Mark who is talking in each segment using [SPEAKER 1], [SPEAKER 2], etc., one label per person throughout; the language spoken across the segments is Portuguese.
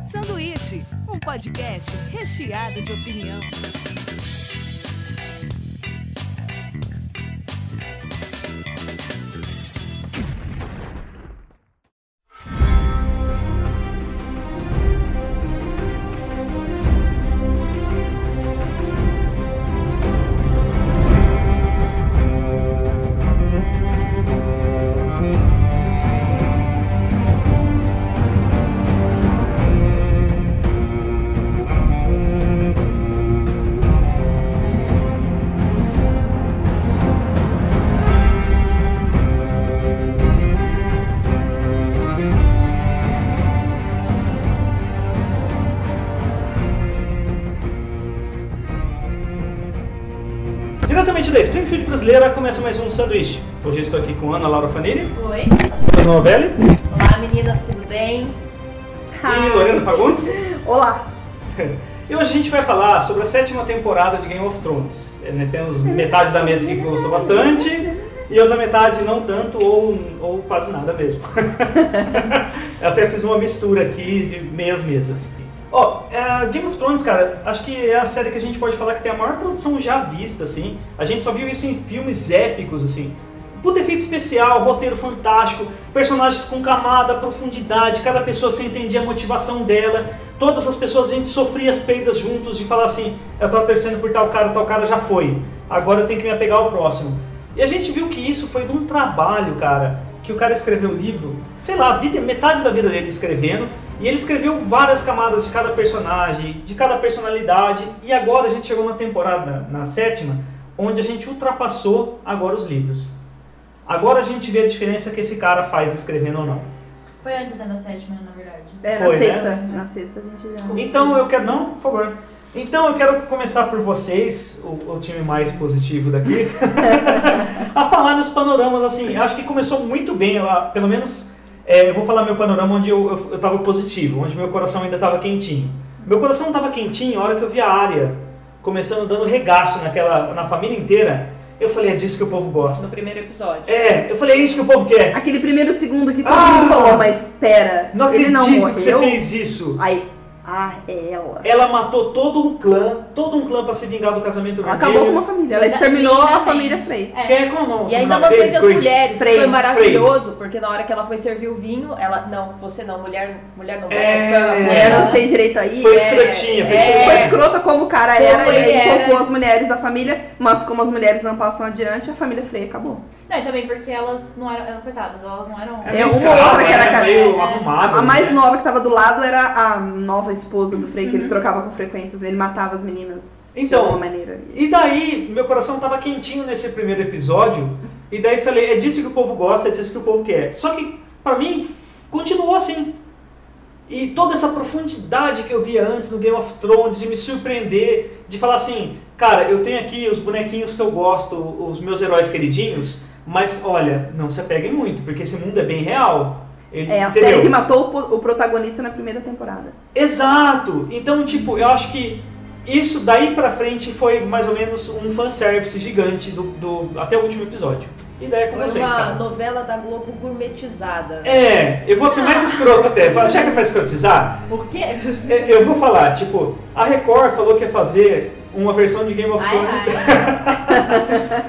[SPEAKER 1] Sanduíche, um podcast recheado de opinião.
[SPEAKER 2] Diretamente da Springfield Brasileira, começa mais um sanduíche. Hoje eu estou aqui com Ana Laura Fanini,
[SPEAKER 3] Oi.
[SPEAKER 2] Ana Novelli
[SPEAKER 3] Olá meninas, tudo bem?
[SPEAKER 2] e Lorena Fagundes.
[SPEAKER 4] Olá!
[SPEAKER 2] E hoje a gente vai falar sobre a sétima temporada de Game of Thrones. Eh, Nós temos metade da mesa que gostou bastante e outra metade não tanto ou, ou quase nada mesmo. Eu até fiz uma mistura aqui de meias mesas. Ó, eh, Game of Thrones, cara, acho que é a série que a gente pode falar que tem a maior produção já vista, assim. A gente só viu isso em filmes épicos, assim. Puta efeito especial, roteiro fantástico, personagens com camada, profundidade, cada pessoa se entendia a motivação dela. Todas as pessoas, a gente sofria as perdas juntos de falar assim, eu tava torcendo por tal cara, tal cara já foi. Agora eu tenho que me apegar ao próximo. E a gente viu que isso foi de um trabalho, cara, que o cara escreveu o livro, sei lá, a vida, metade da vida dele escrevendo, e ele escreveu várias camadas de cada personagem, de cada personalidade, e agora a gente chegou na temporada, na sétima, onde a gente ultrapassou agora os livros. Agora a gente vê a diferença que esse cara faz escrevendo ou não.
[SPEAKER 3] Foi antes da minha sétima, na verdade.
[SPEAKER 4] É,
[SPEAKER 2] Foi,
[SPEAKER 4] na
[SPEAKER 2] né?
[SPEAKER 4] sexta. Na sexta a gente já.
[SPEAKER 2] Então eu quero. Não, por favor. Então eu quero começar por vocês, o, o time mais positivo daqui, a falar nos panoramas, assim. eu Acho que começou muito bem, eu, ah, pelo menos é, eu vou falar meu panorama onde eu, eu, eu tava positivo, onde meu coração ainda tava quentinho. Meu coração tava quentinho a hora que eu vi a área começando dando regaço naquela, na família inteira. Eu falei, é disso que o povo gosta.
[SPEAKER 3] No primeiro episódio.
[SPEAKER 2] É, eu falei, é isso que o povo quer.
[SPEAKER 4] Aquele primeiro segundo que todo
[SPEAKER 2] Ah!
[SPEAKER 4] mundo falou, mas pera,
[SPEAKER 2] Não
[SPEAKER 4] ele
[SPEAKER 2] acredito
[SPEAKER 4] não
[SPEAKER 2] que você
[SPEAKER 4] morreu.
[SPEAKER 2] fez isso.
[SPEAKER 4] Aí, ah, é ela.
[SPEAKER 2] Ela matou todo um clã, todo um clã pra se vingar do casamento vermelho.
[SPEAKER 4] Acabou com uma família. Ela
[SPEAKER 3] Exatamente.
[SPEAKER 4] exterminou a família Frey.
[SPEAKER 3] É.
[SPEAKER 2] Que é com o nome,
[SPEAKER 3] E ainda
[SPEAKER 2] sobrenome deles,
[SPEAKER 3] manteve as
[SPEAKER 2] Grey.
[SPEAKER 3] mulheres,
[SPEAKER 4] Frey,
[SPEAKER 3] foi maravilhoso, porque na hora que ela foi servir o vinho, ela, não, você não, mulher, mulher não
[SPEAKER 2] É.
[SPEAKER 3] bebe,
[SPEAKER 4] Mulher
[SPEAKER 3] mulher
[SPEAKER 4] não tem direito aí.
[SPEAKER 2] Foi
[SPEAKER 4] é.
[SPEAKER 2] escrotinha, fez
[SPEAKER 3] é.
[SPEAKER 4] Foi escrota como o cara
[SPEAKER 3] Como
[SPEAKER 4] era, e
[SPEAKER 3] ele
[SPEAKER 4] aí
[SPEAKER 3] era.
[SPEAKER 4] colocou as mulheres da família, mas como as mulheres não passam adiante, a família Frey acabou.
[SPEAKER 5] Não, e também porque elas não eram, eram coitadas, elas não eram.
[SPEAKER 2] É
[SPEAKER 4] É
[SPEAKER 2] meio
[SPEAKER 4] uma
[SPEAKER 2] escrava,
[SPEAKER 4] outra que era
[SPEAKER 2] né?
[SPEAKER 4] ca-
[SPEAKER 2] meio
[SPEAKER 5] é.
[SPEAKER 2] arrumada.
[SPEAKER 4] A mais
[SPEAKER 2] né?
[SPEAKER 4] nova que tava do lado era a nova esposa do Frey, que
[SPEAKER 3] Uhum.
[SPEAKER 4] ele trocava com frequências, ele matava as meninas
[SPEAKER 2] Então,
[SPEAKER 4] de alguma maneira.
[SPEAKER 2] E daí, meu coração tava quentinho nesse primeiro episódio. E daí falei, é disso que o povo gosta, é disso que o povo quer. Só que, pra mim, continuou assim. E toda essa profundidade que eu via antes no Game of Thrones, de me surpreender, de falar assim, cara, eu tenho aqui os bonequinhos que eu gosto, os meus heróis queridinhos, mas olha, não se apeguem muito, porque esse mundo é bem real. Ele-
[SPEAKER 4] É a
[SPEAKER 2] entendeu?
[SPEAKER 4] série que matou o po- o protagonista na primeira temporada.
[SPEAKER 2] Exato! Então, tipo, eu acho que isso daí pra frente foi mais ou menos um fanservice gigante do, do- até o último episódio. E daí é com
[SPEAKER 3] Foi
[SPEAKER 2] vocês,
[SPEAKER 3] uma
[SPEAKER 2] cara.
[SPEAKER 3] novela da Globo gourmetizada.
[SPEAKER 2] É, eu vou ser
[SPEAKER 3] Ah.
[SPEAKER 2] mais escroto até. Já que é pra escrotizar,
[SPEAKER 3] Por quê?
[SPEAKER 2] é, eu vou falar, tipo, a Record falou que ia fazer uma versão de Game of
[SPEAKER 3] Ai,
[SPEAKER 2] Thrones.
[SPEAKER 3] ai.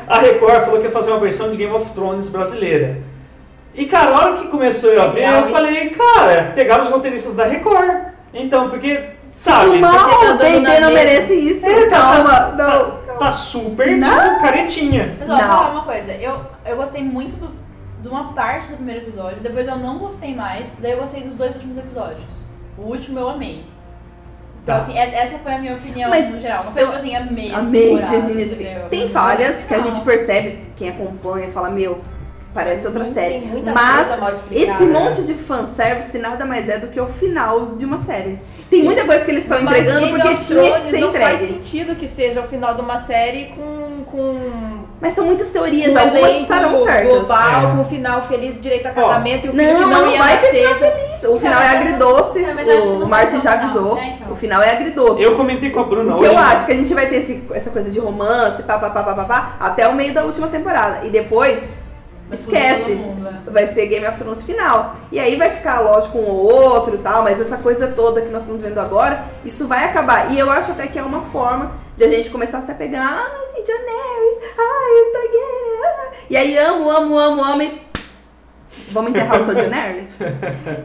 [SPEAKER 2] A Record falou que ia fazer uma versão de Game of Thrones brasileira. E, cara, a hora que começou eu a ver,
[SPEAKER 3] Legal
[SPEAKER 2] eu
[SPEAKER 3] isso.
[SPEAKER 2] falei, cara, pegaram os roteiristas da Record. Então, porque,
[SPEAKER 4] Do
[SPEAKER 2] sabe,
[SPEAKER 3] você tá
[SPEAKER 4] mal, o
[SPEAKER 3] dando
[SPEAKER 4] D&D
[SPEAKER 3] na mesa.
[SPEAKER 4] não merece isso.
[SPEAKER 2] É, tá-
[SPEAKER 4] Calma, não.
[SPEAKER 2] tá super tipo, caretinha.
[SPEAKER 5] Mas ó,
[SPEAKER 4] Não.
[SPEAKER 5] vou falar uma coisa, eu, eu gostei muito do- de uma parte do primeiro episódio, depois eu não gostei mais, daí eu gostei dos dois últimos episódios. O último eu amei.
[SPEAKER 2] Tá.
[SPEAKER 5] Então, assim, es- essa foi a minha opinião
[SPEAKER 4] Mas
[SPEAKER 5] no geral. Não foi
[SPEAKER 4] eu-
[SPEAKER 5] tipo assim, amei. essa
[SPEAKER 4] Amei,
[SPEAKER 5] temporada,
[SPEAKER 4] tia Diniz.
[SPEAKER 5] entendeu?
[SPEAKER 4] é Tem
[SPEAKER 5] Não,
[SPEAKER 4] falhas que a
[SPEAKER 5] não.
[SPEAKER 3] Ah.
[SPEAKER 4] gente percebe, quem acompanha fala, meu, parece outra
[SPEAKER 3] Tem
[SPEAKER 4] série.
[SPEAKER 3] muita coisa né?
[SPEAKER 4] Mas
[SPEAKER 3] mal explicada.
[SPEAKER 4] esse monte de fanservice nada mais é do que o final de uma série. Tem muita coisa que eles estão
[SPEAKER 3] Mas
[SPEAKER 4] entregando
[SPEAKER 3] Game
[SPEAKER 4] porque
[SPEAKER 3] of
[SPEAKER 4] tinha que
[SPEAKER 3] Thrones
[SPEAKER 4] ser
[SPEAKER 3] Não faz
[SPEAKER 4] entregue.
[SPEAKER 3] sentido que seja o final de uma série com... com...
[SPEAKER 4] Mas são muitas teorias,
[SPEAKER 3] um
[SPEAKER 4] algumas
[SPEAKER 3] elenco
[SPEAKER 4] estarão certas.
[SPEAKER 3] Global,
[SPEAKER 2] É.
[SPEAKER 3] com o final feliz, direito a
[SPEAKER 2] Ó,
[SPEAKER 3] casamento e o filho que
[SPEAKER 4] Não,
[SPEAKER 3] não,
[SPEAKER 4] não
[SPEAKER 3] ia
[SPEAKER 4] vai ter
[SPEAKER 3] nascer.
[SPEAKER 4] final feliz. O final é
[SPEAKER 5] mas eu-
[SPEAKER 4] agridoce,
[SPEAKER 5] É, mas eu acho que não
[SPEAKER 4] o
[SPEAKER 5] vai
[SPEAKER 4] Martin
[SPEAKER 5] ser
[SPEAKER 4] já
[SPEAKER 5] o final,
[SPEAKER 4] avisou.
[SPEAKER 5] né, então.
[SPEAKER 4] O final é agridoce.
[SPEAKER 2] Eu comentei com a Bruna
[SPEAKER 4] O que
[SPEAKER 2] hoje.
[SPEAKER 4] eu acho que a gente vai ter esse- essa coisa de romance, pá, pá, pá, pá, pá, pá, até o meio da última temporada. E depois
[SPEAKER 6] Vai foder
[SPEAKER 4] Esquece.
[SPEAKER 6] todo mundo, né?
[SPEAKER 4] Vai ser Game of Thrones final. E aí vai ficar, lógico, um ou outro e tal, mas essa coisa toda que nós estamos vendo agora, isso vai acabar. E eu acho até que é uma forma de a gente começar a se apegar. Ai, tem Daenerys, ai, Targaryen. ah." E aí amo, amo, amo, amo e. Vamos enterrar o seu Daenerys?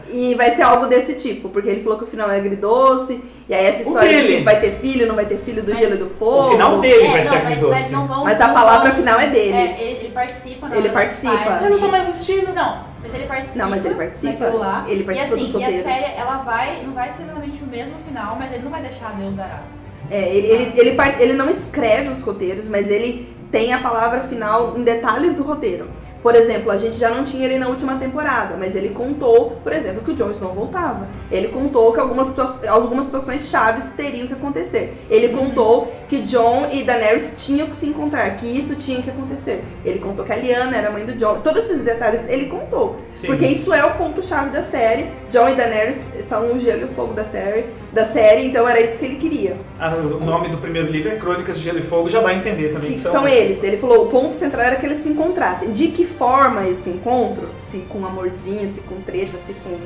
[SPEAKER 4] E vai ser algo desse tipo, porque ele falou que o final é agridoce, e aí essa
[SPEAKER 2] O
[SPEAKER 4] história de
[SPEAKER 2] dele.
[SPEAKER 4] que vai ter filho, não vai ter filho do
[SPEAKER 6] Mas
[SPEAKER 4] gelo e do fogo.
[SPEAKER 2] O final dele vai
[SPEAKER 4] tá
[SPEAKER 6] é,
[SPEAKER 2] ser
[SPEAKER 6] não, mas, mas
[SPEAKER 2] agridoce.
[SPEAKER 6] não vão.
[SPEAKER 4] Mas a
[SPEAKER 6] não
[SPEAKER 4] palavra
[SPEAKER 6] vão-
[SPEAKER 4] final é dele.
[SPEAKER 6] É, ele, ele participa. na
[SPEAKER 4] Ele
[SPEAKER 5] né?
[SPEAKER 6] hora que
[SPEAKER 4] participa.
[SPEAKER 6] faz
[SPEAKER 4] Eu
[SPEAKER 2] tá
[SPEAKER 6] ali.
[SPEAKER 2] assistindo.
[SPEAKER 6] Tipo, Não, mas ele participa.
[SPEAKER 4] Não, mas ele participa.
[SPEAKER 6] daquilo lá.
[SPEAKER 4] Ele participa
[SPEAKER 6] e assim,
[SPEAKER 4] dos roteiros.
[SPEAKER 6] E a série, ela vai, não vai ser exatamente o mesmo final, mas ele não vai deixar Deus dará.
[SPEAKER 4] É, ele, ele, ele, part- ele não escreve os roteiros, mas ele tem a palavra final em detalhes do roteiro. Por exemplo, a gente já não tinha ele na última temporada, mas ele contou, por exemplo, que o Jon Snow voltava. Ele contou que algumas, situa- algumas situações chaves teriam que acontecer. Ele contou que Jon e Daenerys tinham que se encontrar, que isso tinha que acontecer. Ele contou que a Lyanna era mãe do Jon. Todos esses detalhes ele contou.
[SPEAKER 2] Sim.
[SPEAKER 4] Porque isso é o ponto-chave da série. John e Daenerys são o gelo e o fogo da série, da série, então era isso que ele queria.
[SPEAKER 2] Ah, o nome do primeiro livro é Crônicas de Gelo e Fogo, já dá a entender também.
[SPEAKER 4] Que são eles. Ele falou, o ponto central era que eles se encontrassem. De que forma esse encontro? Se com amorzinho, se com treta, se com...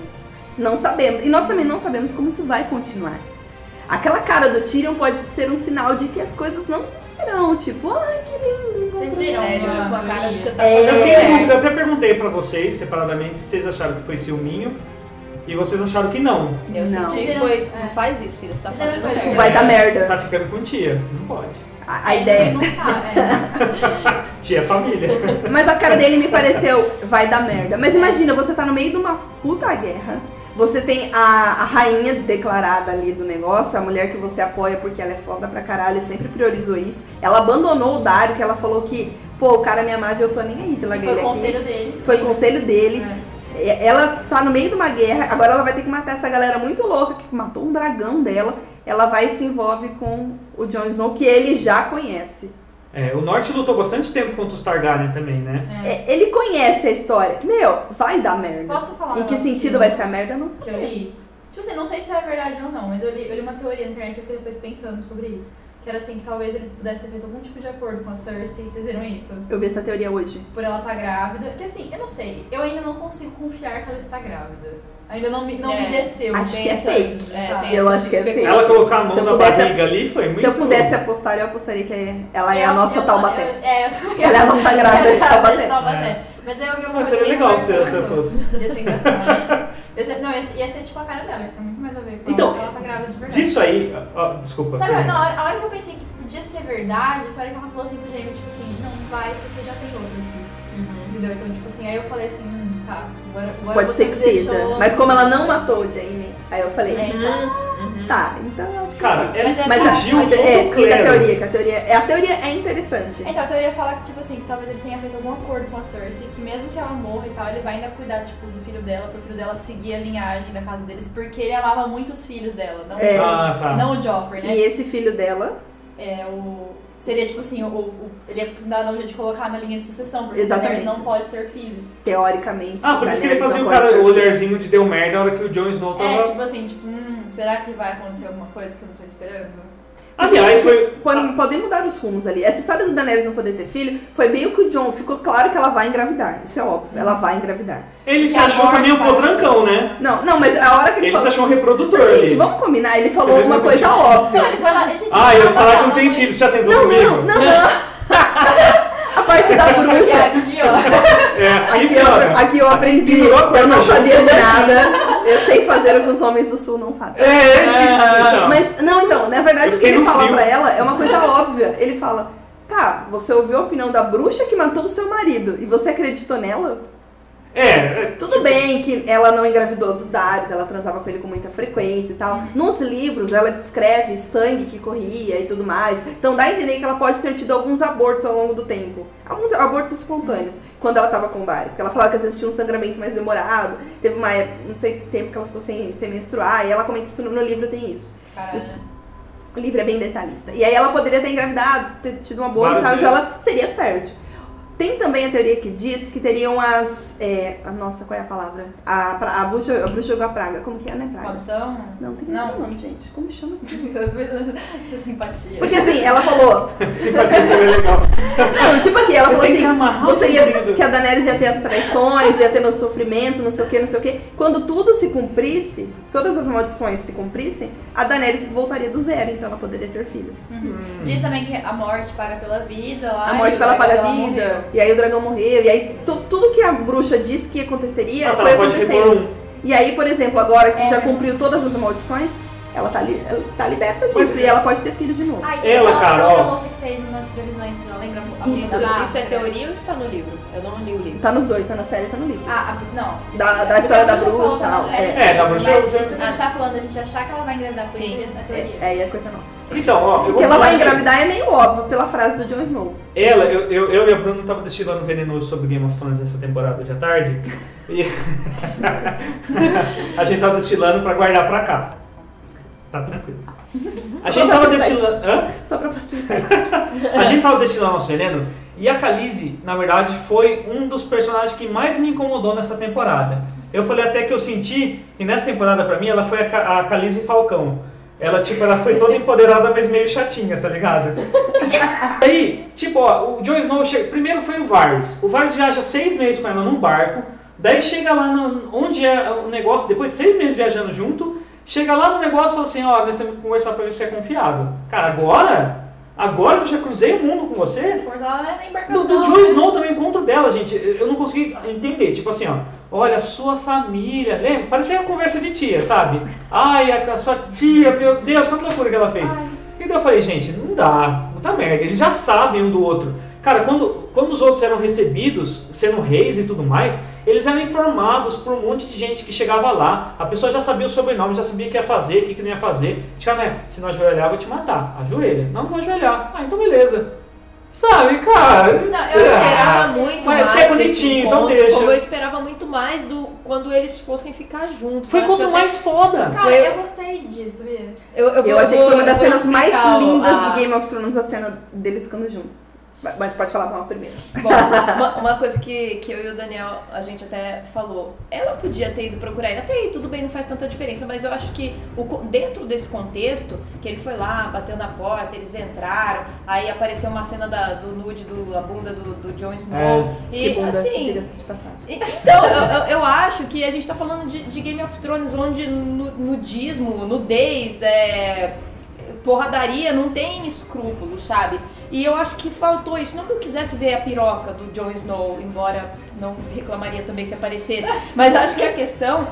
[SPEAKER 4] Não sabemos. E nós também não sabemos como isso vai continuar. Aquela cara do Tyrion pode ser um sinal de que as coisas não serão, tipo, ai, que lindo. encontro."
[SPEAKER 6] Vocês viram? né,
[SPEAKER 5] É, ele
[SPEAKER 6] a-
[SPEAKER 5] olhou com a cara que você tá
[SPEAKER 4] É.
[SPEAKER 2] Eu,
[SPEAKER 5] fazendo.
[SPEAKER 2] fiquei em
[SPEAKER 5] merda.
[SPEAKER 2] dúvida, eu até perguntei pra vocês separadamente se vocês acharam que foi ciúminho e vocês acharam que não.
[SPEAKER 5] Eu
[SPEAKER 4] Não.
[SPEAKER 5] senti que foi.
[SPEAKER 6] é.
[SPEAKER 5] Não faz isso, filho. Você tá
[SPEAKER 6] Você é. não
[SPEAKER 5] fazendo
[SPEAKER 6] foi
[SPEAKER 5] merda.
[SPEAKER 4] Tipo, vai dar merda.
[SPEAKER 2] Tá ficando com tia, não pode.
[SPEAKER 4] A, a ideia...
[SPEAKER 6] Não sabe, é.
[SPEAKER 2] Tia é família.
[SPEAKER 4] Mas a cara dele me pareceu, vai dar merda. Mas imagina, você tá no meio de uma puta guerra. Você tem a, a rainha declarada ali do negócio, a mulher que você apoia porque ela é foda pra caralho, sempre priorizou isso. Ela abandonou o Dário, que ela falou que, pô, o cara me amava e eu tô nem aí de
[SPEAKER 6] Foi
[SPEAKER 4] largar ele
[SPEAKER 6] o
[SPEAKER 4] aqui.
[SPEAKER 6] conselho dele. É.
[SPEAKER 4] Foi conselho dele. E- Ela tá no meio de uma guerra, agora ela vai ter que matar essa galera muito louca que matou um dragão dela. Ela vai e se envolve com o Jon Snow, que ele já conhece.
[SPEAKER 2] É, o Norte lutou bastante tempo contra os Targaryen também, né?
[SPEAKER 4] É, Ele conhece a história. Meu, vai dar merda.
[SPEAKER 6] Posso falar? um
[SPEAKER 4] Em que
[SPEAKER 6] negócio
[SPEAKER 4] sentido vai ser a merda, eu não
[SPEAKER 6] Que eu
[SPEAKER 4] sei.
[SPEAKER 6] li? Tipo assim, não sei se é verdade ou não, mas eu li, eu li uma teoria na internet e eu fiquei depois pensando sobre isso. Que era assim, que talvez ele pudesse ter feito algum tipo de acordo com a Cersei. Vocês viram isso?
[SPEAKER 4] Eu vi essa teoria hoje.
[SPEAKER 6] Por ela estar grávida. Que assim, eu não sei. Eu ainda não consigo confiar que ela está grávida. Ainda não me, não
[SPEAKER 5] É.
[SPEAKER 6] me desceu.
[SPEAKER 4] Acho
[SPEAKER 6] tem
[SPEAKER 4] que é
[SPEAKER 6] essas-
[SPEAKER 4] fake.
[SPEAKER 6] sabe?
[SPEAKER 4] Eu acho que é fake.
[SPEAKER 2] Ela colocar a mão
[SPEAKER 4] Se eu
[SPEAKER 2] na
[SPEAKER 4] pudesse-
[SPEAKER 2] barriga ali foi muito.
[SPEAKER 4] Se eu pudesse apostar, eu apostaria que ela é a
[SPEAKER 6] Eu-
[SPEAKER 4] nossa
[SPEAKER 6] eu-
[SPEAKER 4] Taubaté.
[SPEAKER 6] eu- É, eu também
[SPEAKER 4] Ela é a nossa grávida de Taubaté.
[SPEAKER 6] Taubaté. É. Mas aí eu vi uma
[SPEAKER 2] Ah,
[SPEAKER 6] coisa
[SPEAKER 2] seria
[SPEAKER 6] que
[SPEAKER 2] legal se
[SPEAKER 6] conversou
[SPEAKER 2] se eu
[SPEAKER 6] sobre-
[SPEAKER 2] fosse.
[SPEAKER 6] Ia ser engraçado. né? Ia ser- Não, ia ser, ia ser tipo a cara dela, ia ser muito mais a ver com
[SPEAKER 2] Então,
[SPEAKER 6] ela. Ela tá grávida de verdade.
[SPEAKER 2] Disso aí. ó, desculpa.
[SPEAKER 6] Sabe,
[SPEAKER 2] perdão.
[SPEAKER 6] na hora, a hora que eu pensei que podia ser verdade, foi a hora que ela falou assim pro Jamie, tipo assim, não vai porque já tem outro aqui. Entendeu? Então, tipo assim, aí eu falei assim, hum, tá, agora, agora
[SPEAKER 4] Pode
[SPEAKER 6] você
[SPEAKER 4] ser que
[SPEAKER 6] me
[SPEAKER 4] seja.
[SPEAKER 6] deixou-
[SPEAKER 4] Mas como ela não matou o Jamie, aí eu falei,
[SPEAKER 6] É, então,
[SPEAKER 4] tá, então eu acho que.
[SPEAKER 2] Cara, ela
[SPEAKER 6] Mas é
[SPEAKER 4] Mas
[SPEAKER 2] explodiu
[SPEAKER 4] a,
[SPEAKER 6] Gil,
[SPEAKER 2] todo
[SPEAKER 4] é,
[SPEAKER 2] o
[SPEAKER 4] explica a
[SPEAKER 2] clero.
[SPEAKER 4] teoria, que a teoria, é- a teoria é interessante.
[SPEAKER 6] então, a teoria fala que, tipo assim, que talvez ele tenha feito algum acordo com a Cersei, que mesmo que ela morra e tal, ele vai ainda cuidar, tipo, do filho dela, pro filho dela seguir a linhagem da casa deles, porque ele amava muito os filhos dela, não,
[SPEAKER 4] É.
[SPEAKER 2] Ah, tá.
[SPEAKER 6] não o Joffrey, né?
[SPEAKER 4] E esse filho dela,
[SPEAKER 6] É, o... Seria, tipo assim, o, o- ele ia dar um jeito de colocar na linha de sucessão, porque
[SPEAKER 4] Exatamente.
[SPEAKER 6] Daenerys não pode ter filhos.
[SPEAKER 4] teoricamente. é
[SPEAKER 2] Ah, por isso que ele
[SPEAKER 4] Daenerys
[SPEAKER 2] fazia
[SPEAKER 4] não
[SPEAKER 2] o,
[SPEAKER 4] pode
[SPEAKER 2] cara,
[SPEAKER 4] ter
[SPEAKER 2] o
[SPEAKER 4] filhos.
[SPEAKER 2] olharzinho de deu merda na hora que o Jon Snow tava.
[SPEAKER 6] É, tipo assim, tipo, hum, será que vai acontecer alguma coisa que eu não tô esperando?
[SPEAKER 2] Aliás, foi.
[SPEAKER 4] Podem, podem mudar os rumos ali. Essa história do Daenerys não poder ter filho foi meio que o John. Ficou claro que ela vai engravidar. Isso é óbvio. Ela vai engravidar.
[SPEAKER 2] Ele se
[SPEAKER 6] É a
[SPEAKER 2] achou também um
[SPEAKER 6] morte,
[SPEAKER 2] podrancão, né?
[SPEAKER 4] Não, não, mas a hora que ele,
[SPEAKER 2] Ele se
[SPEAKER 4] falou.
[SPEAKER 2] achou um reprodutor.
[SPEAKER 4] Não, gente,
[SPEAKER 2] ali.
[SPEAKER 4] vamos combinar. Ele falou
[SPEAKER 2] Ele
[SPEAKER 4] uma
[SPEAKER 2] não
[SPEAKER 4] coisa óbvia.
[SPEAKER 6] Não, ele foi lá, gente,
[SPEAKER 2] Ah, eu ia
[SPEAKER 6] ele foi
[SPEAKER 2] falar
[SPEAKER 6] lá passar
[SPEAKER 2] que
[SPEAKER 6] a
[SPEAKER 2] não tem
[SPEAKER 6] mão
[SPEAKER 2] filho, você já tentou
[SPEAKER 4] Não,
[SPEAKER 2] comigo?
[SPEAKER 4] não, não, não. A parte da
[SPEAKER 6] E
[SPEAKER 4] bruxa.
[SPEAKER 6] aqui, ó.
[SPEAKER 2] É,
[SPEAKER 4] Aqui
[SPEAKER 2] e fora.
[SPEAKER 4] eu, aqui eu aprendi.
[SPEAKER 2] Aqui virou a
[SPEAKER 4] Eu não
[SPEAKER 2] coisa.
[SPEAKER 4] sabia de nada. Eu sei fazer o que os homens do sul não fazem.
[SPEAKER 2] É, é, que- então.
[SPEAKER 4] Ah, Mas, não, então, na verdade,
[SPEAKER 2] Eu
[SPEAKER 4] o que ele
[SPEAKER 2] fiquei no
[SPEAKER 4] fala
[SPEAKER 2] fio.
[SPEAKER 4] pra ela é uma coisa óbvia. Ele fala: tá, você ouviu a opinião da bruxa que matou o seu marido e você acreditou nela?
[SPEAKER 2] É, é,
[SPEAKER 4] Tudo bem que ela não engravidou do Darius, ela transava com ele com muita frequência e tal. Nos livros, ela descreve sangue que corria e tudo mais. Então dá a entender que ela pode ter tido alguns abortos ao longo do tempo. Alguns abortos espontâneos, quando ela tava com o Darius. Porque ela falava que às vezes tinha um sangramento mais demorado. Teve uma época, não sei, tempo que ela ficou sem, sem menstruar. E ela comenta isso no, no livro, tem isso.
[SPEAKER 6] Caralho. né?
[SPEAKER 4] O livro é bem detalhista. E aí ela poderia ter engravidado, ter tido um aborto e
[SPEAKER 2] Vários
[SPEAKER 4] tal, então ela seria fértil. Tem também a teoria que diz que teriam as. é, a- nossa, qual é a palavra? A, pra- a bruxa, a bruxa jogou a praga. Como que é, né? Praga?
[SPEAKER 5] Maldição?
[SPEAKER 4] Não, tem
[SPEAKER 5] Não.
[SPEAKER 4] outro nome, gente. Como chama?
[SPEAKER 5] Eu tô pensando de simpatia.
[SPEAKER 4] Porque assim, ela falou.
[SPEAKER 2] Simpatia também é legal.
[SPEAKER 4] Não, tipo aqui, ela
[SPEAKER 2] Você
[SPEAKER 4] falou
[SPEAKER 2] tem
[SPEAKER 4] assim.
[SPEAKER 2] que amarrar o
[SPEAKER 4] você ia,
[SPEAKER 2] fudido.
[SPEAKER 4] que a Daenerys ia ter as traições, ia ter no sofrimento, não sei o que, não sei o que. Quando tudo se cumprisse, todas as maldições se cumprissem, a Daenerys voltaria do zero, então ela poderia ter filhos.
[SPEAKER 5] Diz também que a morte paga pela vida. Lá,
[SPEAKER 4] A
[SPEAKER 5] e
[SPEAKER 4] morte
[SPEAKER 5] o
[SPEAKER 4] pela
[SPEAKER 5] dragão
[SPEAKER 4] paga
[SPEAKER 5] lá
[SPEAKER 4] vida,
[SPEAKER 5] morreu.
[SPEAKER 4] e aí o dragão morreu, e aí tu- tudo que a bruxa disse que aconteceria
[SPEAKER 2] Ah, tá,
[SPEAKER 4] foi
[SPEAKER 2] ela pode repor
[SPEAKER 4] acontecendo.
[SPEAKER 2] um.
[SPEAKER 4] E aí, por exemplo, agora que
[SPEAKER 5] É,
[SPEAKER 4] já
[SPEAKER 5] né?
[SPEAKER 4] cumpriu todas as maldições, ela tá, li- ela tá liberta disso,
[SPEAKER 2] Mas-
[SPEAKER 4] e ela pode ter filho de novo.
[SPEAKER 5] Ai, tem
[SPEAKER 2] Ela,
[SPEAKER 5] uma
[SPEAKER 2] cara,
[SPEAKER 5] outra
[SPEAKER 2] ó.
[SPEAKER 5] moça que fez umas previsões, ela lembra? A
[SPEAKER 4] Isso,
[SPEAKER 6] Isso,
[SPEAKER 5] menina do
[SPEAKER 6] isso é
[SPEAKER 5] Astra.
[SPEAKER 6] teoria ou está no livro? Eu não li o livro.
[SPEAKER 4] Tá nos dois, tá na série, tá no livro.
[SPEAKER 5] Ah, a- não. isso-
[SPEAKER 4] Da- da
[SPEAKER 5] porque
[SPEAKER 4] história
[SPEAKER 5] a
[SPEAKER 4] da
[SPEAKER 5] falou
[SPEAKER 4] bruxa e tal,
[SPEAKER 5] na série,
[SPEAKER 2] é. É, da bruxa-
[SPEAKER 5] Mas isso que a gente tá falando, a gente achar que ela vai engravidar com
[SPEAKER 6] Sim.
[SPEAKER 5] isso, é teoria.
[SPEAKER 4] é, aí é coisa nossa.
[SPEAKER 2] Então, ó, eu vou
[SPEAKER 4] Que ela
[SPEAKER 2] falar
[SPEAKER 4] vai
[SPEAKER 2] aqui.
[SPEAKER 4] engravidar é meio óbvio pela frase do Jon Snow.
[SPEAKER 2] Ela, eu, eu, eu e a Bruna tava destilando venenoso sobre Game of Thrones essa temporada hoje à tarde. E a gente tava destilando pra guardar pra cá. Tá tranquilo. A gente tava destilando. Hã?
[SPEAKER 4] Só pra facilitar.
[SPEAKER 2] A gente tava destilando nosso veneno. E a Khaleesi, na verdade, foi um dos personagens que mais me incomodou nessa temporada. Eu falei até que eu senti que nessa temporada, pra mim, ela foi a, Ca- a Khaleesi Falcão. Ela, tipo, ela foi toda empoderada, mas meio chatinha, tá ligado? Aí, tipo, ó, o Jon Snow chega... Primeiro foi o Varys. O Varys viaja seis meses com ela num barco. Daí chega lá no- onde é o negócio, depois de seis meses viajando junto, chega lá no negócio e fala assim, ó, nós temos que conversar pra ver se é confiável. Cara, agora? Agora que eu já cruzei o mundo com você?
[SPEAKER 5] Por lá né, na
[SPEAKER 2] Do,
[SPEAKER 5] embarcação.
[SPEAKER 2] do Jon Snow também conta dela, gente. Eu não consegui entender. Tipo assim, ó. Olha, sua família. Lembra? Parecia uma conversa de tia, sabe? Ai, a, a sua tia, meu Deus, quanta loucura que ela fez. E daí eu falei, gente, não dá. Puta merda. Eles já sabem um do outro. Cara, quando, quando os outros eram recebidos, sendo reis e tudo mais, eles eram informados por um monte de gente que chegava lá. A pessoa já sabia o sobrenome, já sabia o que ia fazer, o que, que não ia fazer. Tipo, né? Se não ajoelhar, eu vou te matar. Ajoelha. Não, não vou ajoelhar. Ah, então beleza. Sabe, cara?
[SPEAKER 6] Não,
[SPEAKER 2] sei
[SPEAKER 6] eu
[SPEAKER 2] lá.
[SPEAKER 6] esperava
[SPEAKER 2] mas
[SPEAKER 6] muito mais.
[SPEAKER 2] você é
[SPEAKER 6] desse
[SPEAKER 2] bonitinho,
[SPEAKER 6] encontro,
[SPEAKER 2] então deixa.
[SPEAKER 6] Como eu esperava muito mais do quando eles fossem ficar juntos.
[SPEAKER 2] Foi
[SPEAKER 6] Eu acho
[SPEAKER 2] quanto
[SPEAKER 6] que
[SPEAKER 2] mais foda.
[SPEAKER 5] Cara, eu gostei disso, sabia?
[SPEAKER 6] até- Eu, eu,
[SPEAKER 4] Eu
[SPEAKER 6] vou-
[SPEAKER 4] achei que foi uma das
[SPEAKER 6] eu vou
[SPEAKER 4] cenas mais
[SPEAKER 6] explicá-lo.
[SPEAKER 4] lindas
[SPEAKER 6] Ah.
[SPEAKER 4] de Game of Thrones, a cena deles ficando juntos. Mas- Mas pode falar mal primeiro.
[SPEAKER 6] Bom, uma, uma coisa que, que eu e o Daniel, a gente até falou, ela podia ter ido procurar ele. Até aí, tudo bem, não faz tanta diferença, mas eu acho que o, co- dentro desse contexto, que ele foi lá, bateu na porta, eles entraram, aí apareceu uma cena da, do nude, do, a bunda do, do Jon Snow.
[SPEAKER 4] que
[SPEAKER 6] E
[SPEAKER 4] bunda,
[SPEAKER 6] assim,
[SPEAKER 4] diga-se de passagem.
[SPEAKER 6] então, eu, eu- eu acho que a gente tá falando de, de Game of Thrones, onde nu- nudismo, nudez, é, porradaria, não tem escrúpulo, sabe? E eu acho que faltou isso. Não que eu quisesse ver a piroca do Jon Snow, embora não reclamaria também se aparecesse, mas acho que a questão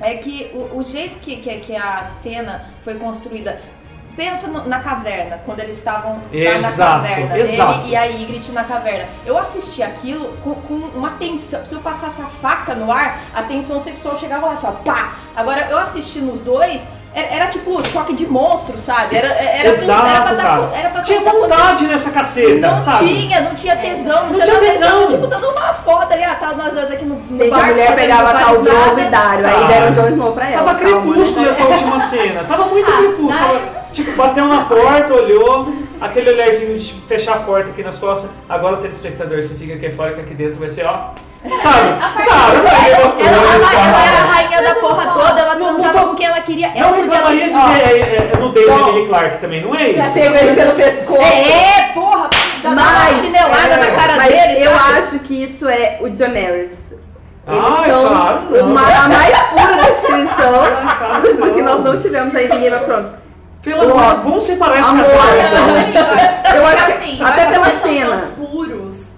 [SPEAKER 6] é que o, o jeito que, que, que a cena foi construída. Pensa no- na caverna, quando eles estavam lá
[SPEAKER 2] Exato,
[SPEAKER 6] na caverna.
[SPEAKER 2] exato.
[SPEAKER 6] Ele e a Ygritte na caverna. Eu assisti aquilo com, com uma tensão. Se eu passasse a faca no ar, a tensão sexual chegava lá assim, ó, pá! Agora, eu assisti nos dois, era, era tipo choque de monstro, sabe? Era, era,
[SPEAKER 2] Exato,
[SPEAKER 6] era pra dar-
[SPEAKER 2] cara.
[SPEAKER 6] era pra
[SPEAKER 2] Tinha
[SPEAKER 6] dar-
[SPEAKER 2] vontade nessa caceta,
[SPEAKER 6] não
[SPEAKER 2] sabe?
[SPEAKER 6] tinha, não tinha tesão, não,
[SPEAKER 2] Não tinha tesão.
[SPEAKER 6] Tipo, dando uma foto ali, ah, tá, nós dois aqui no, no
[SPEAKER 4] Gente, a
[SPEAKER 6] barco
[SPEAKER 4] mulher
[SPEAKER 6] fazendo
[SPEAKER 4] pegava
[SPEAKER 6] vários
[SPEAKER 4] tal Drogo
[SPEAKER 6] nada.
[SPEAKER 4] e Dário,
[SPEAKER 2] Ah.
[SPEAKER 4] aí deram Jon Snow pra ela.
[SPEAKER 2] Tava
[SPEAKER 4] calma, né?
[SPEAKER 2] crepúsculo assim. essa última cena. Tava muito
[SPEAKER 6] Ah,
[SPEAKER 2] crepúsculo. Tava, tipo, bateu na porta, olhou, aquele olharzinho de tipo, fechar a porta aqui nas costas. Agora, telespectador, você fica aqui fora que aqui dentro vai ser, ó. Sabe? Cara, não é Game of
[SPEAKER 6] Ela,
[SPEAKER 2] Thrones,
[SPEAKER 6] tava- ela era a
[SPEAKER 2] cara.
[SPEAKER 6] rainha da porra toda, ela
[SPEAKER 2] Não,
[SPEAKER 6] transava
[SPEAKER 2] não tô-
[SPEAKER 6] com quem ela queria. Ela
[SPEAKER 2] Não
[SPEAKER 6] podia um
[SPEAKER 2] reclamaria É
[SPEAKER 6] ter-
[SPEAKER 2] de
[SPEAKER 6] ó,
[SPEAKER 2] ver é, é, é nudez da
[SPEAKER 6] Bom.
[SPEAKER 2] Emily Clark também, não é
[SPEAKER 4] Já
[SPEAKER 2] isso?
[SPEAKER 4] teve ele pelo pescoço.
[SPEAKER 6] É, porra! Dá
[SPEAKER 4] Mas-
[SPEAKER 6] uma chinelada na cara
[SPEAKER 4] Mas
[SPEAKER 6] dele,
[SPEAKER 4] eu
[SPEAKER 6] sabe?
[SPEAKER 4] acho que isso é o Daenerys. Eles
[SPEAKER 2] Ai,
[SPEAKER 4] são
[SPEAKER 2] claro, não.
[SPEAKER 4] uma- a mais pura definição
[SPEAKER 2] Cara,
[SPEAKER 4] do que nós não tivemos aí de Game of Thrones.
[SPEAKER 2] Pelo amor,
[SPEAKER 4] Love.
[SPEAKER 2] vamos separar essa
[SPEAKER 4] Amor.
[SPEAKER 2] casal.
[SPEAKER 4] Amor. Eu acho que-
[SPEAKER 5] assim,
[SPEAKER 4] até
[SPEAKER 5] eu acho
[SPEAKER 4] pela
[SPEAKER 5] que eles são
[SPEAKER 4] cena.
[SPEAKER 5] tão puros.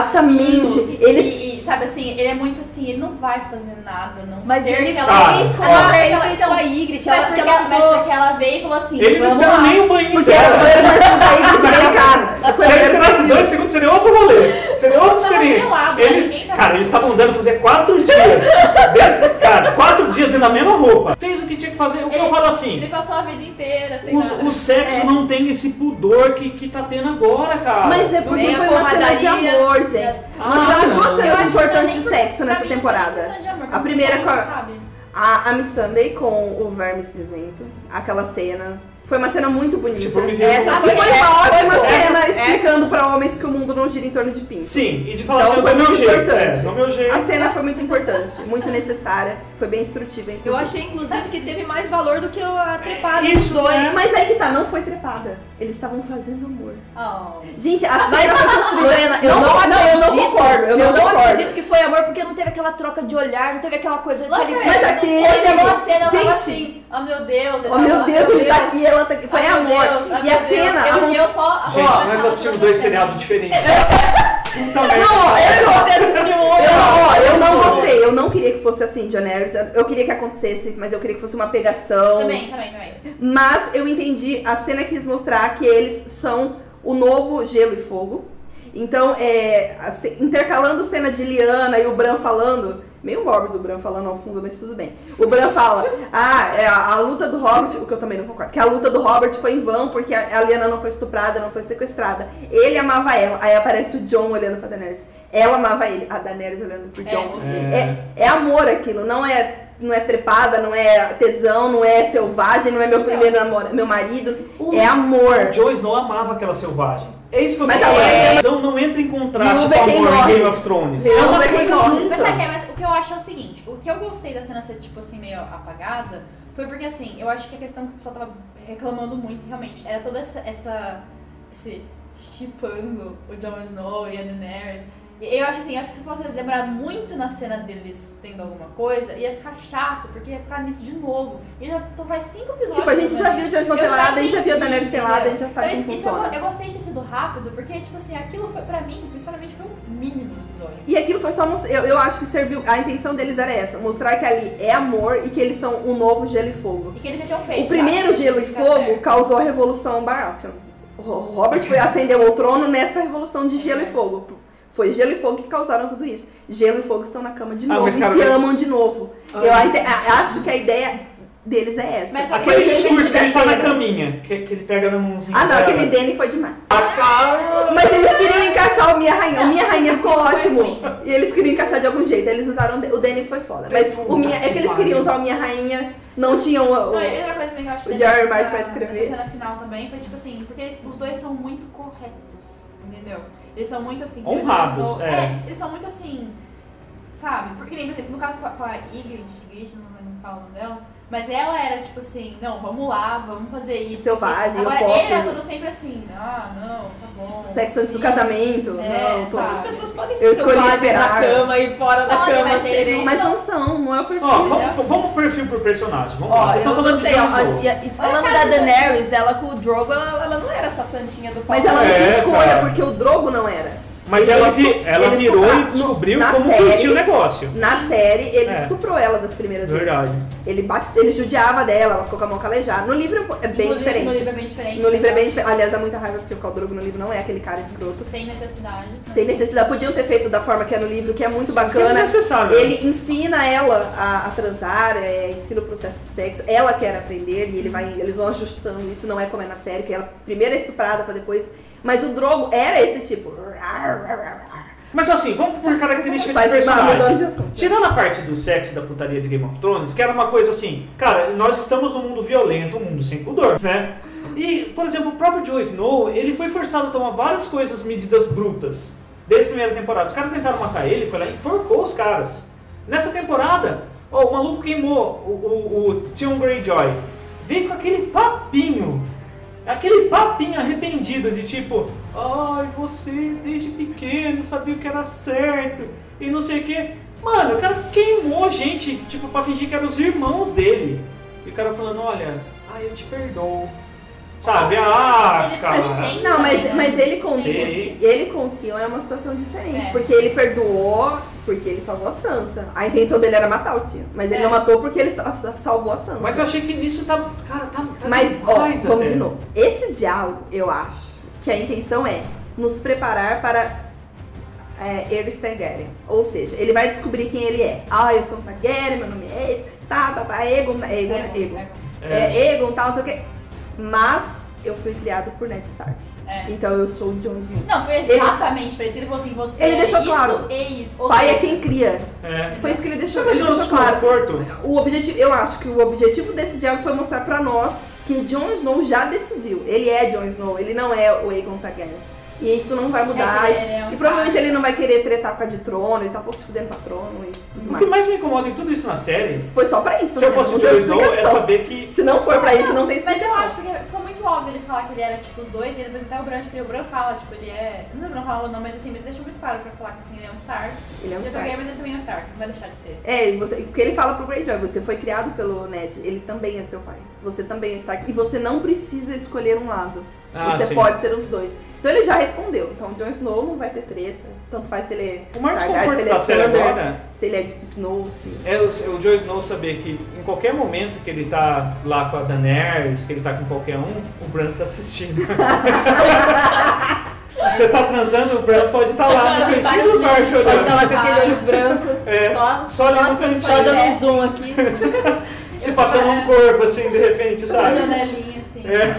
[SPEAKER 4] Exatamente.
[SPEAKER 5] puros,
[SPEAKER 4] Eles.
[SPEAKER 5] E, e, sabe assim, ele é muito assim, ele não vai fazer nada, a não
[SPEAKER 6] Mas
[SPEAKER 5] ser
[SPEAKER 6] ele
[SPEAKER 5] que ela...
[SPEAKER 6] fez com
[SPEAKER 5] a não
[SPEAKER 6] a,
[SPEAKER 5] ser que
[SPEAKER 6] ele
[SPEAKER 5] ela-
[SPEAKER 6] fez
[SPEAKER 5] então,
[SPEAKER 6] com a Ygritte,
[SPEAKER 5] Mas
[SPEAKER 6] ela, que
[SPEAKER 5] porque,
[SPEAKER 6] ela
[SPEAKER 5] mas
[SPEAKER 6] ficou...
[SPEAKER 5] porque ela veio e falou assim,
[SPEAKER 2] Ele não
[SPEAKER 5] vamos
[SPEAKER 2] esperou
[SPEAKER 5] lá.
[SPEAKER 2] nem o banheiro.
[SPEAKER 4] Porque era o banheiro perfil da Ingrid vem cá.
[SPEAKER 2] Se
[SPEAKER 4] Foi o
[SPEAKER 2] ele
[SPEAKER 4] banheiro
[SPEAKER 2] esperasse
[SPEAKER 4] perfil.
[SPEAKER 2] dois segundos, seria outro rolê. Seria outra
[SPEAKER 5] Tava
[SPEAKER 2] experiência.
[SPEAKER 5] gelado,
[SPEAKER 2] Ele-
[SPEAKER 5] ninguém tava
[SPEAKER 2] cara,
[SPEAKER 5] assim.
[SPEAKER 2] eles estavam andando fazer quatro dias. dentro- cara, quatro dias dentro da mesma roupa. Fez o que tinha que fazer. O que eu
[SPEAKER 5] Ele-
[SPEAKER 2] falo assim.
[SPEAKER 5] Ele passou a vida inteira sem nada.
[SPEAKER 2] O, o
[SPEAKER 4] É.
[SPEAKER 2] sexo não tem esse pudor que, que tá tendo agora, cara.
[SPEAKER 4] Mas é porque
[SPEAKER 6] Bem,
[SPEAKER 4] foi
[SPEAKER 6] a
[SPEAKER 4] uma cena de
[SPEAKER 6] porradaria.
[SPEAKER 4] amor, gente. Nós
[SPEAKER 2] Ah,
[SPEAKER 4] tivemos duas
[SPEAKER 2] não.
[SPEAKER 5] Eu
[SPEAKER 4] cenas
[SPEAKER 5] acho que
[SPEAKER 4] importantes
[SPEAKER 5] nem
[SPEAKER 4] de
[SPEAKER 5] por-
[SPEAKER 4] sexo nessa
[SPEAKER 5] pra mim, não tem
[SPEAKER 4] temporada.
[SPEAKER 5] cena de amor,
[SPEAKER 4] A
[SPEAKER 5] porque
[SPEAKER 4] primeira
[SPEAKER 5] só
[SPEAKER 4] com a-
[SPEAKER 5] sabe.
[SPEAKER 4] A, a Miss Sunday com o Verme Cinzento, aquela cena Foi uma cena muito bonita.
[SPEAKER 2] Tipo, eu me vi
[SPEAKER 3] Essa
[SPEAKER 4] Ah,
[SPEAKER 2] muito-
[SPEAKER 4] Foi
[SPEAKER 3] foi
[SPEAKER 4] uma ótima
[SPEAKER 2] essa-
[SPEAKER 4] cena
[SPEAKER 3] essa-
[SPEAKER 4] explicando pra homens que o mundo não gira em torno de pinto.
[SPEAKER 2] Sim, e de falar
[SPEAKER 4] Então,
[SPEAKER 2] assim,
[SPEAKER 4] foi
[SPEAKER 2] do meu
[SPEAKER 4] muito
[SPEAKER 2] jeito. É,
[SPEAKER 4] importante.
[SPEAKER 2] do meu jeito.
[SPEAKER 4] A cena foi muito importante, muito necessária, foi bem instrutiva. inclusive.
[SPEAKER 6] Eu achei, inclusive, que teve mais valor do que a trepada dos
[SPEAKER 2] Isso, né?
[SPEAKER 6] dois.
[SPEAKER 4] Mas aí que tá, não foi trepada. Eles estavam fazendo amor.
[SPEAKER 5] Oh.
[SPEAKER 4] Gente, a cena foi construída.
[SPEAKER 6] Lorena, eu não,
[SPEAKER 4] não, eu não
[SPEAKER 6] acredito.
[SPEAKER 4] concordo. Eu, não, concordo.
[SPEAKER 6] acredito que foi amor, porque não teve aquela troca de olhar, não teve aquela coisa de.
[SPEAKER 5] Lógico,
[SPEAKER 4] Mas
[SPEAKER 5] não-
[SPEAKER 4] até-
[SPEAKER 5] Quando chegou a é cena, eu
[SPEAKER 4] Gente.
[SPEAKER 5] tava assim, oh meu Deus, ele
[SPEAKER 4] Oh meu Deus, ele tá aqui, ela tá aqui. Foi
[SPEAKER 5] Ai, meu
[SPEAKER 4] amor.
[SPEAKER 5] Deus, ai,
[SPEAKER 4] e a
[SPEAKER 5] meu Deus.
[SPEAKER 4] cena.
[SPEAKER 5] Eu,
[SPEAKER 4] a-
[SPEAKER 5] eu só.
[SPEAKER 2] Gente,
[SPEAKER 5] ó,
[SPEAKER 2] nós assistimos
[SPEAKER 5] né?
[SPEAKER 2] dois seriados diferentes. né? Então, é-
[SPEAKER 4] Não, ó, eu sou.
[SPEAKER 6] Você assistiu
[SPEAKER 4] Eu não, ó, eu não
[SPEAKER 2] Não.
[SPEAKER 4] gostei, eu não queria que fosse assim, John Harris. Eu queria que acontecesse, mas eu queria que fosse uma pegação.
[SPEAKER 5] Também, também, também.
[SPEAKER 4] Mas eu entendi, a cena quis mostrar que eles são o novo gelo e fogo. Então, é, a ce- intercalando cena de Liana e o Bran falando, meio mórbido o Bran falando ao fundo, mas tudo bem. O Bran fala, ah, é, a, a luta do Robert, o que eu também não concordo, que a luta do Robert foi em vão porque a, a Liana não foi estuprada, não foi sequestrada. Ele amava ela. Aí aparece o John olhando pra Daenerys. Ela amava ele, a Daenerys olhando pro
[SPEAKER 5] É,
[SPEAKER 4] John.
[SPEAKER 5] você-
[SPEAKER 4] É, é amor aquilo, não é, não é trepada, não é tesão, não é selvagem, não é meu
[SPEAKER 5] Então.
[SPEAKER 4] primeiro namorado, meu marido.
[SPEAKER 2] O-
[SPEAKER 4] É
[SPEAKER 2] O
[SPEAKER 4] amor.
[SPEAKER 2] Joyce não amava aquela selvagem. É isso que eu
[SPEAKER 4] Mas
[SPEAKER 2] não
[SPEAKER 4] agora ele-
[SPEAKER 2] Então não entra em contraste
[SPEAKER 4] Viúva
[SPEAKER 2] com
[SPEAKER 4] é quem
[SPEAKER 2] amor em
[SPEAKER 4] morre.
[SPEAKER 2] Game of Thrones.
[SPEAKER 4] Viúva
[SPEAKER 2] é uma
[SPEAKER 4] é quem
[SPEAKER 2] coisa
[SPEAKER 4] morre.
[SPEAKER 2] junta.
[SPEAKER 5] Mas sabe o que é? Mas o que eu acho é o seguinte: o que eu gostei da cena ser, tipo assim, meio apagada foi porque, assim, eu acho que a questão que o pessoal tava reclamando muito, realmente, era toda essa. essa esse chipando o Jon Snow e a Daenerys. E Eu acho assim, eu acho que se fosse lembrar muito na cena deles tendo alguma coisa, ia ficar chato, porque ia ficar nisso de novo. E eu já tô faz cinco episódios.
[SPEAKER 4] Tipo, a gente já viu o Jon Snow
[SPEAKER 5] Eu já
[SPEAKER 4] pelado, a gente já viu a
[SPEAKER 5] entendi,
[SPEAKER 4] Daenerys pelada, a gente já
[SPEAKER 5] entendeu?
[SPEAKER 4] sabe como
[SPEAKER 5] Então, isso- isso eu
[SPEAKER 4] funciona.
[SPEAKER 5] go- Eu, gostei de ter sido rápido, porque, tipo assim, aquilo foi, pra mim, sinceramente, foi um mínimo do episódio.
[SPEAKER 4] E aquilo foi só mos- eu, eu acho que serviu. A intenção deles era essa: mostrar que ali é amor e que eles são o novo gelo e fogo.
[SPEAKER 5] E que eles já tinham feito.
[SPEAKER 4] O primeiro
[SPEAKER 5] tá?
[SPEAKER 4] gelo e
[SPEAKER 5] Tá
[SPEAKER 4] fogo
[SPEAKER 5] certo.
[SPEAKER 4] causou a revolução Baratheon. O Robert foi acendeu o trono nessa revolução de gelo e fogo. Foi gelo e fogo que causaram tudo isso. Gelo e fogo estão na cama de
[SPEAKER 2] Ah,
[SPEAKER 4] novo
[SPEAKER 2] mas,
[SPEAKER 4] e
[SPEAKER 2] cara,
[SPEAKER 4] se
[SPEAKER 2] mas-
[SPEAKER 4] amam de novo.
[SPEAKER 2] Ah.
[SPEAKER 4] Eu aite- a- acho que a ideia deles é essa.
[SPEAKER 5] Mas
[SPEAKER 2] Aquele
[SPEAKER 5] Aquele
[SPEAKER 2] discurso que ele tá na
[SPEAKER 4] verdadeiro.
[SPEAKER 2] caminha, que, que ele pega na mãozinha.
[SPEAKER 4] Ah, não,
[SPEAKER 2] dela.
[SPEAKER 4] aquele Danny foi demais.
[SPEAKER 2] A cara.
[SPEAKER 4] Mas eles queriam encaixar o Minha Rainha. O Minha Rainha ficou
[SPEAKER 5] Foi
[SPEAKER 4] ótimo.
[SPEAKER 5] ruim.
[SPEAKER 4] E eles queriam encaixar de algum jeito. Eles usaram. O Danny foi foda. Mas
[SPEAKER 2] um
[SPEAKER 4] o Minha. É que eles queriam usar o Minha Rainha. Não tinham. o-
[SPEAKER 5] Não, é
[SPEAKER 4] o-
[SPEAKER 5] e outra coisa também que eu acho
[SPEAKER 4] o
[SPEAKER 5] dessa-
[SPEAKER 4] J.R.
[SPEAKER 5] dessa-
[SPEAKER 4] Martin vai escrever.
[SPEAKER 5] dessa cena final também foi tipo assim, porque eles- os dois são muito corretos, entendeu? Eles são muito assim.
[SPEAKER 2] Honrados,
[SPEAKER 5] eles-
[SPEAKER 2] é.
[SPEAKER 5] tipo, eles são muito assim, sabe? Porque nem, por exemplo, no caso com a, com a Ygritte, Ygritte, não, não falo o nome dela, mas ela era tipo assim, não, vamos lá, vamos fazer isso.
[SPEAKER 4] Selvagem, eu
[SPEAKER 5] Agora
[SPEAKER 4] posso.
[SPEAKER 5] ele era todo sempre assim, ah, não, tá bom.
[SPEAKER 4] Tipo, sexo antes do
[SPEAKER 5] sim.
[SPEAKER 4] casamento.
[SPEAKER 5] É,
[SPEAKER 4] não,
[SPEAKER 5] sabe?
[SPEAKER 4] todas.
[SPEAKER 6] As pessoas podem
[SPEAKER 4] Eu escolhi
[SPEAKER 6] selvagens
[SPEAKER 4] esperar.
[SPEAKER 6] na cama e fora da
[SPEAKER 5] Olha,
[SPEAKER 6] cama assim.
[SPEAKER 5] mas eles
[SPEAKER 6] serem.
[SPEAKER 5] não
[SPEAKER 4] Mas não são, não é o perfil.
[SPEAKER 2] Ó, vamos, vamos perfil por personagem. Vamos
[SPEAKER 6] Ó,
[SPEAKER 2] lá. Vocês
[SPEAKER 6] eu
[SPEAKER 2] estão falando
[SPEAKER 6] não sei,
[SPEAKER 2] de Jon
[SPEAKER 6] ó,
[SPEAKER 2] Snow.
[SPEAKER 6] e- e falando
[SPEAKER 5] Olha a
[SPEAKER 6] da
[SPEAKER 5] cara do
[SPEAKER 6] Daenerys, ela com o Drogo, ela, ela não era essa santinha do pau.
[SPEAKER 4] Mas ela não
[SPEAKER 2] É,
[SPEAKER 4] tinha escolha,
[SPEAKER 2] cara.
[SPEAKER 4] porque o Drogo não era.
[SPEAKER 2] Mas
[SPEAKER 4] Ele-
[SPEAKER 2] ela,
[SPEAKER 4] eles
[SPEAKER 2] vi-
[SPEAKER 4] tu-
[SPEAKER 2] ela
[SPEAKER 4] eles
[SPEAKER 2] virou
[SPEAKER 4] tocaram
[SPEAKER 2] e
[SPEAKER 4] no-
[SPEAKER 2] descobriu
[SPEAKER 4] na
[SPEAKER 2] como
[SPEAKER 4] série.
[SPEAKER 2] curtir o negócio.
[SPEAKER 4] Na série, ele
[SPEAKER 2] É.
[SPEAKER 4] estuprou ela das primeiras
[SPEAKER 2] Verdade.
[SPEAKER 4] vezes. Ele, bate, ele judiava dela, ela ficou com a mão calejada. No livro é um po- é bem
[SPEAKER 5] Inclusive,
[SPEAKER 4] diferente.
[SPEAKER 5] No livro é bem diferente.
[SPEAKER 4] é bem diferente. Aliás, dá muita raiva porque o Caldrogo no livro não é aquele cara escroto.
[SPEAKER 5] Sem necessidades. né?
[SPEAKER 4] Sem necessidade. Podiam ter feito da forma que é no livro, que é muito
[SPEAKER 2] Que é
[SPEAKER 4] bacana.
[SPEAKER 2] necessário.
[SPEAKER 4] Ele ensina ela a, a transar, é, ensina o processo do sexo. Ela quer aprender e ele vai, eles vão ajustando. Isso não é como é na série, que ela primeiro é estuprada pra depois. Mas o Drogo era esse tipo.
[SPEAKER 2] Mas assim, vamos por característica de
[SPEAKER 4] Faz uma
[SPEAKER 2] personagem.
[SPEAKER 4] mudando de assunto. é.
[SPEAKER 2] Tirando a parte do sexo e da putaria de Game of Thrones, que era uma coisa assim, cara, nós estamos num mundo violento, um mundo sem pudor, né? E, por exemplo, o próprio Joe Snow, ele foi forçado a tomar várias coisas, medidas brutas, desde a primeira temporada. Os caras tentaram matar ele, foi lá e enforcou os caras. Nessa temporada, ó, o maluco queimou o, o, o Theon Greyjoy. Veio com aquele papinho, aquele papinho arrependido de tipo, ai, você desde pequeno sabia o que era certo e não sei o que. Mano, o cara queimou gente, tipo, pra fingir que eram os irmãos dele. E o cara falando, olha, ai, eu te perdoo. Sabe?
[SPEAKER 5] Não,
[SPEAKER 2] ah,
[SPEAKER 5] mas ele
[SPEAKER 2] cara.
[SPEAKER 5] precisa de gente. tá
[SPEAKER 4] Não, mas, mas ele com
[SPEAKER 2] Sim.
[SPEAKER 4] o Ti- ele com o Tion é uma situação diferente,
[SPEAKER 5] É.
[SPEAKER 4] porque ele perdoou porque ele salvou a Sansa. A intenção dele era matar o Tion, mas ele
[SPEAKER 5] É.
[SPEAKER 4] não matou porque ele sa- sa- salvou a Sansa.
[SPEAKER 2] Mas eu achei que nisso tá. Cara, tá. tá
[SPEAKER 4] Mas, ó,
[SPEAKER 2] demais
[SPEAKER 4] vamos
[SPEAKER 2] até.
[SPEAKER 4] de novo. Esse diálogo, eu acho que a intenção é nos preparar para é, Aerys Targaryen. Ou seja, ele vai descobrir quem ele é. Ah, eu sou um Targaryen, meu nome é Aerys, pá, pá, pá, Egon, Egon,
[SPEAKER 5] É,
[SPEAKER 4] Egon.
[SPEAKER 5] é.
[SPEAKER 2] É.
[SPEAKER 4] né? É, Egon, tal, não sei o quê. Mas eu fui criado por Ned Stark.
[SPEAKER 5] É.
[SPEAKER 4] Então eu sou o Jon Snow.
[SPEAKER 5] Não, foi exatamente pra isso. que Ele falou assim, você
[SPEAKER 4] Ele
[SPEAKER 5] é
[SPEAKER 4] deixou
[SPEAKER 5] isso,
[SPEAKER 4] claro.
[SPEAKER 5] é isso. Ou
[SPEAKER 4] Pai é
[SPEAKER 5] seja,
[SPEAKER 4] quem cria.
[SPEAKER 2] É.
[SPEAKER 4] Foi isso que ele deixou,
[SPEAKER 2] Mas
[SPEAKER 4] ele
[SPEAKER 2] o
[SPEAKER 4] deixou claro.
[SPEAKER 2] desconforto.
[SPEAKER 4] O objetivo, eu acho que o objetivo desse diálogo foi mostrar pra nós que Jon Snow já decidiu. Ele é Jon Snow, ele não é o Aegon Targaryen. E isso não vai mudar.
[SPEAKER 5] É, ele é um
[SPEAKER 4] e provavelmente
[SPEAKER 5] sábio.
[SPEAKER 4] ele não vai querer tretar por causa de trono, ele tá pouco se fudendo pra trono e tudo
[SPEAKER 2] O que mais
[SPEAKER 4] mais.
[SPEAKER 2] me incomoda em tudo isso na série,
[SPEAKER 4] Foi só pra isso.
[SPEAKER 2] se eu
[SPEAKER 4] né?
[SPEAKER 2] fosse o
[SPEAKER 4] não tem
[SPEAKER 2] Jon Snow, é
[SPEAKER 4] explicação.
[SPEAKER 2] saber que
[SPEAKER 4] Se não for pra isso, não tem
[SPEAKER 5] Mas
[SPEAKER 4] explicação.
[SPEAKER 5] eu acho, porque ficou muito óbvio ele falar que ele era tipo os dois, e depois até o Bran, porque o Bran fala, tipo, ele é. Não sei se o Bran fala ou não, mas assim, mas ele deixou muito claro pra falar que assim, ele é um Stark.
[SPEAKER 4] Ele é um
[SPEAKER 5] Ele
[SPEAKER 4] Stark.
[SPEAKER 5] Targaryen, mas ele também é um Stark, não vai deixar de ser.
[SPEAKER 4] É, e você, porque ele fala pro Greyjoy, você foi criado pelo Ned, ele também é seu pai. Você também é Stark. E você não precisa escolher um lado.
[SPEAKER 2] Ah,
[SPEAKER 4] você
[SPEAKER 2] sim.
[SPEAKER 4] pode ser os dois. Então ele já respondeu. Então Jon Snow não vai ter treta. Tanto faz se ele é
[SPEAKER 2] o mais
[SPEAKER 4] Targaryen, se
[SPEAKER 2] desconforto
[SPEAKER 4] ele é
[SPEAKER 2] da série
[SPEAKER 4] Thunder,
[SPEAKER 2] agora
[SPEAKER 4] se ele é de Snow, se...
[SPEAKER 2] É o, o Jon Snow saber que em qualquer momento que ele tá lá com a Daenerys, que ele tá com qualquer um, o Bran tá assistindo. Se você tá transando, o Bran pode estar tá
[SPEAKER 6] Ah,
[SPEAKER 2] lá no
[SPEAKER 5] Tem vários
[SPEAKER 2] cantinho do
[SPEAKER 5] memes,
[SPEAKER 2] quarto
[SPEAKER 5] pode
[SPEAKER 6] Pode
[SPEAKER 2] olhando.
[SPEAKER 5] dar
[SPEAKER 6] dar com aquele olho branco,
[SPEAKER 2] É,
[SPEAKER 6] só,
[SPEAKER 2] né? só ali
[SPEAKER 5] só
[SPEAKER 2] no
[SPEAKER 5] assim,
[SPEAKER 2] cantinho,
[SPEAKER 5] só
[SPEAKER 6] só dando um zoom aqui.
[SPEAKER 2] né? se passando um corpo assim, de repente,
[SPEAKER 5] Uma
[SPEAKER 2] sabe?
[SPEAKER 5] janelinha, assim.
[SPEAKER 6] É.
[SPEAKER 2] É.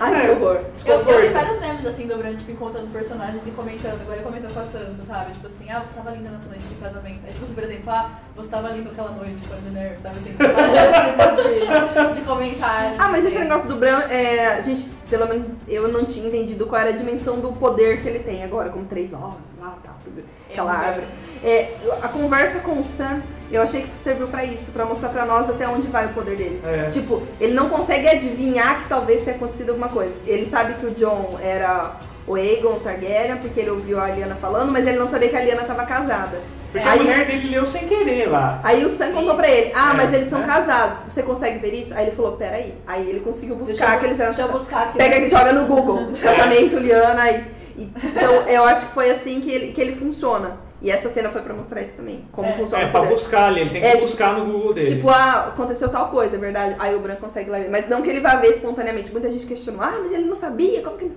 [SPEAKER 4] Ai, que horror.
[SPEAKER 5] Eu, eu vi
[SPEAKER 2] Desconforto.
[SPEAKER 5] vários memes assim do Bran, tipo, encontrando personagens e comentando, igual ele comentou com a Sansa, sabe? Tipo assim, ah, você tava linda na sua noite de casamento. Aí, tipo, assim, por exemplo, ah, você tava linda aquela noite quando né? Sabe assim, vários tipos de, de comentários.
[SPEAKER 4] Ah, mas
[SPEAKER 5] assim.
[SPEAKER 4] esse negócio do Bran, é, a gente, pelo menos eu não tinha entendido qual era a dimensão do poder que ele tem agora, com três olhos, lá, tal, tudo, aquela
[SPEAKER 5] É um
[SPEAKER 4] árvore. É, eu- a conversa com o Sam, eu achei que serviu pra isso, pra mostrar pra nós até onde vai o poder dele.
[SPEAKER 2] É.
[SPEAKER 4] Tipo, ele não consegue adivinhar que talvez tenha acontecido alguma coisa. Ele sabe que o John era o Aegon Targaryen, porque ele ouviu a Lyanna falando, mas ele não sabia que a Lyanna tava casada.
[SPEAKER 2] Porque a mulher dele leu sem querer lá.
[SPEAKER 4] Aí o Sam contou pra ele, ah,
[SPEAKER 2] É,
[SPEAKER 4] mas eles são
[SPEAKER 2] é.
[SPEAKER 5] né?"
[SPEAKER 4] casados, você consegue ver isso? Aí ele falou, peraí. Aí ele conseguiu buscar que eles eram
[SPEAKER 5] Deixa eu
[SPEAKER 4] casados.
[SPEAKER 5] buscar aqui.
[SPEAKER 4] Pega e joga no Google, casamento, Liana. E, e- então eu acho que foi assim que ele, que ele funciona. E essa cena foi pra mostrar isso também, como funciona
[SPEAKER 2] É,
[SPEAKER 4] o
[SPEAKER 2] pra
[SPEAKER 4] poder.
[SPEAKER 2] buscar ali, ele tem que
[SPEAKER 4] É, tipo-
[SPEAKER 2] buscar no Google dele.
[SPEAKER 4] Tipo, ah, aconteceu tal coisa, é verdade. Aí o Bran consegue lá ver. Mas não que ele vá ver espontaneamente. Muita gente questionou, ah, mas ele não sabia, como que ele...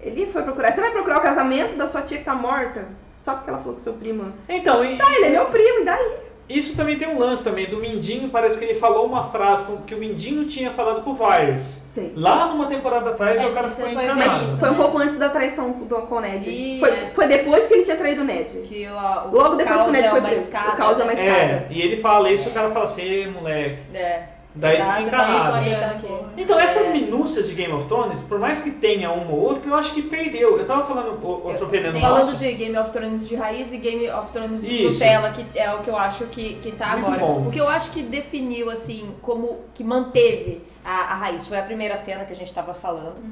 [SPEAKER 4] Ele foi procurar. Você vai procurar o casamento da sua tia que tá morta? Só porque ela falou que seu primo...
[SPEAKER 2] então, e,
[SPEAKER 4] Ah, ele é meu primo, e daí?
[SPEAKER 2] Isso também tem um lance também do Mindinho, parece que ele falou uma frase que o Mindinho tinha falado pro Virus.
[SPEAKER 4] Sim.
[SPEAKER 2] Lá numa temporada atrás,
[SPEAKER 5] É,
[SPEAKER 2] o cara
[SPEAKER 5] isso
[SPEAKER 2] ficou
[SPEAKER 5] foi
[SPEAKER 2] encanado.
[SPEAKER 4] Mas
[SPEAKER 5] Isso,
[SPEAKER 4] foi um
[SPEAKER 5] né?
[SPEAKER 4] pouco antes da traição do, com o Ned.
[SPEAKER 6] Isso.
[SPEAKER 4] Foi, foi depois que ele tinha traído o Ned.
[SPEAKER 6] Que, ó, o
[SPEAKER 4] Logo depois que o
[SPEAKER 6] caos
[SPEAKER 4] Ned
[SPEAKER 6] é
[SPEAKER 4] foi
[SPEAKER 6] uma
[SPEAKER 4] preso.
[SPEAKER 6] escada.
[SPEAKER 4] O caos é uma escada.
[SPEAKER 2] É, e ele fala isso, o cara fala assim, "Ê, moleque.
[SPEAKER 6] É.
[SPEAKER 2] Daí
[SPEAKER 6] Você tá-
[SPEAKER 2] fica
[SPEAKER 6] você tá meio
[SPEAKER 2] encanado.
[SPEAKER 6] clareando aqui.
[SPEAKER 5] Eita,
[SPEAKER 2] Então, essas minúcias de Game of Thrones, por mais que tenha uma ou outra, eu acho que perdeu. Eu tava falando, o- outro veneno
[SPEAKER 6] Falando
[SPEAKER 2] nosso,
[SPEAKER 6] de Game of Thrones de raiz e Game of Thrones de
[SPEAKER 2] um Isso.
[SPEAKER 6] Nutella, que é o que eu acho que, que tá
[SPEAKER 2] Muito
[SPEAKER 6] agora.
[SPEAKER 2] bom.
[SPEAKER 6] O que eu acho que definiu, assim, como que manteve a, a raiz foi a primeira cena que a gente tava falando.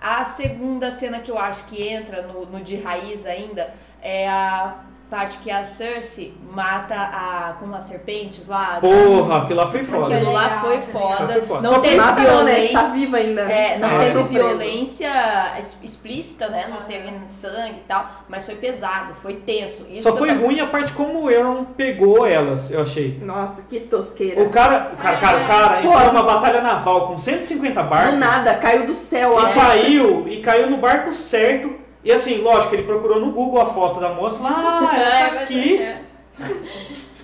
[SPEAKER 6] A segunda cena que eu acho que entra no, no de raiz ainda é a parte que a Cersei mata a. como as serpentes
[SPEAKER 4] tá.
[SPEAKER 6] lá.
[SPEAKER 2] porra, aquilo lá foi
[SPEAKER 5] Aquilo
[SPEAKER 2] foda.
[SPEAKER 6] Aquilo lá
[SPEAKER 5] Legal,
[SPEAKER 6] foi
[SPEAKER 5] legal.
[SPEAKER 2] Foi
[SPEAKER 6] foda.
[SPEAKER 2] foda.
[SPEAKER 6] Não
[SPEAKER 2] Só
[SPEAKER 6] teve
[SPEAKER 4] Mata não, né?
[SPEAKER 6] violência.
[SPEAKER 4] Tá viva ainda. né?
[SPEAKER 6] É, não
[SPEAKER 2] Ah,
[SPEAKER 6] teve
[SPEAKER 4] sofrendo.
[SPEAKER 6] violência es- explícita, né? Não
[SPEAKER 5] Ah.
[SPEAKER 6] teve sangue e tal, mas foi pesado, foi tenso. Isso
[SPEAKER 2] Só
[SPEAKER 6] que
[SPEAKER 2] foi
[SPEAKER 6] eu tava-
[SPEAKER 2] ruim a parte como o Euron pegou elas, eu achei.
[SPEAKER 4] Nossa, que tosqueira.
[SPEAKER 2] O cara, o cara, cara, o cara, entrou
[SPEAKER 4] Pô,
[SPEAKER 2] numa batalha naval com 150 barcos.
[SPEAKER 4] Do nada, caiu do céu
[SPEAKER 2] E
[SPEAKER 4] lá.
[SPEAKER 6] É.
[SPEAKER 2] caiu, e caiu no barco certo. E assim, lógico, ele procurou no Google a foto da moça, falou, ah,
[SPEAKER 6] É,
[SPEAKER 2] essa
[SPEAKER 6] mas-
[SPEAKER 2] aqui.
[SPEAKER 6] é.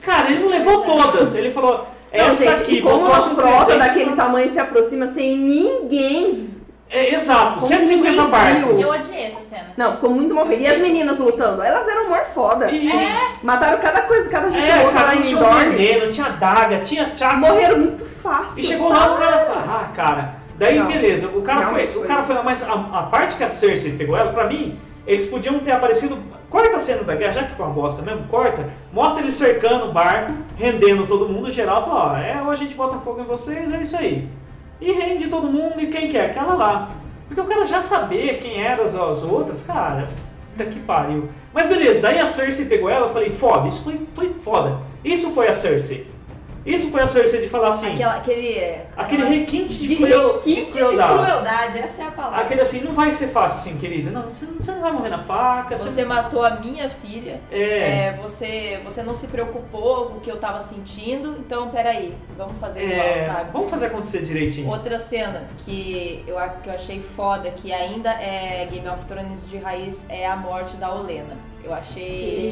[SPEAKER 2] Cara, ele não levou todas. Ele falou,
[SPEAKER 4] é. Não,
[SPEAKER 2] essa
[SPEAKER 4] gente,
[SPEAKER 2] aqui.
[SPEAKER 4] e como
[SPEAKER 2] botou
[SPEAKER 4] uma
[SPEAKER 2] assim,
[SPEAKER 4] frota
[SPEAKER 2] 300.
[SPEAKER 4] daquele tamanho se aproxima sem ninguém.
[SPEAKER 2] É, exato,
[SPEAKER 4] Como
[SPEAKER 2] 150
[SPEAKER 4] ninguém
[SPEAKER 2] barcos.
[SPEAKER 5] Eu odiei essa cena.
[SPEAKER 4] Não, ficou muito movido. E as meninas lutando? Elas eram mor foda.
[SPEAKER 2] E-
[SPEAKER 6] É.
[SPEAKER 4] Mataram cada coisa, cada é, gente
[SPEAKER 2] é,
[SPEAKER 4] louca
[SPEAKER 2] cara,
[SPEAKER 4] lá em
[SPEAKER 2] tinha
[SPEAKER 4] Dorne.
[SPEAKER 2] veneno, tinha daga, tinha chaco.
[SPEAKER 4] Morreram muito fácil.
[SPEAKER 2] E chegou lá o cara, ah, cara. Daí,
[SPEAKER 4] Não,
[SPEAKER 2] beleza, o cara foi,
[SPEAKER 4] realmente
[SPEAKER 2] o
[SPEAKER 4] foi.
[SPEAKER 2] cara foi lá, mas a, a parte que a Cersei pegou ela, pra mim, eles podiam ter aparecido. Corta a cena da guerra, já que ficou uma bosta mesmo, corta. Mostra ele cercando o barco, rendendo todo mundo, geral, fala, ó, é, ou a gente bota fogo em vocês, é isso aí. E rende todo mundo, e quem quer? Aquela lá. Porque o cara já sabia quem eram as, as outras, cara. Puta que pariu. Mas beleza, daí a Cersei pegou ela, eu falei, foda, isso foi, foi foda. Isso foi a Cersei. Isso foi a Cersei de falar assim.
[SPEAKER 6] Aquela, aquele.
[SPEAKER 2] Aquele requinte de,
[SPEAKER 6] de
[SPEAKER 2] cruel-
[SPEAKER 6] requinte
[SPEAKER 2] de
[SPEAKER 6] de
[SPEAKER 2] crueldade.
[SPEAKER 6] crueldade, essa é a palavra.
[SPEAKER 2] Aquele assim, não vai ser fácil assim, querida. Não, você, não- você não vai morrer na faca.
[SPEAKER 6] Você matou a minha filha.
[SPEAKER 2] É,
[SPEAKER 6] é, você, você não se preocupou com o que eu tava sentindo, então peraí, vamos fazer
[SPEAKER 2] é,
[SPEAKER 6] igual, sabe?
[SPEAKER 2] vamos fazer acontecer direitinho.
[SPEAKER 6] Outra cena que eu, a- que eu achei foda, que ainda é Game of Thrones de raiz, é a morte da Olena. Eu achei.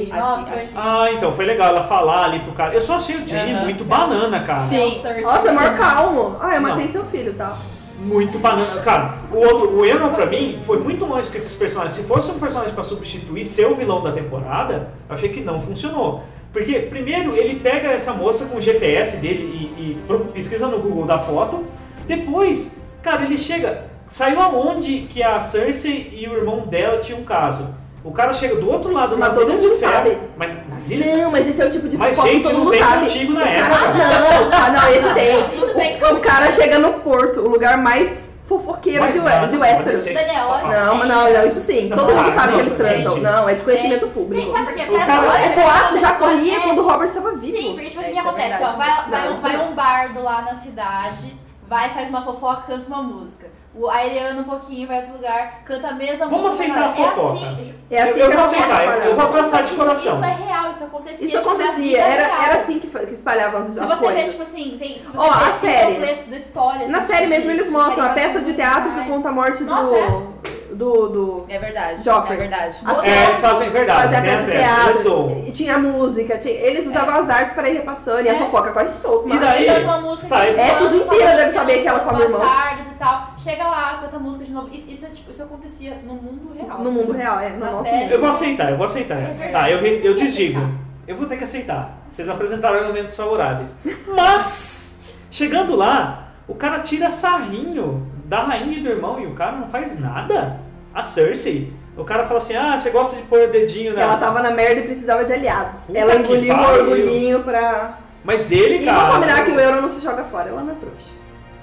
[SPEAKER 4] Sim.
[SPEAKER 6] aqui-
[SPEAKER 5] Nossa,
[SPEAKER 6] aqui-
[SPEAKER 5] eu
[SPEAKER 2] Ah, então, foi legal ela falar ali pro cara. Eu só achei o Jamie
[SPEAKER 6] Aham.
[SPEAKER 2] muito banana, cara.
[SPEAKER 6] Sim.
[SPEAKER 5] Cersei.
[SPEAKER 4] Nossa, é maior calmo. Ah, eu
[SPEAKER 2] Não.
[SPEAKER 4] matei seu filho, tá?
[SPEAKER 2] Muito banana. Cara, o outro, o Euron pra mim, foi muito mal escrito esse personagem. Se fosse um personagem pra substituir ser o vilão da temporada, eu achei que não funcionou. Porque, primeiro, ele pega essa moça com o GPS dele e, e pro- pesquisa no Google da foto. Depois, cara, ele chega. Saiu aonde que a Cersei e o irmão dela tinham um caso. O cara chega do outro lado
[SPEAKER 4] Mas
[SPEAKER 2] nas
[SPEAKER 4] todo
[SPEAKER 2] Ilhas
[SPEAKER 4] mundo
[SPEAKER 2] de Ferro.
[SPEAKER 4] sabe.
[SPEAKER 2] Mas nas Ilhas-
[SPEAKER 4] Não, mas esse é o tipo de
[SPEAKER 2] Mas,
[SPEAKER 4] fofoca que
[SPEAKER 2] gente,
[SPEAKER 4] todo
[SPEAKER 2] não
[SPEAKER 4] mundo
[SPEAKER 2] tem
[SPEAKER 4] sabe.
[SPEAKER 2] contigo na
[SPEAKER 4] o cara,
[SPEAKER 2] época.
[SPEAKER 4] não, ah, não, esse tem.
[SPEAKER 5] Isso tem.
[SPEAKER 4] O cara chega no porto, o lugar mais fofoqueiro
[SPEAKER 2] Mas Tá
[SPEAKER 4] de,
[SPEAKER 2] nada,
[SPEAKER 4] We- de
[SPEAKER 2] pode
[SPEAKER 4] Westeros.
[SPEAKER 2] ser.
[SPEAKER 5] Daniel, olha.
[SPEAKER 4] Não, mas não, não, isso sim.
[SPEAKER 2] Não,
[SPEAKER 4] Todo mundo
[SPEAKER 2] claro,
[SPEAKER 4] sabe
[SPEAKER 2] não,
[SPEAKER 4] que eles transam.
[SPEAKER 2] gente.
[SPEAKER 4] Não, é de conhecimento
[SPEAKER 5] Tem,
[SPEAKER 4] público.
[SPEAKER 5] sabe é por quê?
[SPEAKER 2] O cara-
[SPEAKER 4] O é boato já
[SPEAKER 5] é
[SPEAKER 4] corria quando o Robert estava
[SPEAKER 5] Sim,
[SPEAKER 4] vivo.
[SPEAKER 5] porque tipo assim,
[SPEAKER 3] É,
[SPEAKER 5] o que
[SPEAKER 3] isso é
[SPEAKER 5] acontece?
[SPEAKER 3] verdade.
[SPEAKER 5] ó, vai, vai,
[SPEAKER 4] Não,
[SPEAKER 5] um,
[SPEAKER 4] isso
[SPEAKER 5] vai
[SPEAKER 4] não.
[SPEAKER 5] um bardo lá na cidade, vai, faz uma fofoca, canta uma música. O, aí ele anda um pouquinho, vai a outro lugar, canta a mesma
[SPEAKER 2] Vamos
[SPEAKER 5] música.
[SPEAKER 2] aceitar
[SPEAKER 5] vai-
[SPEAKER 2] a fofoca.
[SPEAKER 5] É assim.
[SPEAKER 4] É assim
[SPEAKER 2] Eu
[SPEAKER 4] que
[SPEAKER 2] vou
[SPEAKER 4] a fofoca
[SPEAKER 2] aceitar, eu
[SPEAKER 4] trabalhava.
[SPEAKER 2] vou abraçar de
[SPEAKER 5] isso,
[SPEAKER 2] coração.
[SPEAKER 5] Isso é real, isso acontecia.
[SPEAKER 4] Isso
[SPEAKER 5] tipo, na
[SPEAKER 4] acontecia,
[SPEAKER 5] vida
[SPEAKER 4] era,
[SPEAKER 5] real.
[SPEAKER 4] era assim que, fa- que espalhavam as,
[SPEAKER 5] Se
[SPEAKER 4] as
[SPEAKER 5] você
[SPEAKER 4] coisas.
[SPEAKER 5] vê, tipo assim, tem. se você
[SPEAKER 4] Ó,
[SPEAKER 5] vê
[SPEAKER 4] a
[SPEAKER 5] esses
[SPEAKER 4] série.
[SPEAKER 5] panfletos da história.
[SPEAKER 4] Na
[SPEAKER 5] assim,
[SPEAKER 4] série
[SPEAKER 5] tipo,
[SPEAKER 4] mesmo
[SPEAKER 5] de-
[SPEAKER 4] eles
[SPEAKER 5] de
[SPEAKER 4] mostram a
[SPEAKER 5] seriado
[SPEAKER 4] peça de teatro que
[SPEAKER 5] mais.
[SPEAKER 4] conta a morte
[SPEAKER 5] Nossa, é.
[SPEAKER 4] do. do. do.
[SPEAKER 6] É verdade.
[SPEAKER 4] Joffrey.
[SPEAKER 6] É verdade.
[SPEAKER 4] A série
[SPEAKER 2] É, eles fazem verdade.
[SPEAKER 4] fazia a
[SPEAKER 2] né,
[SPEAKER 4] peça de
[SPEAKER 2] velho? Eles zoam.
[SPEAKER 4] teatro. E tinha música, tinha- eles usavam as artes para ir repassando e a
[SPEAKER 5] É.
[SPEAKER 4] fofoca corre solto.
[SPEAKER 2] E
[SPEAKER 4] mas-
[SPEAKER 2] daí-
[SPEAKER 5] Ele canta uma música
[SPEAKER 2] Tá,
[SPEAKER 5] que
[SPEAKER 2] esse-
[SPEAKER 5] ele
[SPEAKER 4] Essa
[SPEAKER 5] gosta,
[SPEAKER 4] inteira
[SPEAKER 5] fala
[SPEAKER 4] deve
[SPEAKER 5] assim,
[SPEAKER 4] saber que ela
[SPEAKER 5] os
[SPEAKER 4] come o irmão.
[SPEAKER 5] bastardos e tal. Chega lá, canta música de novo. Isso, isso, é, tipo, isso acontecia no mundo real.
[SPEAKER 4] No mundo real, é. No
[SPEAKER 5] Na
[SPEAKER 4] nosso
[SPEAKER 5] série.
[SPEAKER 4] mundo.
[SPEAKER 2] Eu vou aceitar, eu vou aceitar.
[SPEAKER 5] É
[SPEAKER 2] essa.
[SPEAKER 5] verdade,
[SPEAKER 2] tá, eu,
[SPEAKER 5] você tem
[SPEAKER 2] eu
[SPEAKER 5] que
[SPEAKER 2] desdigo.
[SPEAKER 5] aceitar.
[SPEAKER 2] Eu vou ter que aceitar. Vocês apresentaram argumentos favoráveis. Mas, chegando lá, o cara tira sarrinho da rainha e do irmão e o cara não faz nada. A Cersei. O cara fala assim: ah, você gosta de pôr o dedinho
[SPEAKER 4] Que
[SPEAKER 2] na.
[SPEAKER 4] ela tava na merda e precisava de aliados.
[SPEAKER 2] né? Puta
[SPEAKER 4] ela
[SPEAKER 2] que
[SPEAKER 4] engoliu um
[SPEAKER 2] pariu.
[SPEAKER 4] orgulhinho pra.
[SPEAKER 2] Mas ele,
[SPEAKER 4] E
[SPEAKER 2] cara.
[SPEAKER 4] vamos combinar que o euro não se joga fora, ela não é trouxa.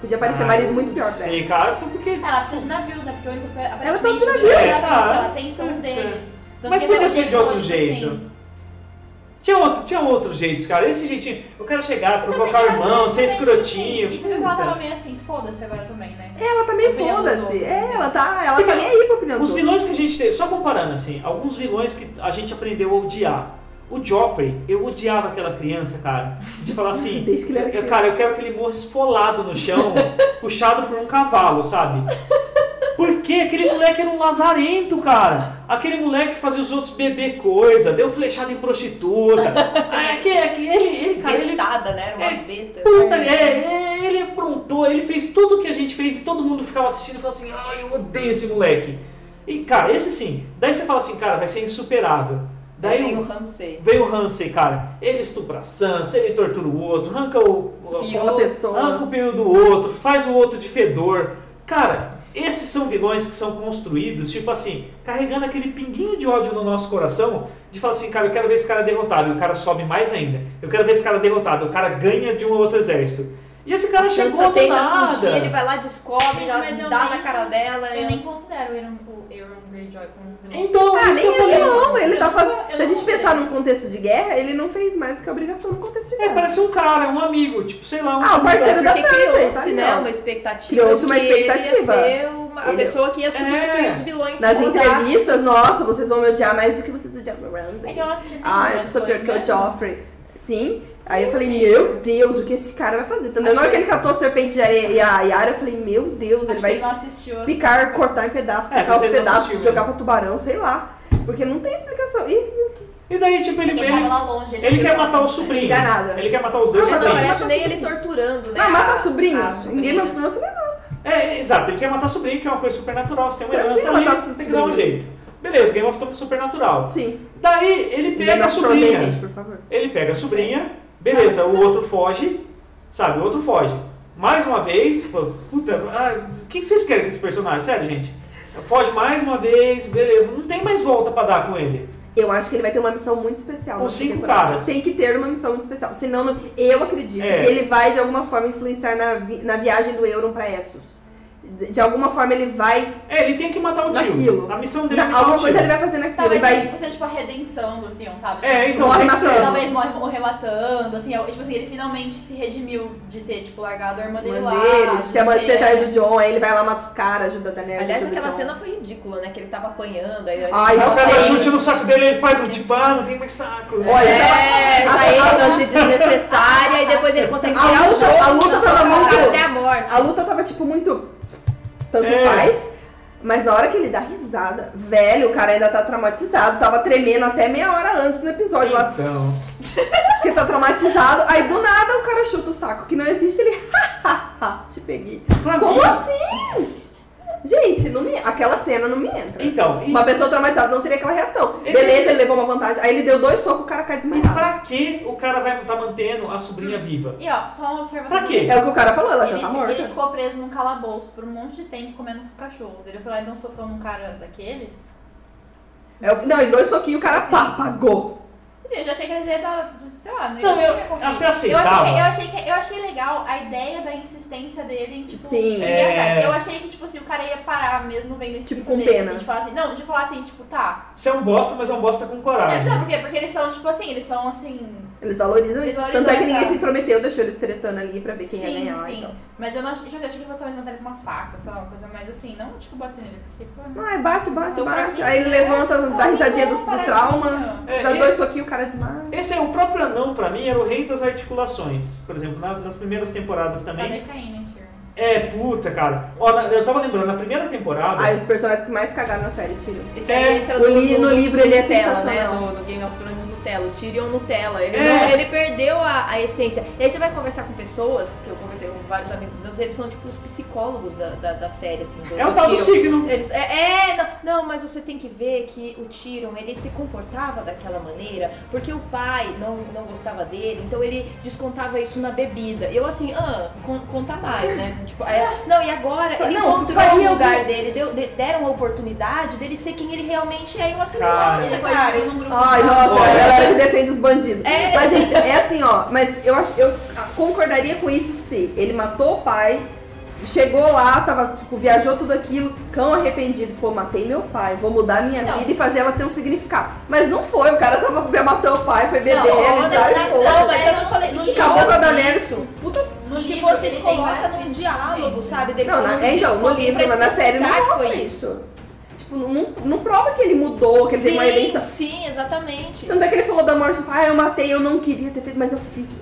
[SPEAKER 4] Podia parecer
[SPEAKER 2] Ah,
[SPEAKER 4] marido muito pior né? pra ela.
[SPEAKER 2] Sim, cara, porque.
[SPEAKER 5] Ela precisa de navios, né? Porque o único aparentemente,
[SPEAKER 4] Ela tá de
[SPEAKER 5] o único
[SPEAKER 4] navio.
[SPEAKER 5] navios
[SPEAKER 2] É,
[SPEAKER 5] que
[SPEAKER 2] tá.
[SPEAKER 5] ela tem são os dele. Tanto
[SPEAKER 2] Mas
[SPEAKER 5] que
[SPEAKER 2] podia
[SPEAKER 5] até
[SPEAKER 2] ser
[SPEAKER 5] hoje
[SPEAKER 2] de outro
[SPEAKER 5] ele falou, tipo
[SPEAKER 2] jeito.
[SPEAKER 5] assim,
[SPEAKER 2] Tinha outro, tinha outros jeitos, cara. Esse jeitinho, eu quero chegar,
[SPEAKER 5] também
[SPEAKER 2] provocar o
[SPEAKER 5] tem razão,
[SPEAKER 2] irmão, ser
[SPEAKER 5] isso também, tipo
[SPEAKER 2] escrotinho.
[SPEAKER 5] assim, E você viu que ela
[SPEAKER 2] Puta.
[SPEAKER 5] tava meio assim, foda-se agora também, né?
[SPEAKER 4] Ela tá meio
[SPEAKER 5] Opinião dos
[SPEAKER 4] foda-se.
[SPEAKER 5] outros,
[SPEAKER 4] É,
[SPEAKER 5] assim.
[SPEAKER 4] ela tá. Ela
[SPEAKER 2] Sim,
[SPEAKER 4] tá nem aí pra opinião
[SPEAKER 2] Os
[SPEAKER 4] dos outros.
[SPEAKER 2] vilões que a gente teve, só comparando assim, alguns vilões que a gente aprendeu a odiar. O Joffrey, eu odiava aquela criança, cara, de falar assim,
[SPEAKER 4] Desde que ele era
[SPEAKER 2] eu-
[SPEAKER 4] criança.
[SPEAKER 2] cara, eu quero que ele morra esfolado no chão, puxado por um cavalo, sabe? Porque aquele moleque era um lazarento, cara. Aquele moleque fazia os outros beber coisa, deu flechada em prostituta. Ah, que, que ele, ele, cara, ele
[SPEAKER 6] Bestada, né? Era uma
[SPEAKER 2] É.
[SPEAKER 6] besta.
[SPEAKER 2] Puta, é, é, ele aprontou, ele fez tudo o que a gente fez e todo mundo ficava assistindo e falava assim, ai, eu odeio esse moleque. E, cara, esse sim. Daí você fala assim, cara, vai ser insuperável. Daí
[SPEAKER 6] Tem o
[SPEAKER 2] o-
[SPEAKER 6] Ramsey.
[SPEAKER 2] veio o Hansen, cara, ele estupra a Sansa, ele tortura o outro, arranca o, o-
[SPEAKER 6] Sim. eu-
[SPEAKER 4] Fala
[SPEAKER 2] arranca "Ah, o
[SPEAKER 4] pessoas.
[SPEAKER 2] pelo do outro, faz o outro de fedor. Cara, esses são vilões que são construídos, tipo assim, carregando aquele pinguinho de ódio no nosso coração, de falar assim, cara, eu quero ver esse cara derrotado, e o cara sobe mais ainda. Eu quero ver esse cara derrotado, o cara ganha de um outro exército. E esse cara chegou do
[SPEAKER 6] tenta fugir, ele
[SPEAKER 2] nada.
[SPEAKER 6] vai lá, descobre,
[SPEAKER 5] Gente,
[SPEAKER 6] dá,
[SPEAKER 5] mas eu
[SPEAKER 6] dá
[SPEAKER 5] nem-
[SPEAKER 6] na cara dela. é
[SPEAKER 5] Eu
[SPEAKER 6] ela-
[SPEAKER 5] nem considero o Euron- o Euron Greyjoy como um vilão.
[SPEAKER 2] Então,
[SPEAKER 4] Ah,
[SPEAKER 2] isso que
[SPEAKER 4] nem
[SPEAKER 2] eu
[SPEAKER 4] é
[SPEAKER 2] falei.
[SPEAKER 4] vilão. Ele
[SPEAKER 5] Eu
[SPEAKER 4] tá
[SPEAKER 5] não-
[SPEAKER 4] fazendo.
[SPEAKER 5] eu
[SPEAKER 4] Se a
[SPEAKER 5] não
[SPEAKER 4] gente pensar
[SPEAKER 5] sei.
[SPEAKER 4] num contexto de guerra, ele não fez mais do que a obrigação no contexto de
[SPEAKER 2] É,
[SPEAKER 4] guerra.
[SPEAKER 2] parece um cara, um amigo, tipo, sei lá, um
[SPEAKER 4] Ah, o parceiro
[SPEAKER 6] É
[SPEAKER 4] da
[SPEAKER 6] porque
[SPEAKER 4] Sansa,
[SPEAKER 6] criou-se,
[SPEAKER 4] tá
[SPEAKER 6] né,
[SPEAKER 4] ligado?
[SPEAKER 6] uma expectativa.
[SPEAKER 4] Criou-se uma
[SPEAKER 6] que ele ia
[SPEAKER 4] expectativa.
[SPEAKER 6] ser uma- a
[SPEAKER 4] Ele-
[SPEAKER 6] pessoa que ia substituir
[SPEAKER 2] É.
[SPEAKER 6] os vilões.
[SPEAKER 4] Nas
[SPEAKER 6] fantásticos.
[SPEAKER 4] entrevistas, nossa, vocês vão me odiar mais do que vocês odiavam o Ramsay.
[SPEAKER 5] É que eu não assisti nenhum
[SPEAKER 4] Ah, eu
[SPEAKER 5] Greyjoy,
[SPEAKER 4] sou pior que
[SPEAKER 5] né?
[SPEAKER 4] o Joffrey. Sim. Aí eu falei, meu Deus, o que esse cara vai fazer? Então, na hora que ele catou a serpente de areia e a Yara, eu falei, meu Deus, ele
[SPEAKER 5] Acho que
[SPEAKER 4] vai
[SPEAKER 5] ele não assistiu. assim.
[SPEAKER 4] picar, cortar em pedaços,
[SPEAKER 2] É,
[SPEAKER 4] picar
[SPEAKER 2] você
[SPEAKER 4] os
[SPEAKER 2] não
[SPEAKER 4] pedaços,
[SPEAKER 2] assistiu,
[SPEAKER 4] jogar pra tubarão, sei lá. Porque não tem explicação. Ih,
[SPEAKER 2] E daí, tipo, ele,
[SPEAKER 5] Ele tava
[SPEAKER 2] ele,
[SPEAKER 5] lá longe.
[SPEAKER 2] ele quer matar o sobrinho.
[SPEAKER 4] Enganada.
[SPEAKER 2] Ele quer matar os dois
[SPEAKER 4] Ah, matar
[SPEAKER 6] Não é
[SPEAKER 4] Mas
[SPEAKER 2] sobrinhos.
[SPEAKER 6] parece
[SPEAKER 4] mata
[SPEAKER 6] nem
[SPEAKER 4] sobrinho.
[SPEAKER 6] ele torturando, né?
[SPEAKER 4] ah, mata
[SPEAKER 6] a-
[SPEAKER 4] sobrinho.
[SPEAKER 6] a
[SPEAKER 4] Ninguém
[SPEAKER 6] sobrinha.
[SPEAKER 4] me assume nada.
[SPEAKER 2] É, exato, ele quer matar sobrinho, que é uma coisa supernatural, você tem uma
[SPEAKER 4] Tranquilo
[SPEAKER 2] herança ali,
[SPEAKER 4] matar
[SPEAKER 2] tem que dar um
[SPEAKER 4] sobrinho.
[SPEAKER 2] jeito. Beleza, Game of Thrones supernatural.
[SPEAKER 4] Sim.
[SPEAKER 2] Daí ele
[SPEAKER 4] Ninguém
[SPEAKER 2] pega a
[SPEAKER 4] me assume,
[SPEAKER 2] sobrinha.
[SPEAKER 4] gente, por favor.
[SPEAKER 2] Ele pega a sobrinha, beleza, o outro foge, sabe, o outro foge. Mais uma vez, pô, puta, ah, o que que vocês querem com esse personagem? Sério, gente? Foge mais uma vez, beleza, não tem mais volta pra dar com ele.
[SPEAKER 4] Eu acho que ele vai ter uma missão muito especial.
[SPEAKER 2] Com
[SPEAKER 4] nessa
[SPEAKER 2] cinco
[SPEAKER 4] temporada.
[SPEAKER 2] caras.
[SPEAKER 4] Tem que ter uma missão muito especial. Senão, não- eu acredito
[SPEAKER 2] É.
[SPEAKER 4] que ele vai, de alguma forma, influenciar na, vi- na viagem do Euron pra Essos. De, de alguma forma, ele vai.
[SPEAKER 2] É, ele tem que matar o tio.
[SPEAKER 4] Naquilo.
[SPEAKER 2] A missão dele é
[SPEAKER 4] Na,
[SPEAKER 2] matar o
[SPEAKER 4] alguma
[SPEAKER 2] tio.
[SPEAKER 4] coisa ele vai fazer naquilo.
[SPEAKER 5] Talvez
[SPEAKER 4] ele vai.
[SPEAKER 5] tipo, seja tipo a redenção do Theon, sabe?
[SPEAKER 2] É,
[SPEAKER 5] Assim,
[SPEAKER 2] então,
[SPEAKER 4] Morre
[SPEAKER 2] tem que
[SPEAKER 4] matando.
[SPEAKER 2] ser.
[SPEAKER 5] Talvez morre, morrer matando, assim, é, tipo assim, ele finalmente se redimiu de ter, tipo, largado a irmã dele lá.
[SPEAKER 4] Dele, de ter, ter traído o
[SPEAKER 5] de
[SPEAKER 4] John, aí ele vai lá, mata os caras, ajuda a Daniela.
[SPEAKER 6] né? Aliás,
[SPEAKER 4] ajuda o
[SPEAKER 6] aquela
[SPEAKER 4] John.
[SPEAKER 6] cena foi ridícula, né? Que ele tava apanhando. Aí,
[SPEAKER 4] Ai,
[SPEAKER 2] Aí o cara
[SPEAKER 4] gente.
[SPEAKER 2] chute no saco dele, ele faz um tipo, ah, não tem mais saco.
[SPEAKER 4] Olha,
[SPEAKER 6] é,
[SPEAKER 4] tava-
[SPEAKER 6] essa ênfase desnecessária e depois ele consegue
[SPEAKER 4] A
[SPEAKER 6] tirar
[SPEAKER 4] luta-
[SPEAKER 6] o jogo
[SPEAKER 4] a luta tá
[SPEAKER 6] do
[SPEAKER 4] tava
[SPEAKER 6] soco
[SPEAKER 4] muito-
[SPEAKER 6] até a morte.
[SPEAKER 4] A luta tava, tipo, muito. Tanto
[SPEAKER 2] É.
[SPEAKER 4] faz. Mas na hora que ele dá risada, velho, o cara ainda tá traumatizado. Tava tremendo até meia hora antes no episódio lá.
[SPEAKER 2] Então,
[SPEAKER 4] Porque tá traumatizado. Aí do nada o cara chuta o saco que não existe. Ele. "Ha, ha, ha, Te peguei.
[SPEAKER 2] Pra
[SPEAKER 4] Como
[SPEAKER 2] mim-
[SPEAKER 4] assim? Gente, não me... aquela cena não me entra.
[SPEAKER 2] Então, e,
[SPEAKER 4] Uma pessoa traumatizada não teria aquela reação.
[SPEAKER 2] Ele-
[SPEAKER 4] Beleza, ele levou uma vantagem. Aí ele deu dois socos, o cara cai
[SPEAKER 2] e
[SPEAKER 4] desmaiado.
[SPEAKER 2] pra que o cara vai estar mantendo a sobrinha viva?
[SPEAKER 5] E ó, só uma observação.
[SPEAKER 2] Pra quê?
[SPEAKER 4] É o que o cara falou, ela já
[SPEAKER 5] ele,
[SPEAKER 4] tá morta.
[SPEAKER 5] ele ficou preso num calabouço por um monte de tempo comendo com os cachorros. Ele foi lá e deu um socão num cara daqueles.
[SPEAKER 4] É o- Não, e dois soquinhos, o cara pá, pagou.
[SPEAKER 5] Assim, eu já achei que ele já ia dar. Sei lá, não,
[SPEAKER 2] Não,
[SPEAKER 5] eu,
[SPEAKER 2] eu-
[SPEAKER 5] ia conseguir.
[SPEAKER 2] até assim,
[SPEAKER 5] eu, achei que,
[SPEAKER 2] tava.
[SPEAKER 5] eu, achei que, eu achei legal a ideia da insistência dele em, tipo,
[SPEAKER 4] Sim. Tipo,
[SPEAKER 5] ir
[SPEAKER 2] É.
[SPEAKER 5] atrás. Eu achei que, tipo assim, o cara ia parar mesmo vendo a insistência
[SPEAKER 4] com
[SPEAKER 5] dele.
[SPEAKER 4] pena.
[SPEAKER 5] Assim, de falar assim, não, de falar assim, tipo, tá.
[SPEAKER 2] Você é um bosta, mas é um bosta com coragem.
[SPEAKER 5] É, não, por quê? Porque eles são, tipo assim, eles são assim.
[SPEAKER 4] Eles valorizam isso.
[SPEAKER 5] Valorizam
[SPEAKER 4] Tanto é que ninguém
[SPEAKER 5] essa-
[SPEAKER 4] se intrometeu, deixou eles tretando ali pra ver quem ia
[SPEAKER 5] Sim,
[SPEAKER 4] ganhar.
[SPEAKER 5] sim.
[SPEAKER 4] Então.
[SPEAKER 5] Mas eu não achei, tipo assim, eu achei que ele fosse mais matar ele com uma faca, sei lá, uma coisa mais assim, não tipo bater nele, porque, pô, tá não.
[SPEAKER 4] Ai, é bate, bate,
[SPEAKER 5] Então, pra
[SPEAKER 4] bate.
[SPEAKER 5] quê?
[SPEAKER 4] Aí ele levanta, dá risadinha do, do trauma,
[SPEAKER 2] É,
[SPEAKER 4] dá
[SPEAKER 2] e-
[SPEAKER 4] dois soquinhos, o cara desmaia.
[SPEAKER 2] Esse é o próprio anão, pra mim, era o rei das articulações. Por exemplo, na- nas primeiras temporadas
[SPEAKER 5] Tá
[SPEAKER 2] também.
[SPEAKER 5] decaindo, hein, Tyrion?
[SPEAKER 2] É, puta, cara. Ó, na- eu tava lembrando, na primeira temporada.
[SPEAKER 4] Aí os personagens que mais cagaram na série tiram.
[SPEAKER 6] Esse aí
[SPEAKER 2] É,
[SPEAKER 6] entra
[SPEAKER 4] o li- no livro ele é
[SPEAKER 6] Nutella,
[SPEAKER 4] sensacional.
[SPEAKER 6] Né? No, no Game of Thrones Nutella, o Tyrion Nutella. Ele,
[SPEAKER 2] É.
[SPEAKER 6] não- ele perdeu a, a essência. E aí você vai conversar com pessoas, que eu conversei com vários amigos meus, eles são tipo os psicólogos da, da, da série, assim. Do,
[SPEAKER 4] um
[SPEAKER 2] é o
[SPEAKER 6] do
[SPEAKER 2] tal do
[SPEAKER 6] Tyrion.
[SPEAKER 2] signo.
[SPEAKER 6] Eles, é, é, não, não, mas você tem que ver que o Tyrion, ele se comportava daquela maneira porque o pai não, não gostava dele, então ele descontava isso na bebida. Eu assim, ah, con- conta mais, né? Tipo, é, não, e agora
[SPEAKER 4] Só-
[SPEAKER 6] ele
[SPEAKER 4] não,
[SPEAKER 6] encontrou
[SPEAKER 4] faria
[SPEAKER 6] o lugar
[SPEAKER 4] algum-
[SPEAKER 6] dele, deu- de- deram a oportunidade dele ser quem ele realmente é. Eu assim,
[SPEAKER 2] Cara.
[SPEAKER 6] nossa,
[SPEAKER 5] Você foi
[SPEAKER 6] cara.
[SPEAKER 5] tipo, num grupo
[SPEAKER 4] Ai,
[SPEAKER 5] de-
[SPEAKER 4] nossa,
[SPEAKER 2] Olha.
[SPEAKER 4] a galera que defende os bandidos.
[SPEAKER 6] É.
[SPEAKER 4] Mas, gente, é assim, ó. Mas eu acho, eu concordaria com isso se ele matou o pai, chegou lá, tava, tipo, viajou tudo aquilo, cão arrependido. Pô, matei meu pai, vou mudar minha
[SPEAKER 5] Não.
[SPEAKER 4] vida e fazer ela ter um significado. Mas não foi, o cara tava matando o pai, foi beber,
[SPEAKER 6] Não,
[SPEAKER 4] ele
[SPEAKER 6] olha,
[SPEAKER 4] tal, e
[SPEAKER 5] não,
[SPEAKER 4] foda-se.
[SPEAKER 6] não, mas eu não
[SPEAKER 5] não
[SPEAKER 6] falei.
[SPEAKER 5] sei.
[SPEAKER 6] não
[SPEAKER 4] Acabou
[SPEAKER 6] falei
[SPEAKER 4] com a
[SPEAKER 6] assim.
[SPEAKER 4] Daenerys. Puta
[SPEAKER 5] No
[SPEAKER 6] Se
[SPEAKER 5] livro,
[SPEAKER 6] vocês
[SPEAKER 5] ele tem
[SPEAKER 6] coloca
[SPEAKER 5] várias
[SPEAKER 6] num
[SPEAKER 5] questões.
[SPEAKER 6] diálogo, sabe?
[SPEAKER 4] Não,
[SPEAKER 6] Depois
[SPEAKER 4] na, é, então, no
[SPEAKER 6] desconto
[SPEAKER 4] livro,
[SPEAKER 6] pra
[SPEAKER 4] mas na série não
[SPEAKER 6] especificar que
[SPEAKER 4] mostra
[SPEAKER 6] foi
[SPEAKER 4] isso. Tipo, não, não prova que ele mudou, que ele teve uma
[SPEAKER 6] Sim,
[SPEAKER 4] eleição.
[SPEAKER 6] sim, exatamente.
[SPEAKER 4] Tanto é que ele falou da morte, tipo, ah, eu matei, eu não queria ter feito, mas eu fiz.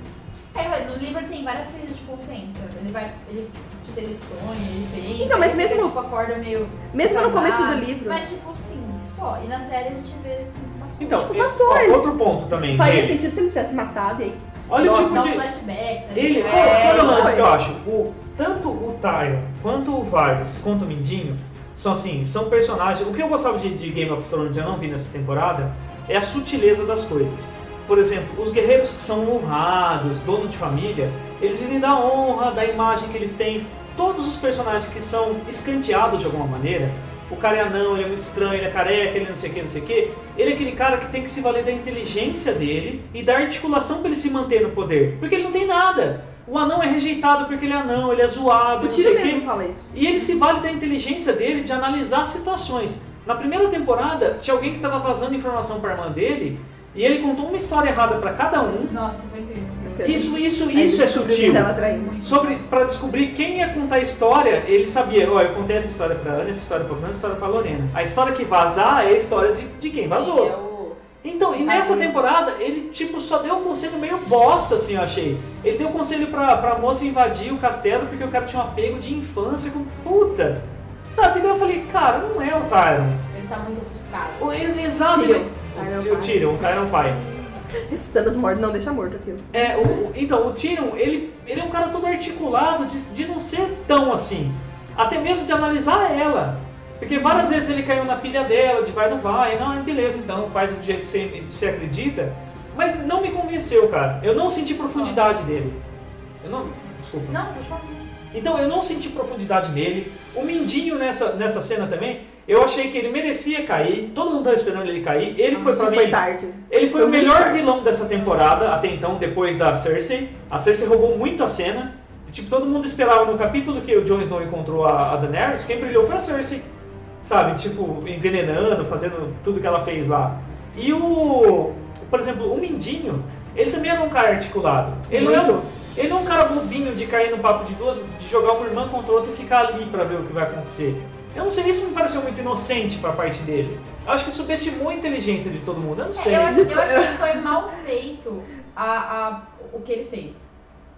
[SPEAKER 5] É, mas no livro ele tem várias crises de consciência. Ele vai. Ele, tipo, ele sonha, ele pensa.
[SPEAKER 4] Então, mas
[SPEAKER 5] ele
[SPEAKER 4] mesmo-
[SPEAKER 5] tipo, acorda meio.
[SPEAKER 4] Mesmo no começo do
[SPEAKER 5] travado.
[SPEAKER 4] livro.
[SPEAKER 5] Mas, tipo, sim, só. E na série a gente vê assim, passou.
[SPEAKER 2] Então,
[SPEAKER 4] Tipo,
[SPEAKER 2] é-
[SPEAKER 4] passou,
[SPEAKER 2] ó,
[SPEAKER 4] ele-
[SPEAKER 2] outro ponto também.
[SPEAKER 4] Faria
[SPEAKER 2] dele.
[SPEAKER 4] sentido se ele tivesse matado e aí.
[SPEAKER 2] Olha
[SPEAKER 4] Nossa,
[SPEAKER 2] o tipo
[SPEAKER 5] dá uns
[SPEAKER 2] de.
[SPEAKER 5] flashbacks. né?
[SPEAKER 2] Ele,
[SPEAKER 5] Você
[SPEAKER 2] qual,
[SPEAKER 5] vai-
[SPEAKER 2] qual é o
[SPEAKER 4] não
[SPEAKER 2] lance
[SPEAKER 4] foi.
[SPEAKER 2] que eu acho? O, tanto o Tyron quanto o Vargas quanto o Mindinho são assim, são personagens. O que eu gostava de, de Game of Thrones e eu não vi nessa temporada é a sutileza das coisas. Por exemplo, os guerreiros que são honrados, dono de família, eles vivem da honra, da imagem que eles têm. Todos os personagens que são escanteados de alguma maneira, o cara é anão, ele é muito estranho, ele é careca, ele não sei o que, não sei o que, ele é aquele cara que tem que se valer da inteligência dele e da articulação pra ele se manter no poder. Porque ele não tem nada. O anão é rejeitado porque ele é anão, ele é zoado,
[SPEAKER 4] O
[SPEAKER 2] não sei
[SPEAKER 4] Tiro
[SPEAKER 2] o quê.
[SPEAKER 4] mesmo fala isso.
[SPEAKER 2] E ele se vale da inteligência dele de analisar situações. Na primeira temporada, tinha alguém que estava vazando informação para irmã dele e ele contou uma história errada para cada um.
[SPEAKER 5] Nossa, foi incrível.
[SPEAKER 2] Isso, isso,
[SPEAKER 4] Aí ele
[SPEAKER 2] isso é
[SPEAKER 4] descobriu
[SPEAKER 2] sutil.
[SPEAKER 4] que Tava traindo.
[SPEAKER 2] Sobre para descobrir quem ia contar a história, ele sabia, ó, eu contei essa história para Ana, essa história para Bruna, essa história para Lorena. A história que vazar é a história de, de quem vazou.
[SPEAKER 6] É o-
[SPEAKER 2] Então, e nessa temporada, ele, tipo, só deu um conselho meio bosta, assim, eu achei. Ele deu um conselho pra, pra moça invadir o castelo porque o cara tinha um apego de infância com puta. Sabe? Então eu falei, cara, não é o Tyron.
[SPEAKER 6] Ele tá muito ofuscado.
[SPEAKER 2] O- ele- Exato.
[SPEAKER 4] Tyrion.
[SPEAKER 2] ele-
[SPEAKER 4] Tyrion
[SPEAKER 2] O
[SPEAKER 4] pai.
[SPEAKER 2] Tyrion, o Tyrion é um pai.
[SPEAKER 4] Ressuscitando os mortos, não, deixa morto aquilo.
[SPEAKER 2] É, o- o- então, o Tyrion, ele, ele é um cara todo articulado de, de não ser tão assim. Até mesmo de analisar ela. Porque várias vezes ele caiu na pilha dela, de vai não vai, não, beleza, então faz do jeito que você, que você acredita. Mas não me convenceu, cara. Eu não senti profundidade dele. Eu não. Desculpa.
[SPEAKER 5] Não, deixa eu
[SPEAKER 2] Então eu não senti profundidade nele. O Mindinho nessa, nessa cena também, eu achei que ele merecia cair. Todo mundo tava esperando ele cair. Ele foi
[SPEAKER 4] Ah,
[SPEAKER 2] pra
[SPEAKER 4] já
[SPEAKER 2] mim.
[SPEAKER 4] foi tarde.
[SPEAKER 2] Ele foi,
[SPEAKER 4] Foi
[SPEAKER 2] o
[SPEAKER 4] muito
[SPEAKER 2] melhor
[SPEAKER 4] tarde.
[SPEAKER 2] vilão dessa temporada, até então, depois da Cersei. A Cersei roubou muito a cena. Tipo, todo mundo esperava no capítulo que o Jon Snow encontrou a, a Daenerys, quem brilhou foi a Cersei. Sabe, tipo, envenenando, fazendo tudo que ela fez lá. E o... Por exemplo, o Mindinho, ele também era um cara articulado. Ele não era,
[SPEAKER 4] Muito.
[SPEAKER 2] ele não é um cara bobinho de cair no papo de duas, de jogar uma irmã contra outra e ficar ali pra ver o que vai acontecer. Eu não sei, isso me pareceu muito inocente pra parte dele. Eu acho que subestimou a inteligência de todo mundo, eu não sei.
[SPEAKER 5] É, eu, acho, eu
[SPEAKER 4] Desculpa.
[SPEAKER 5] achei que foi mal feito a, a- o que ele fez.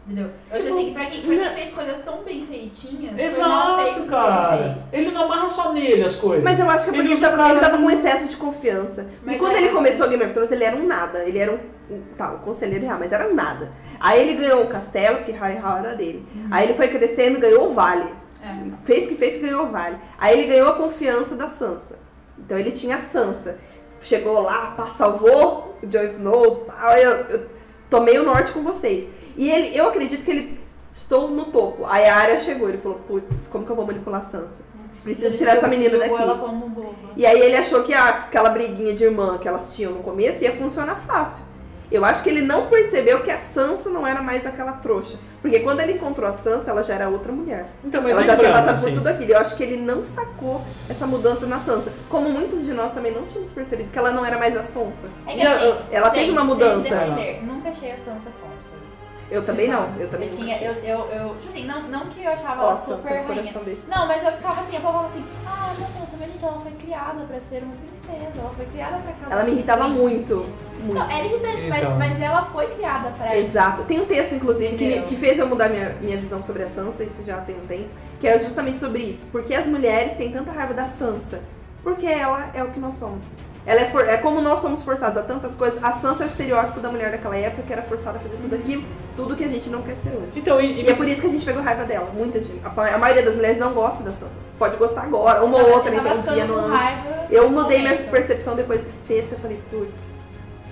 [SPEAKER 5] Entendeu? Eu achei
[SPEAKER 4] Tipo,
[SPEAKER 5] assim que pra quem, pra quem fez coisas tão bem feitinhas, foi mal feito
[SPEAKER 2] Exato,
[SPEAKER 5] o que ele
[SPEAKER 2] cara.
[SPEAKER 5] fez.
[SPEAKER 2] Ele não amarra só nele as coisas.
[SPEAKER 4] Mas eu acho que é porque
[SPEAKER 2] Ele
[SPEAKER 4] ele tava,
[SPEAKER 2] usa o
[SPEAKER 4] ele
[SPEAKER 2] cara-
[SPEAKER 4] tava com excesso de confiança.
[SPEAKER 5] um Mas
[SPEAKER 4] e quando
[SPEAKER 5] é
[SPEAKER 4] ele
[SPEAKER 5] assim.
[SPEAKER 4] começou Game of Thrones, ele era um nada. Ele era um, um- tá, um conselheiro real, mas era
[SPEAKER 5] Uhum.
[SPEAKER 4] um nada. Aí ele ganhou o castelo, porque Harry Hall era dele. Aí ele foi crescendo, ganhou o vale.
[SPEAKER 5] É.
[SPEAKER 4] Fez que fez que ganhou o vale. Aí ele ganhou a confiança da Sansa. Então ele tinha a Sansa. Chegou lá, pá, salvou o Jon Snow, pá, eu, eu tomei o norte com vocês. E ele, eu acredito que ele estou no topo. Aí a Arya chegou, ele falou: "Putz, como que eu vou manipular a Sansa? Preciso tirar essa menina
[SPEAKER 5] Uhum. Jogou ela
[SPEAKER 4] daqui".
[SPEAKER 5] como
[SPEAKER 6] um
[SPEAKER 5] boba.
[SPEAKER 4] E aí ele achou que ah, aquela briguinha de irmã que elas tinham no começo ia funcionar fácil. Eu acho que ele não percebeu que a Sansa não era mais aquela trouxa, porque quando ele encontrou a Sansa, ela já era outra mulher.
[SPEAKER 2] Então, mas
[SPEAKER 4] Ela já tinha
[SPEAKER 2] lembrando,
[SPEAKER 4] passado por
[SPEAKER 2] assim,
[SPEAKER 4] tudo aquilo. Eu acho que ele não sacou essa mudança na Sansa. Como muitos de nós também não tínhamos percebido que ela não era mais a Sonsa.
[SPEAKER 5] É que
[SPEAKER 2] E a-
[SPEAKER 5] assim,
[SPEAKER 4] ela teve
[SPEAKER 5] gente,
[SPEAKER 4] uma mudança.
[SPEAKER 5] tem que defender. Nunca achei a Sansa sonsa.
[SPEAKER 4] Eu também não. Eu também
[SPEAKER 5] Eu tinha, eu, eu, eu, tipo assim, não, não que eu achava
[SPEAKER 4] Ó,
[SPEAKER 5] ela
[SPEAKER 4] Sansa,
[SPEAKER 5] super
[SPEAKER 4] no
[SPEAKER 5] rainha.
[SPEAKER 4] coração deste.
[SPEAKER 5] Não, mas eu ficava assim, eu falava assim, ah, nossa, nossa, mas gente, ela foi criada pra ser uma princesa, ela foi criada pra casar.
[SPEAKER 4] Ela me
[SPEAKER 5] com
[SPEAKER 4] irritava
[SPEAKER 5] príncipe.
[SPEAKER 4] muito. Muito.
[SPEAKER 5] Não, era irritante,
[SPEAKER 2] Então.
[SPEAKER 5] mas, mas ela foi criada pra É isso.
[SPEAKER 4] Exato. Tem um texto, inclusive, que, me-
[SPEAKER 5] Entendeu?
[SPEAKER 4] que fez eu mudar minha, minha visão sobre a Sansa, isso já tem um tempo, que é justamente sobre isso. Por que as mulheres têm tanta raiva da Sansa? Porque ela é o que nós somos. Ela é, for- é como nós somos forçados a tantas coisas. A Sansa é o estereótipo da mulher daquela época que era forçada a fazer
[SPEAKER 5] Uhum.
[SPEAKER 4] tudo aquilo, tudo que a gente não quer ser hoje.
[SPEAKER 2] Então, e, e-
[SPEAKER 4] E é por isso que a gente pegou raiva dela. Muita gente. A, a maioria das mulheres não gosta da Sansa. Pode gostar agora, uma ou outra,
[SPEAKER 5] Eu tava
[SPEAKER 4] entendia,
[SPEAKER 5] ficando com
[SPEAKER 4] não.
[SPEAKER 5] raiva tipo,
[SPEAKER 4] Eu
[SPEAKER 5] nesse
[SPEAKER 4] mudei minha
[SPEAKER 5] momento.
[SPEAKER 4] percepção depois desse texto. Eu falei, putz.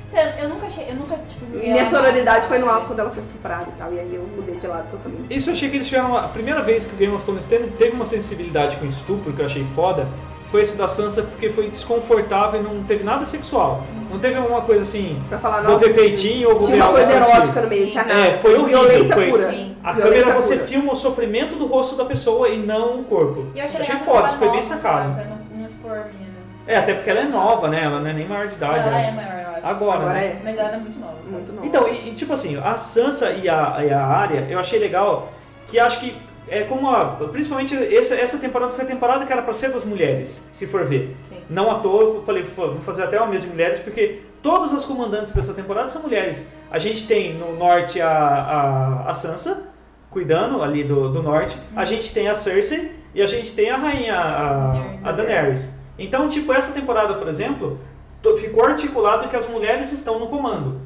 [SPEAKER 5] Sério, Eu nunca achei, eu nunca, tipo,
[SPEAKER 4] E
[SPEAKER 5] julguei
[SPEAKER 4] minha
[SPEAKER 5] ela.
[SPEAKER 4] sororidade foi no alto quando ela foi estuprada e tal. E aí eu mudei de lado totalmente.
[SPEAKER 2] Isso eu achei que eles tiveram. A primeira vez que o Game of Thrones teve, teve uma sensibilidade com estupro, que eu achei foda, foi esse da Sansa, porque foi desconfortável e não teve nada sexual. Não teve alguma coisa assim.
[SPEAKER 4] Pra falar,
[SPEAKER 2] Vou
[SPEAKER 4] nossa.
[SPEAKER 2] ver peitinho ou vou
[SPEAKER 4] Tinha
[SPEAKER 2] ver
[SPEAKER 4] uma coisa
[SPEAKER 2] algo do tipo.
[SPEAKER 4] erótica no meio, tinha nada.
[SPEAKER 2] É, foi horrível,
[SPEAKER 4] violência
[SPEAKER 2] foi-
[SPEAKER 4] pura.
[SPEAKER 5] Sim.
[SPEAKER 2] A
[SPEAKER 4] Violência
[SPEAKER 2] câmera você
[SPEAKER 4] pura.
[SPEAKER 2] filma o sofrimento do rosto da pessoa e não o corpo.
[SPEAKER 5] E eu achei,
[SPEAKER 2] achei
[SPEAKER 5] legal
[SPEAKER 2] foda,
[SPEAKER 5] pra
[SPEAKER 2] isso foi bem
[SPEAKER 5] nova, assim.
[SPEAKER 2] sacado.
[SPEAKER 5] sabe, Pra não, não expor a menina.
[SPEAKER 2] É, até porque ela é nova, né? Ela não é nem maior de idade. eu
[SPEAKER 5] Ela
[SPEAKER 2] acho.
[SPEAKER 5] é maior, eu acho.
[SPEAKER 2] Agora,
[SPEAKER 4] Agora
[SPEAKER 2] né?
[SPEAKER 4] é.
[SPEAKER 5] Mas ela era muito nova, sabe?
[SPEAKER 4] Muito nova.
[SPEAKER 2] Então, e, e tipo assim, a Sansa e a, e a Arya, eu achei legal que acho que é como a, principalmente essa, essa temporada foi a temporada que era pra ser das mulheres, se for ver.
[SPEAKER 5] Sim.
[SPEAKER 2] Não à toa, eu falei, "Pô, vou fazer até uma mesa de mulheres, porque todas as comandantes dessa temporada são mulheres. A gente tem no norte a, a, a Sansa, cuidando ali do, do norte, a gente tem a Cersei e a gente tem a rainha, a, a Daenerys. Então, tipo, essa temporada, por exemplo, to- ficou articulado que as mulheres estão no comando.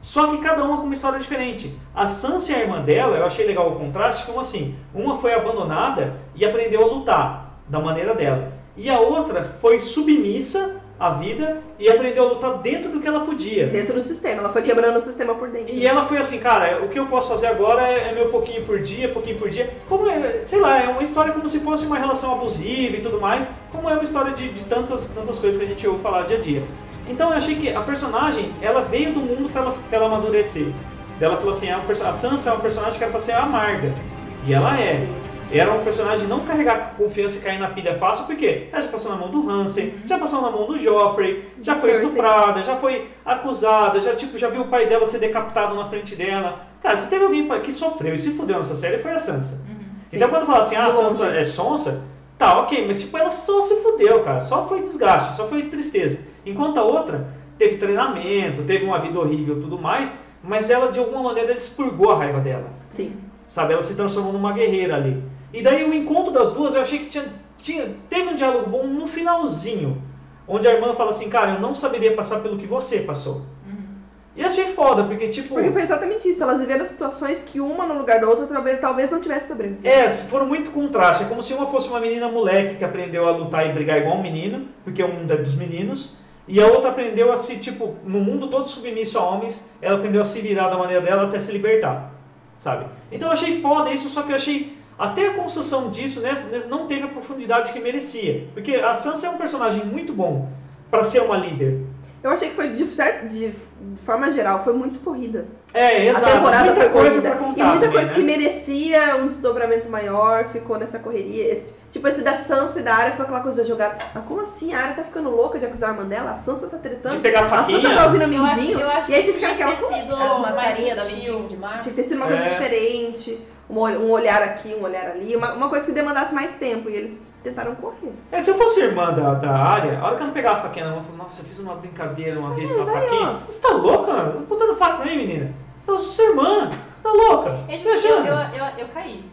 [SPEAKER 2] Só que cada uma com uma história diferente. A Sansa e a irmã dela, eu achei legal o contraste, como assim, uma foi abandonada e aprendeu a lutar da maneira dela. E a outra foi submissa à vida e aprendeu a lutar dentro do que ela podia.
[SPEAKER 4] Dentro do sistema. Ela foi quebrando o sistema por dentro.
[SPEAKER 2] é. E ela foi assim, cara, o que eu posso fazer agora é é meu pouquinho por dia, pouquinho por dia. Como é, sei lá, é uma história como se fosse uma relação abusiva e tudo mais, como é uma história de, de tantas, tantas coisas que a gente ouve falar dia a dia. Então eu achei que a personagem, ela veio do mundo pra ela, pra ela amadurecer. Ela falou assim, é uma perso- a Sansa é um personagem que era pra ser amarga. E ela é
[SPEAKER 4] Sim.
[SPEAKER 2] era um personagem não carregar confiança e cair na pilha fácil, porque ela já passou na mão do Hansen, já passou na mão do Joffrey, já
[SPEAKER 4] Da
[SPEAKER 2] foi
[SPEAKER 4] Cersei.
[SPEAKER 2] estuprada, já foi acusada, já tipo, já viu o pai dela ser decapitado na frente dela. Cara, se teve alguém que sofreu e se fudeu nessa série foi a Sansa.
[SPEAKER 4] Uhum. Sim.
[SPEAKER 2] Então quando fala assim, ah, a
[SPEAKER 4] De longe.
[SPEAKER 2] Sansa é sonsa, tá, ok, mas tipo, ela só se fudeu, cara, só foi desgaste, só foi tristeza. Enquanto a outra teve treinamento, teve uma vida horrível e tudo mais, mas ela de alguma maneira expurgou a raiva dela
[SPEAKER 4] Sim.
[SPEAKER 2] sabe? Ela se transformou numa guerreira ali. E daí o encontro das duas, eu achei que tinha, tinha, teve um diálogo bom no finalzinho, onde a irmã fala assim, cara, eu não saberia passar pelo que você passou. E achei foda, porque tipo...
[SPEAKER 4] Porque foi exatamente isso. Elas viveram situações que uma no lugar da outra talvez, talvez não tivesse sobrevivido.
[SPEAKER 2] É, foram muito contraste. É como se uma fosse uma menina moleque que aprendeu a lutar e brigar igual um menino, porque o mundo é dos meninos, e a outra aprendeu a se, tipo, no mundo todo submisso a homens, ela aprendeu a se virar da maneira dela até se libertar, sabe? Então eu achei foda isso, só que eu achei. Até a construção disso né, não teve a profundidade que merecia. Porque a Sansa é um personagem muito bom pra ser uma líder.
[SPEAKER 4] Eu achei que foi, de, cer- de forma geral, foi muito corrida.
[SPEAKER 2] É, exato.
[SPEAKER 4] A temporada
[SPEAKER 2] muita
[SPEAKER 4] foi
[SPEAKER 2] coisa
[SPEAKER 4] corrida.
[SPEAKER 2] pra contar
[SPEAKER 4] E muita
[SPEAKER 2] também,
[SPEAKER 4] coisa
[SPEAKER 2] né?
[SPEAKER 4] que merecia um desdobramento maior ficou nessa correria. Esse- tipo, esse da Sansa e da Arya ficou aquela coisa de jogada. Mas como assim? A Arya tá ficando louca de acusar a irmã dela? A Sansa tá tretando?
[SPEAKER 2] De pegar a
[SPEAKER 4] a Sansa
[SPEAKER 2] faquinha?
[SPEAKER 4] tá ouvindo o
[SPEAKER 5] Eu acho,
[SPEAKER 4] mindinho?
[SPEAKER 5] eu acho
[SPEAKER 4] e aí
[SPEAKER 5] que
[SPEAKER 4] você fica
[SPEAKER 5] tinha
[SPEAKER 4] naquela
[SPEAKER 5] que
[SPEAKER 4] como
[SPEAKER 5] ter
[SPEAKER 4] assim?
[SPEAKER 5] sido
[SPEAKER 6] As
[SPEAKER 5] mais
[SPEAKER 6] mascarinhas da
[SPEAKER 5] sutil.
[SPEAKER 6] 25 de março.
[SPEAKER 4] Tinha que ter sido uma coisa
[SPEAKER 2] É.
[SPEAKER 4] diferente. Um ol- um olhar aqui, um olhar ali, uma, uma coisa que demandasse mais tempo. E eles tentaram correr.
[SPEAKER 2] É, se eu fosse irmã da, da área, a hora que ela pegava a faquinha na mão, eu falava, nossa, eu fiz uma brincadeira uma vez com a faquinha. Você tá louca, mano? Tá botando faca pra mim, menina? Você é sua irmã, você tá louca?
[SPEAKER 5] Eu, tipo,
[SPEAKER 2] Me
[SPEAKER 5] assim, eu,
[SPEAKER 2] ajuda."
[SPEAKER 5] eu, eu, eu caí.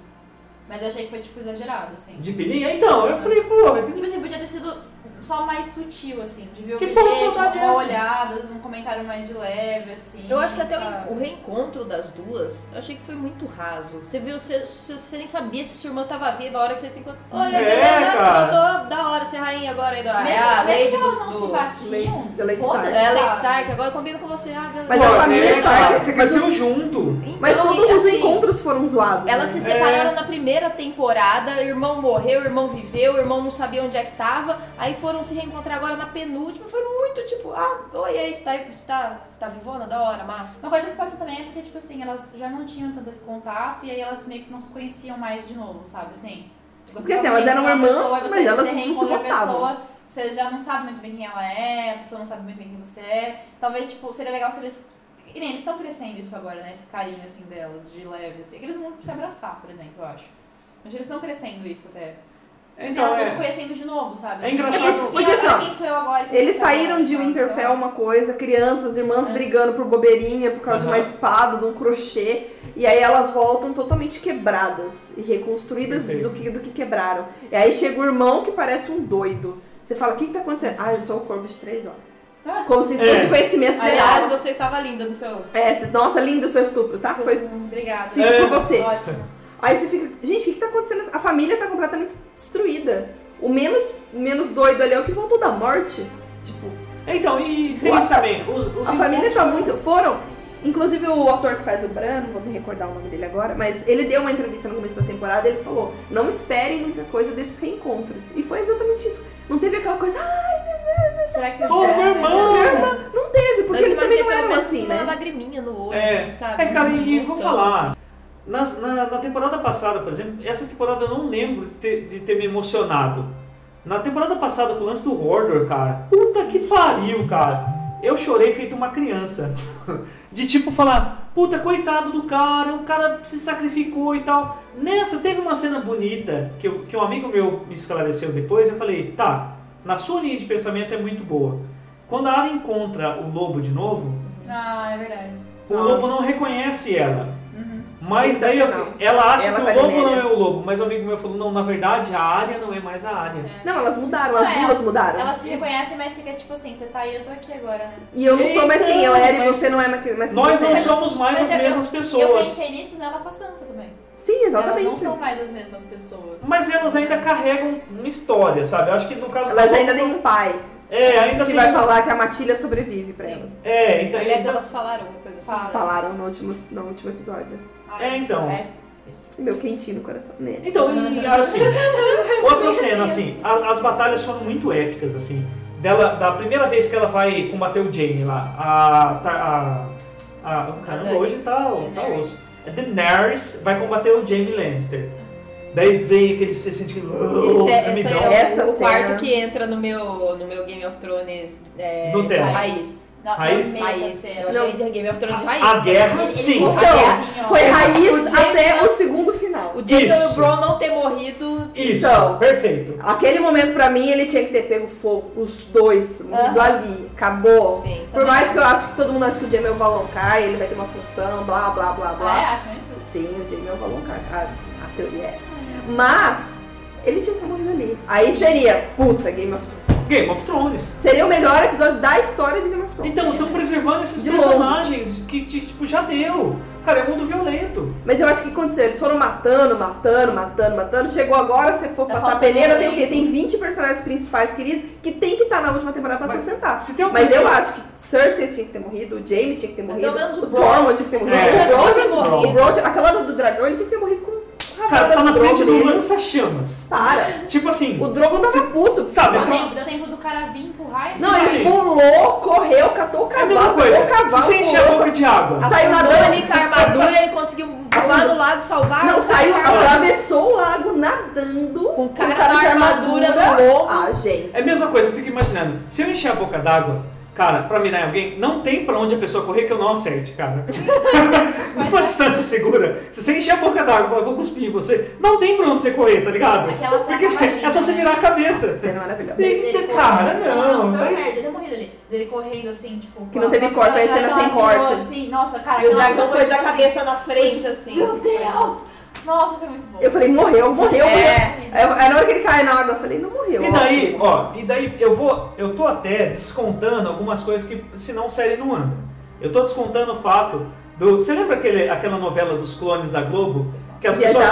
[SPEAKER 5] Mas eu achei que foi, tipo, exagerado, assim.
[SPEAKER 2] De pilinha? Então, eu falei, porra, que
[SPEAKER 5] Tipo assim, podia ter sido só mais sutil, assim, de ver o
[SPEAKER 2] Que
[SPEAKER 5] bilhete,
[SPEAKER 2] porra de saudade é
[SPEAKER 5] uma
[SPEAKER 2] essa?
[SPEAKER 5] olhada, um comentário mais de leve, assim.
[SPEAKER 6] Eu acho que até o,
[SPEAKER 5] sabe?
[SPEAKER 6] en- o reencontro das duas, eu achei que foi muito raso. Você viu, você, você você nem sabia se sua irmã tava viva a hora que você se encontrou. Olha,
[SPEAKER 2] É,
[SPEAKER 6] beleza,
[SPEAKER 2] cara.
[SPEAKER 6] você voltou, da hora, você é rainha agora
[SPEAKER 4] Ah,
[SPEAKER 6] aí da
[SPEAKER 5] Mesmo,
[SPEAKER 6] é a
[SPEAKER 5] mesmo
[SPEAKER 6] Lady
[SPEAKER 5] que elas
[SPEAKER 6] dos
[SPEAKER 5] não se
[SPEAKER 6] do-
[SPEAKER 5] batiam,
[SPEAKER 4] Lady- Lady
[SPEAKER 5] foda-se,
[SPEAKER 6] É, Lady
[SPEAKER 5] sabe?
[SPEAKER 6] Stark, agora combina com você. Ah, beleza.
[SPEAKER 4] Mas a família
[SPEAKER 2] é,
[SPEAKER 4] Stark-
[SPEAKER 2] cara, Você
[SPEAKER 4] mas
[SPEAKER 2] cresceu junto.
[SPEAKER 6] Então,
[SPEAKER 4] Mas todos
[SPEAKER 6] e
[SPEAKER 4] os
[SPEAKER 6] assim,
[SPEAKER 4] encontros foram zoados.
[SPEAKER 6] Elas
[SPEAKER 2] É.
[SPEAKER 4] né?
[SPEAKER 6] se separaram na primeira temporada, o irmão morreu, o irmão viveu, o irmão não sabia onde é que tava, aí foram se reencontrar agora na penúltima, foi muito tipo, ah, oi, e aí, você tá, você tá, você tá vivona? Da hora, massa.
[SPEAKER 5] Uma coisa que pode ser também é porque, tipo assim, elas já não tinham tanto esse contato e aí elas meio que não se conheciam mais de novo, sabe? Assim, você
[SPEAKER 4] Porque, assim,
[SPEAKER 5] conhece
[SPEAKER 4] elas eram
[SPEAKER 5] uma
[SPEAKER 4] irmãs,
[SPEAKER 5] aí
[SPEAKER 4] mas elas
[SPEAKER 5] você
[SPEAKER 4] não se
[SPEAKER 5] reencontra a
[SPEAKER 4] gostavam.
[SPEAKER 5] Pessoa, você já não sabe muito bem quem ela é, a pessoa não sabe muito bem quem você é. Talvez, tipo, seria legal se eles... E nem, eles estão crescendo isso agora, né? Esse carinho, assim, delas, de leve, assim. É que eles vão se abraçar, por exemplo, eu acho. Mas eles estão crescendo isso até. Tipo, assim,
[SPEAKER 2] Então,
[SPEAKER 5] elas
[SPEAKER 2] é.
[SPEAKER 5] estão se conhecendo de novo, sabe?
[SPEAKER 2] É
[SPEAKER 5] Assim,
[SPEAKER 2] engraçado.
[SPEAKER 5] quem- quem
[SPEAKER 4] Porque,
[SPEAKER 5] eu-
[SPEAKER 4] assim, ó,
[SPEAKER 5] quem sou eu agora? Quem
[SPEAKER 4] Eles
[SPEAKER 5] sou eu então.
[SPEAKER 4] saíram
[SPEAKER 5] agora,
[SPEAKER 4] de um
[SPEAKER 5] sabe?
[SPEAKER 4] Winterfell uma coisa, crianças, irmãs brigando por bobeirinha por causa de uma
[SPEAKER 2] É. Aham.
[SPEAKER 4] espada, de um crochê, e aí elas voltam totalmente quebradas e reconstruídas
[SPEAKER 2] Perfeito.
[SPEAKER 4] do que, do que quebraram. E aí chega o irmão que parece um doido. Você fala, o que, que tá acontecendo? Ah, eu sou o corvo de três horas.
[SPEAKER 5] Ah.
[SPEAKER 4] Como se isso
[SPEAKER 2] É.
[SPEAKER 4] fosse conhecimento
[SPEAKER 6] Aliás,
[SPEAKER 4] geral.
[SPEAKER 6] você estava linda do seu.
[SPEAKER 4] É, você- nossa, lindo o seu estupro, tá? Foi.
[SPEAKER 5] Obrigada.
[SPEAKER 4] Sinto
[SPEAKER 2] É.
[SPEAKER 4] por você.
[SPEAKER 5] Ótimo.
[SPEAKER 4] Aí você fica, gente, o que, que tá acontecendo? A família tá completamente destruída. O menos, menos doido ali é o que voltou da morte. Tipo,
[SPEAKER 2] Então, e tem
[SPEAKER 4] What?
[SPEAKER 2] isso também. Os, os
[SPEAKER 4] A família
[SPEAKER 2] encontros-
[SPEAKER 4] tá muito. Foram. Inclusive o ator que faz o Bran, não vou me recordar o nome dele agora, mas ele deu uma entrevista no começo da temporada e ele falou: não esperem muita coisa desses reencontros. E foi exatamente isso. Não teve aquela coisa, ai, meu Deus,
[SPEAKER 5] Será que eu
[SPEAKER 2] Pô, meu irmão!
[SPEAKER 4] meu irmão", Não teve,
[SPEAKER 6] Mas
[SPEAKER 4] porque eles
[SPEAKER 6] imagina,
[SPEAKER 4] também não
[SPEAKER 6] pelo
[SPEAKER 4] eram
[SPEAKER 6] menos,
[SPEAKER 4] assim,
[SPEAKER 6] Uma
[SPEAKER 4] né?
[SPEAKER 6] lagriminha no olho,
[SPEAKER 2] É.
[SPEAKER 6] assim, sabe?
[SPEAKER 2] É, cara, e
[SPEAKER 6] Uma
[SPEAKER 2] vou
[SPEAKER 6] emoção,
[SPEAKER 2] falar. nas- na, na temporada passada, por exemplo, essa temporada eu não lembro de ter, de ter me emocionado. Na temporada passada, com o lance do Hordor, cara, puta que pariu, cara. Eu chorei feito uma criança. De tipo falar, puta, coitado do cara, o cara se sacrificou e tal. Nessa, teve uma cena bonita que, eu- que um amigo meu me esclareceu depois. Eu falei, tá, na sua linha de pensamento é muito boa. Quando a Arya encontra o lobo de novo,
[SPEAKER 5] Ah, é verdade.
[SPEAKER 2] o
[SPEAKER 4] Nossa. Uhum.
[SPEAKER 2] lobo não reconhece ela. Mas daí eu-
[SPEAKER 4] Sensacional.
[SPEAKER 2] ela acha
[SPEAKER 4] Ela
[SPEAKER 2] que
[SPEAKER 4] com a
[SPEAKER 2] o lobo não
[SPEAKER 4] vermelha.
[SPEAKER 2] é o lobo. Mas o amigo meu falou: não, na verdade a área não é mais a área.
[SPEAKER 4] Não, elas mudaram, as
[SPEAKER 5] É,
[SPEAKER 4] duas mudaram.
[SPEAKER 5] Elas se reconhecem, mas fica tipo assim, você tá aí, eu tô aqui agora, né?
[SPEAKER 4] E eu não sou mais quem eu
[SPEAKER 2] Então,
[SPEAKER 4] era e
[SPEAKER 2] mas-
[SPEAKER 4] você não é mais quem mais quem
[SPEAKER 2] Nós
[SPEAKER 4] você
[SPEAKER 2] não
[SPEAKER 4] é.
[SPEAKER 2] somos mais
[SPEAKER 5] Mas
[SPEAKER 2] as
[SPEAKER 5] eu-
[SPEAKER 2] mesmas
[SPEAKER 5] Eu
[SPEAKER 2] pessoas.
[SPEAKER 5] pensei nisso nela com a Sansa também.
[SPEAKER 4] Sim,
[SPEAKER 5] Elas não
[SPEAKER 4] exatamente.
[SPEAKER 5] são mais as mesmas pessoas.
[SPEAKER 2] Mas elas ainda carregam uma história, sabe? Eu acho que no caso. do
[SPEAKER 4] Elas
[SPEAKER 2] lobo-
[SPEAKER 4] ainda têm um pai
[SPEAKER 2] É, ainda
[SPEAKER 4] que
[SPEAKER 2] tem.
[SPEAKER 4] vai falar que a Matilha sobrevive pra
[SPEAKER 5] Sim.
[SPEAKER 4] elas.
[SPEAKER 2] É, então.
[SPEAKER 6] Aliás, elas falaram uma coisa assim.
[SPEAKER 5] Fala.
[SPEAKER 4] Falaram no último, no último episódio.
[SPEAKER 5] Ai,
[SPEAKER 2] É, então.
[SPEAKER 5] É.
[SPEAKER 4] Deu quentinho no coração. Né?
[SPEAKER 2] Então, e assim, outra cena, assim,
[SPEAKER 5] assim.
[SPEAKER 2] a- as batalhas foram muito épicas, assim. Dela, da primeira vez que ela vai combater o Jaime lá, a. tá- a, a, o caramba,
[SPEAKER 6] Dani.
[SPEAKER 2] hoje tá, tá
[SPEAKER 5] Daenerys.
[SPEAKER 2] osso. A Daenerys vai combater o Jaime Lannister. Daí vem aquele. Você sente "Oh, aquele.
[SPEAKER 6] Esse é, esse
[SPEAKER 2] tremidão.
[SPEAKER 6] é o,
[SPEAKER 4] um- Essa
[SPEAKER 6] o quarto
[SPEAKER 4] cena.
[SPEAKER 6] que entra no meu, no meu Game of Thrones é,
[SPEAKER 2] Nutella.
[SPEAKER 6] raiz.
[SPEAKER 5] Nossa,
[SPEAKER 2] Raiz?
[SPEAKER 5] eu amei
[SPEAKER 6] Raiz.
[SPEAKER 5] essa
[SPEAKER 6] Eu
[SPEAKER 5] cena.
[SPEAKER 6] achei Game of Thrones raiz. assim.
[SPEAKER 2] A guerra,
[SPEAKER 5] Ele- assim,
[SPEAKER 2] sim.
[SPEAKER 5] ele morreu.
[SPEAKER 4] Então, foi
[SPEAKER 6] O
[SPEAKER 4] raiz
[SPEAKER 6] James
[SPEAKER 4] até
[SPEAKER 6] não-
[SPEAKER 4] o segundo final.
[SPEAKER 6] O Jason e
[SPEAKER 2] Isso.
[SPEAKER 6] o Bron não ter morrido.
[SPEAKER 2] Isso,
[SPEAKER 4] Então.
[SPEAKER 2] perfeito.
[SPEAKER 4] Aquele momento pra mim ele tinha que ter pego fogo, os dois, morrido
[SPEAKER 5] Aham.
[SPEAKER 4] ali, acabou.
[SPEAKER 6] Sim,
[SPEAKER 4] Por mais que eu acho que todo mundo acha que o Jamie é o Valoncar, ele vai ter uma função, blá blá blá
[SPEAKER 5] Ah, é?
[SPEAKER 4] blá.
[SPEAKER 5] Acham isso?
[SPEAKER 4] Sim, o Jamie é o Valoncar, a, a teoria é essa. Mas ele tinha que ter morrido ali. Aí seria, puta, Game of Thrones.
[SPEAKER 2] Game of Thrones.
[SPEAKER 4] Seria o melhor episódio da história de Game of Thrones.
[SPEAKER 2] Então, estão preservando esses
[SPEAKER 4] De longe.
[SPEAKER 2] personagens que, tipo, já deu. Cara, é mundo violento.
[SPEAKER 4] Mas eu acho que aconteceu, eles foram matando, matando, matando, matando. Chegou agora, se for
[SPEAKER 5] Tá
[SPEAKER 4] passar a
[SPEAKER 5] faltando
[SPEAKER 4] peneira, tem
[SPEAKER 5] alguém.
[SPEAKER 4] o quê? Tem 20 personagens principais queridos que tem que estar na última temporada pra
[SPEAKER 2] Mas-
[SPEAKER 4] sustentar.
[SPEAKER 2] Se tem um uma
[SPEAKER 4] Mas
[SPEAKER 2] coisa
[SPEAKER 4] eu
[SPEAKER 2] que-
[SPEAKER 4] acho que Cersei tinha que ter morrido, o Jaime tinha que ter morrido,
[SPEAKER 6] menos o
[SPEAKER 4] o
[SPEAKER 6] Bron.
[SPEAKER 4] Tormund tinha que ter morrido,
[SPEAKER 2] É.
[SPEAKER 4] o Bron tinha que ter
[SPEAKER 2] Bron.
[SPEAKER 4] morrido. O Bron tinha- aquela do dragão, ele tinha que ter morrido com a
[SPEAKER 2] Cara, você
[SPEAKER 4] rabada
[SPEAKER 2] tá na
[SPEAKER 4] do Drogon
[SPEAKER 2] frente do
[SPEAKER 4] dele.
[SPEAKER 2] lança-chamas.
[SPEAKER 4] Para!
[SPEAKER 2] Tipo assim,
[SPEAKER 4] O Drogon tava puto.
[SPEAKER 2] sabe?
[SPEAKER 5] Deu tempo, deu tempo do cara vir empurrar ele.
[SPEAKER 4] Não, ele
[SPEAKER 2] Sim.
[SPEAKER 4] pulou, correu, catou o
[SPEAKER 2] É a mesma
[SPEAKER 4] cavalo,
[SPEAKER 2] coisa.
[SPEAKER 4] pulou o
[SPEAKER 2] Se
[SPEAKER 4] cavalo,
[SPEAKER 2] você encher a
[SPEAKER 4] pulou,
[SPEAKER 2] boca de água.
[SPEAKER 4] saiu
[SPEAKER 6] Andou
[SPEAKER 4] nadando.
[SPEAKER 6] ali com a armadura, ele conseguiu voar
[SPEAKER 4] Afundou.
[SPEAKER 6] do lago, salvar.
[SPEAKER 4] Não, saiu,
[SPEAKER 2] cara.
[SPEAKER 4] atravessou o lago nadando
[SPEAKER 6] Ah, Com cara da armadura no ombro.
[SPEAKER 4] Ah, gente.
[SPEAKER 2] É a mesma coisa, eu fico imaginando. Se eu encher a boca d'água, cara, pra mirar em alguém, não tem pra onde a pessoa correr que eu não acerte, cara. Numa distância segura, se você encher a boca d'água, e falar, eu vou cuspir em você, não tem pra onde você correr, tá ligado?
[SPEAKER 5] Aquela cena
[SPEAKER 2] Porque
[SPEAKER 5] maligna,
[SPEAKER 2] é só você
[SPEAKER 5] né?
[SPEAKER 2] virar a
[SPEAKER 4] Essa
[SPEAKER 2] cabeça.
[SPEAKER 4] cena é maravilhosa.
[SPEAKER 5] Dele- dele
[SPEAKER 2] Eita, cara,
[SPEAKER 5] correndo.
[SPEAKER 2] não.
[SPEAKER 5] Não, foi uma
[SPEAKER 2] mas-
[SPEAKER 5] merda, ele morreu ali. Dele correndo assim, tipo.
[SPEAKER 4] Que não teve
[SPEAKER 5] nossa,
[SPEAKER 4] corte, foi a
[SPEAKER 5] aquela-
[SPEAKER 4] cena sem
[SPEAKER 5] aquela-
[SPEAKER 4] corte.
[SPEAKER 5] Assim, nossa, cara.
[SPEAKER 6] E o
[SPEAKER 5] aquela
[SPEAKER 6] dragão
[SPEAKER 5] cena
[SPEAKER 6] pôs
[SPEAKER 5] foi,
[SPEAKER 6] a
[SPEAKER 5] tipo, assim,
[SPEAKER 6] cabeça na frente, assim.
[SPEAKER 4] Meu Deus!
[SPEAKER 5] Nossa, foi muito bom.
[SPEAKER 4] Eu falei, morreu, morreu, morreu.
[SPEAKER 5] É.
[SPEAKER 4] Aí eu- aí na hora que ele cai na água, eu falei, não morreu.
[SPEAKER 2] E daí, ó, e daí eu vou, eu tô até descontando algumas coisas que senão a série não anda. Eu tô descontando o fato do, você lembra aquele, aquela novela dos clones da Globo que as pessoas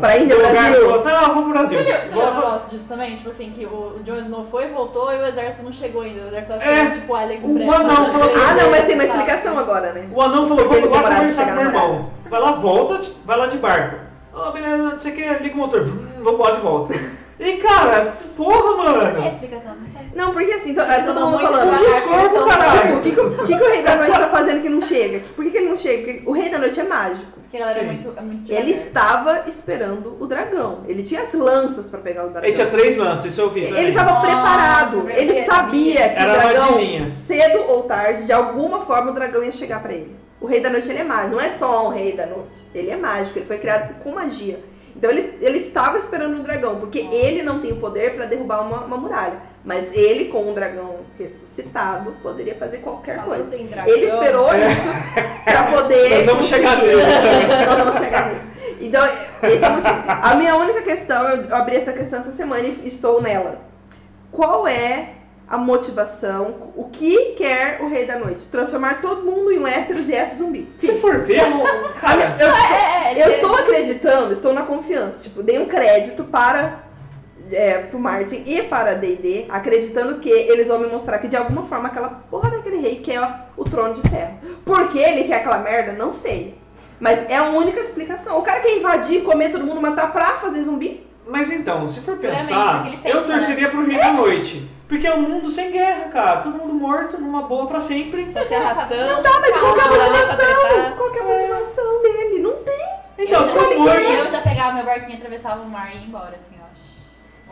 [SPEAKER 2] viajavam
[SPEAKER 4] pra Índia,
[SPEAKER 2] de um lugar
[SPEAKER 4] Brasil.
[SPEAKER 2] pro outro, ah, vamos pro Brasil.
[SPEAKER 5] Você viu, você viu o
[SPEAKER 2] Vamos-
[SPEAKER 5] negócio disso também? Tipo assim, que o o Jon Snow foi, voltou e o exército não chegou ainda. O exército tava
[SPEAKER 2] É.
[SPEAKER 5] chegando, tipo, Alex
[SPEAKER 2] O anão falou assim,
[SPEAKER 4] Ah, não, mas tem uma explicação agora, né?
[SPEAKER 2] O anão falou,
[SPEAKER 4] Porque
[SPEAKER 2] vamos
[SPEAKER 4] eles
[SPEAKER 2] lá
[SPEAKER 4] demoraram pra
[SPEAKER 2] conversar com
[SPEAKER 4] chegar
[SPEAKER 2] meu
[SPEAKER 4] na
[SPEAKER 2] irmão. Vai lá, volta, vai lá de barco. Ah, beleza, não sei o que, liga o motor, vum, vamos lá de volta. E cara, porra,
[SPEAKER 5] Não tem
[SPEAKER 2] mano.
[SPEAKER 5] explicação, não tem.
[SPEAKER 4] Não, porque assim, to-
[SPEAKER 5] Vocês
[SPEAKER 4] todo
[SPEAKER 5] andam
[SPEAKER 4] mundo
[SPEAKER 5] muito
[SPEAKER 4] falando.
[SPEAKER 5] devagar,
[SPEAKER 2] Discordo,
[SPEAKER 5] eles tão-
[SPEAKER 2] caralho.
[SPEAKER 4] Tipo, o que, que, o- o que que o Rei da Noite tá fazendo que não chega? Por que, que ele não chega? Porque o Rei da Noite é mágico.
[SPEAKER 5] Porque a galera é
[SPEAKER 2] Sim.
[SPEAKER 5] muito, é muito
[SPEAKER 4] Ele
[SPEAKER 5] devagar.
[SPEAKER 4] estava esperando o dragão. Ele tinha as lanças pra pegar o
[SPEAKER 2] Ele tinha
[SPEAKER 4] dragão.
[SPEAKER 2] três lances, isso eu vi. também.
[SPEAKER 4] Ele estava
[SPEAKER 5] Nossa,
[SPEAKER 4] preparado. Ele
[SPEAKER 5] verdade.
[SPEAKER 4] sabia que
[SPEAKER 2] Era
[SPEAKER 4] o
[SPEAKER 2] a
[SPEAKER 4] dragão,
[SPEAKER 2] adivinha.
[SPEAKER 4] cedo ou tarde, de alguma forma o dragão ia chegar pra ele. O Rei da Noite ele é mágico. Não é só um Rei da Noite. Ele é mágico. Ele foi criado com magia. Então ele, ele estava esperando o dragão, porque ele não tem o poder pra derrubar uma, uma muralha. Mas ele, com o dragão ressuscitado, poderia fazer qualquer coisa.
[SPEAKER 6] Falando em dragão,
[SPEAKER 4] Ele esperou isso pra poder.
[SPEAKER 2] É. Nós vamos
[SPEAKER 4] conseguir.
[SPEAKER 2] chegar nele.
[SPEAKER 4] Nós vamos chegar nele. Então, esse é o motivo. A minha única questão, eu abri essa questão essa semana e estou nela. Qual é a motivação? O que quer o Rei da Noite? Transformar todo mundo em um Westeros e essa zumbi.
[SPEAKER 2] Se for ver, é um o-
[SPEAKER 4] A minha-
[SPEAKER 2] cara,
[SPEAKER 4] eu, estou-
[SPEAKER 5] É, ele
[SPEAKER 4] eu
[SPEAKER 5] quer-
[SPEAKER 4] estou acreditando, estou na confiança. Tipo, dei um crédito para é, pro Martin e para a D&D, acreditando que eles vão me mostrar que de alguma forma aquela porra daquele rei quer o trono de ferro. Por que ele quer aquela merda? Não sei. Mas é a única explicação. O cara quer invadir, comer todo mundo, matar pra fazer zumbi?
[SPEAKER 2] mas então, se for
[SPEAKER 5] Puramente
[SPEAKER 2] pensar,
[SPEAKER 5] porque ele pensa, né?
[SPEAKER 2] eu torceria pro Rei da Noite. Porque é um mundo sem guerra, cara. Todo mundo morto, numa boa pra sempre.
[SPEAKER 6] Só se arrastando.
[SPEAKER 4] Não dá, mas qual que é a
[SPEAKER 6] Calma, não dá pra
[SPEAKER 4] motivação?
[SPEAKER 6] tretar.
[SPEAKER 4] Qual que é a motivação dele? Não tem.
[SPEAKER 2] Então,
[SPEAKER 5] eu,
[SPEAKER 2] se for
[SPEAKER 5] eu,
[SPEAKER 2] morto.
[SPEAKER 5] já pegava meu barquinho, atravessava o mar e ia embora, assim, ó.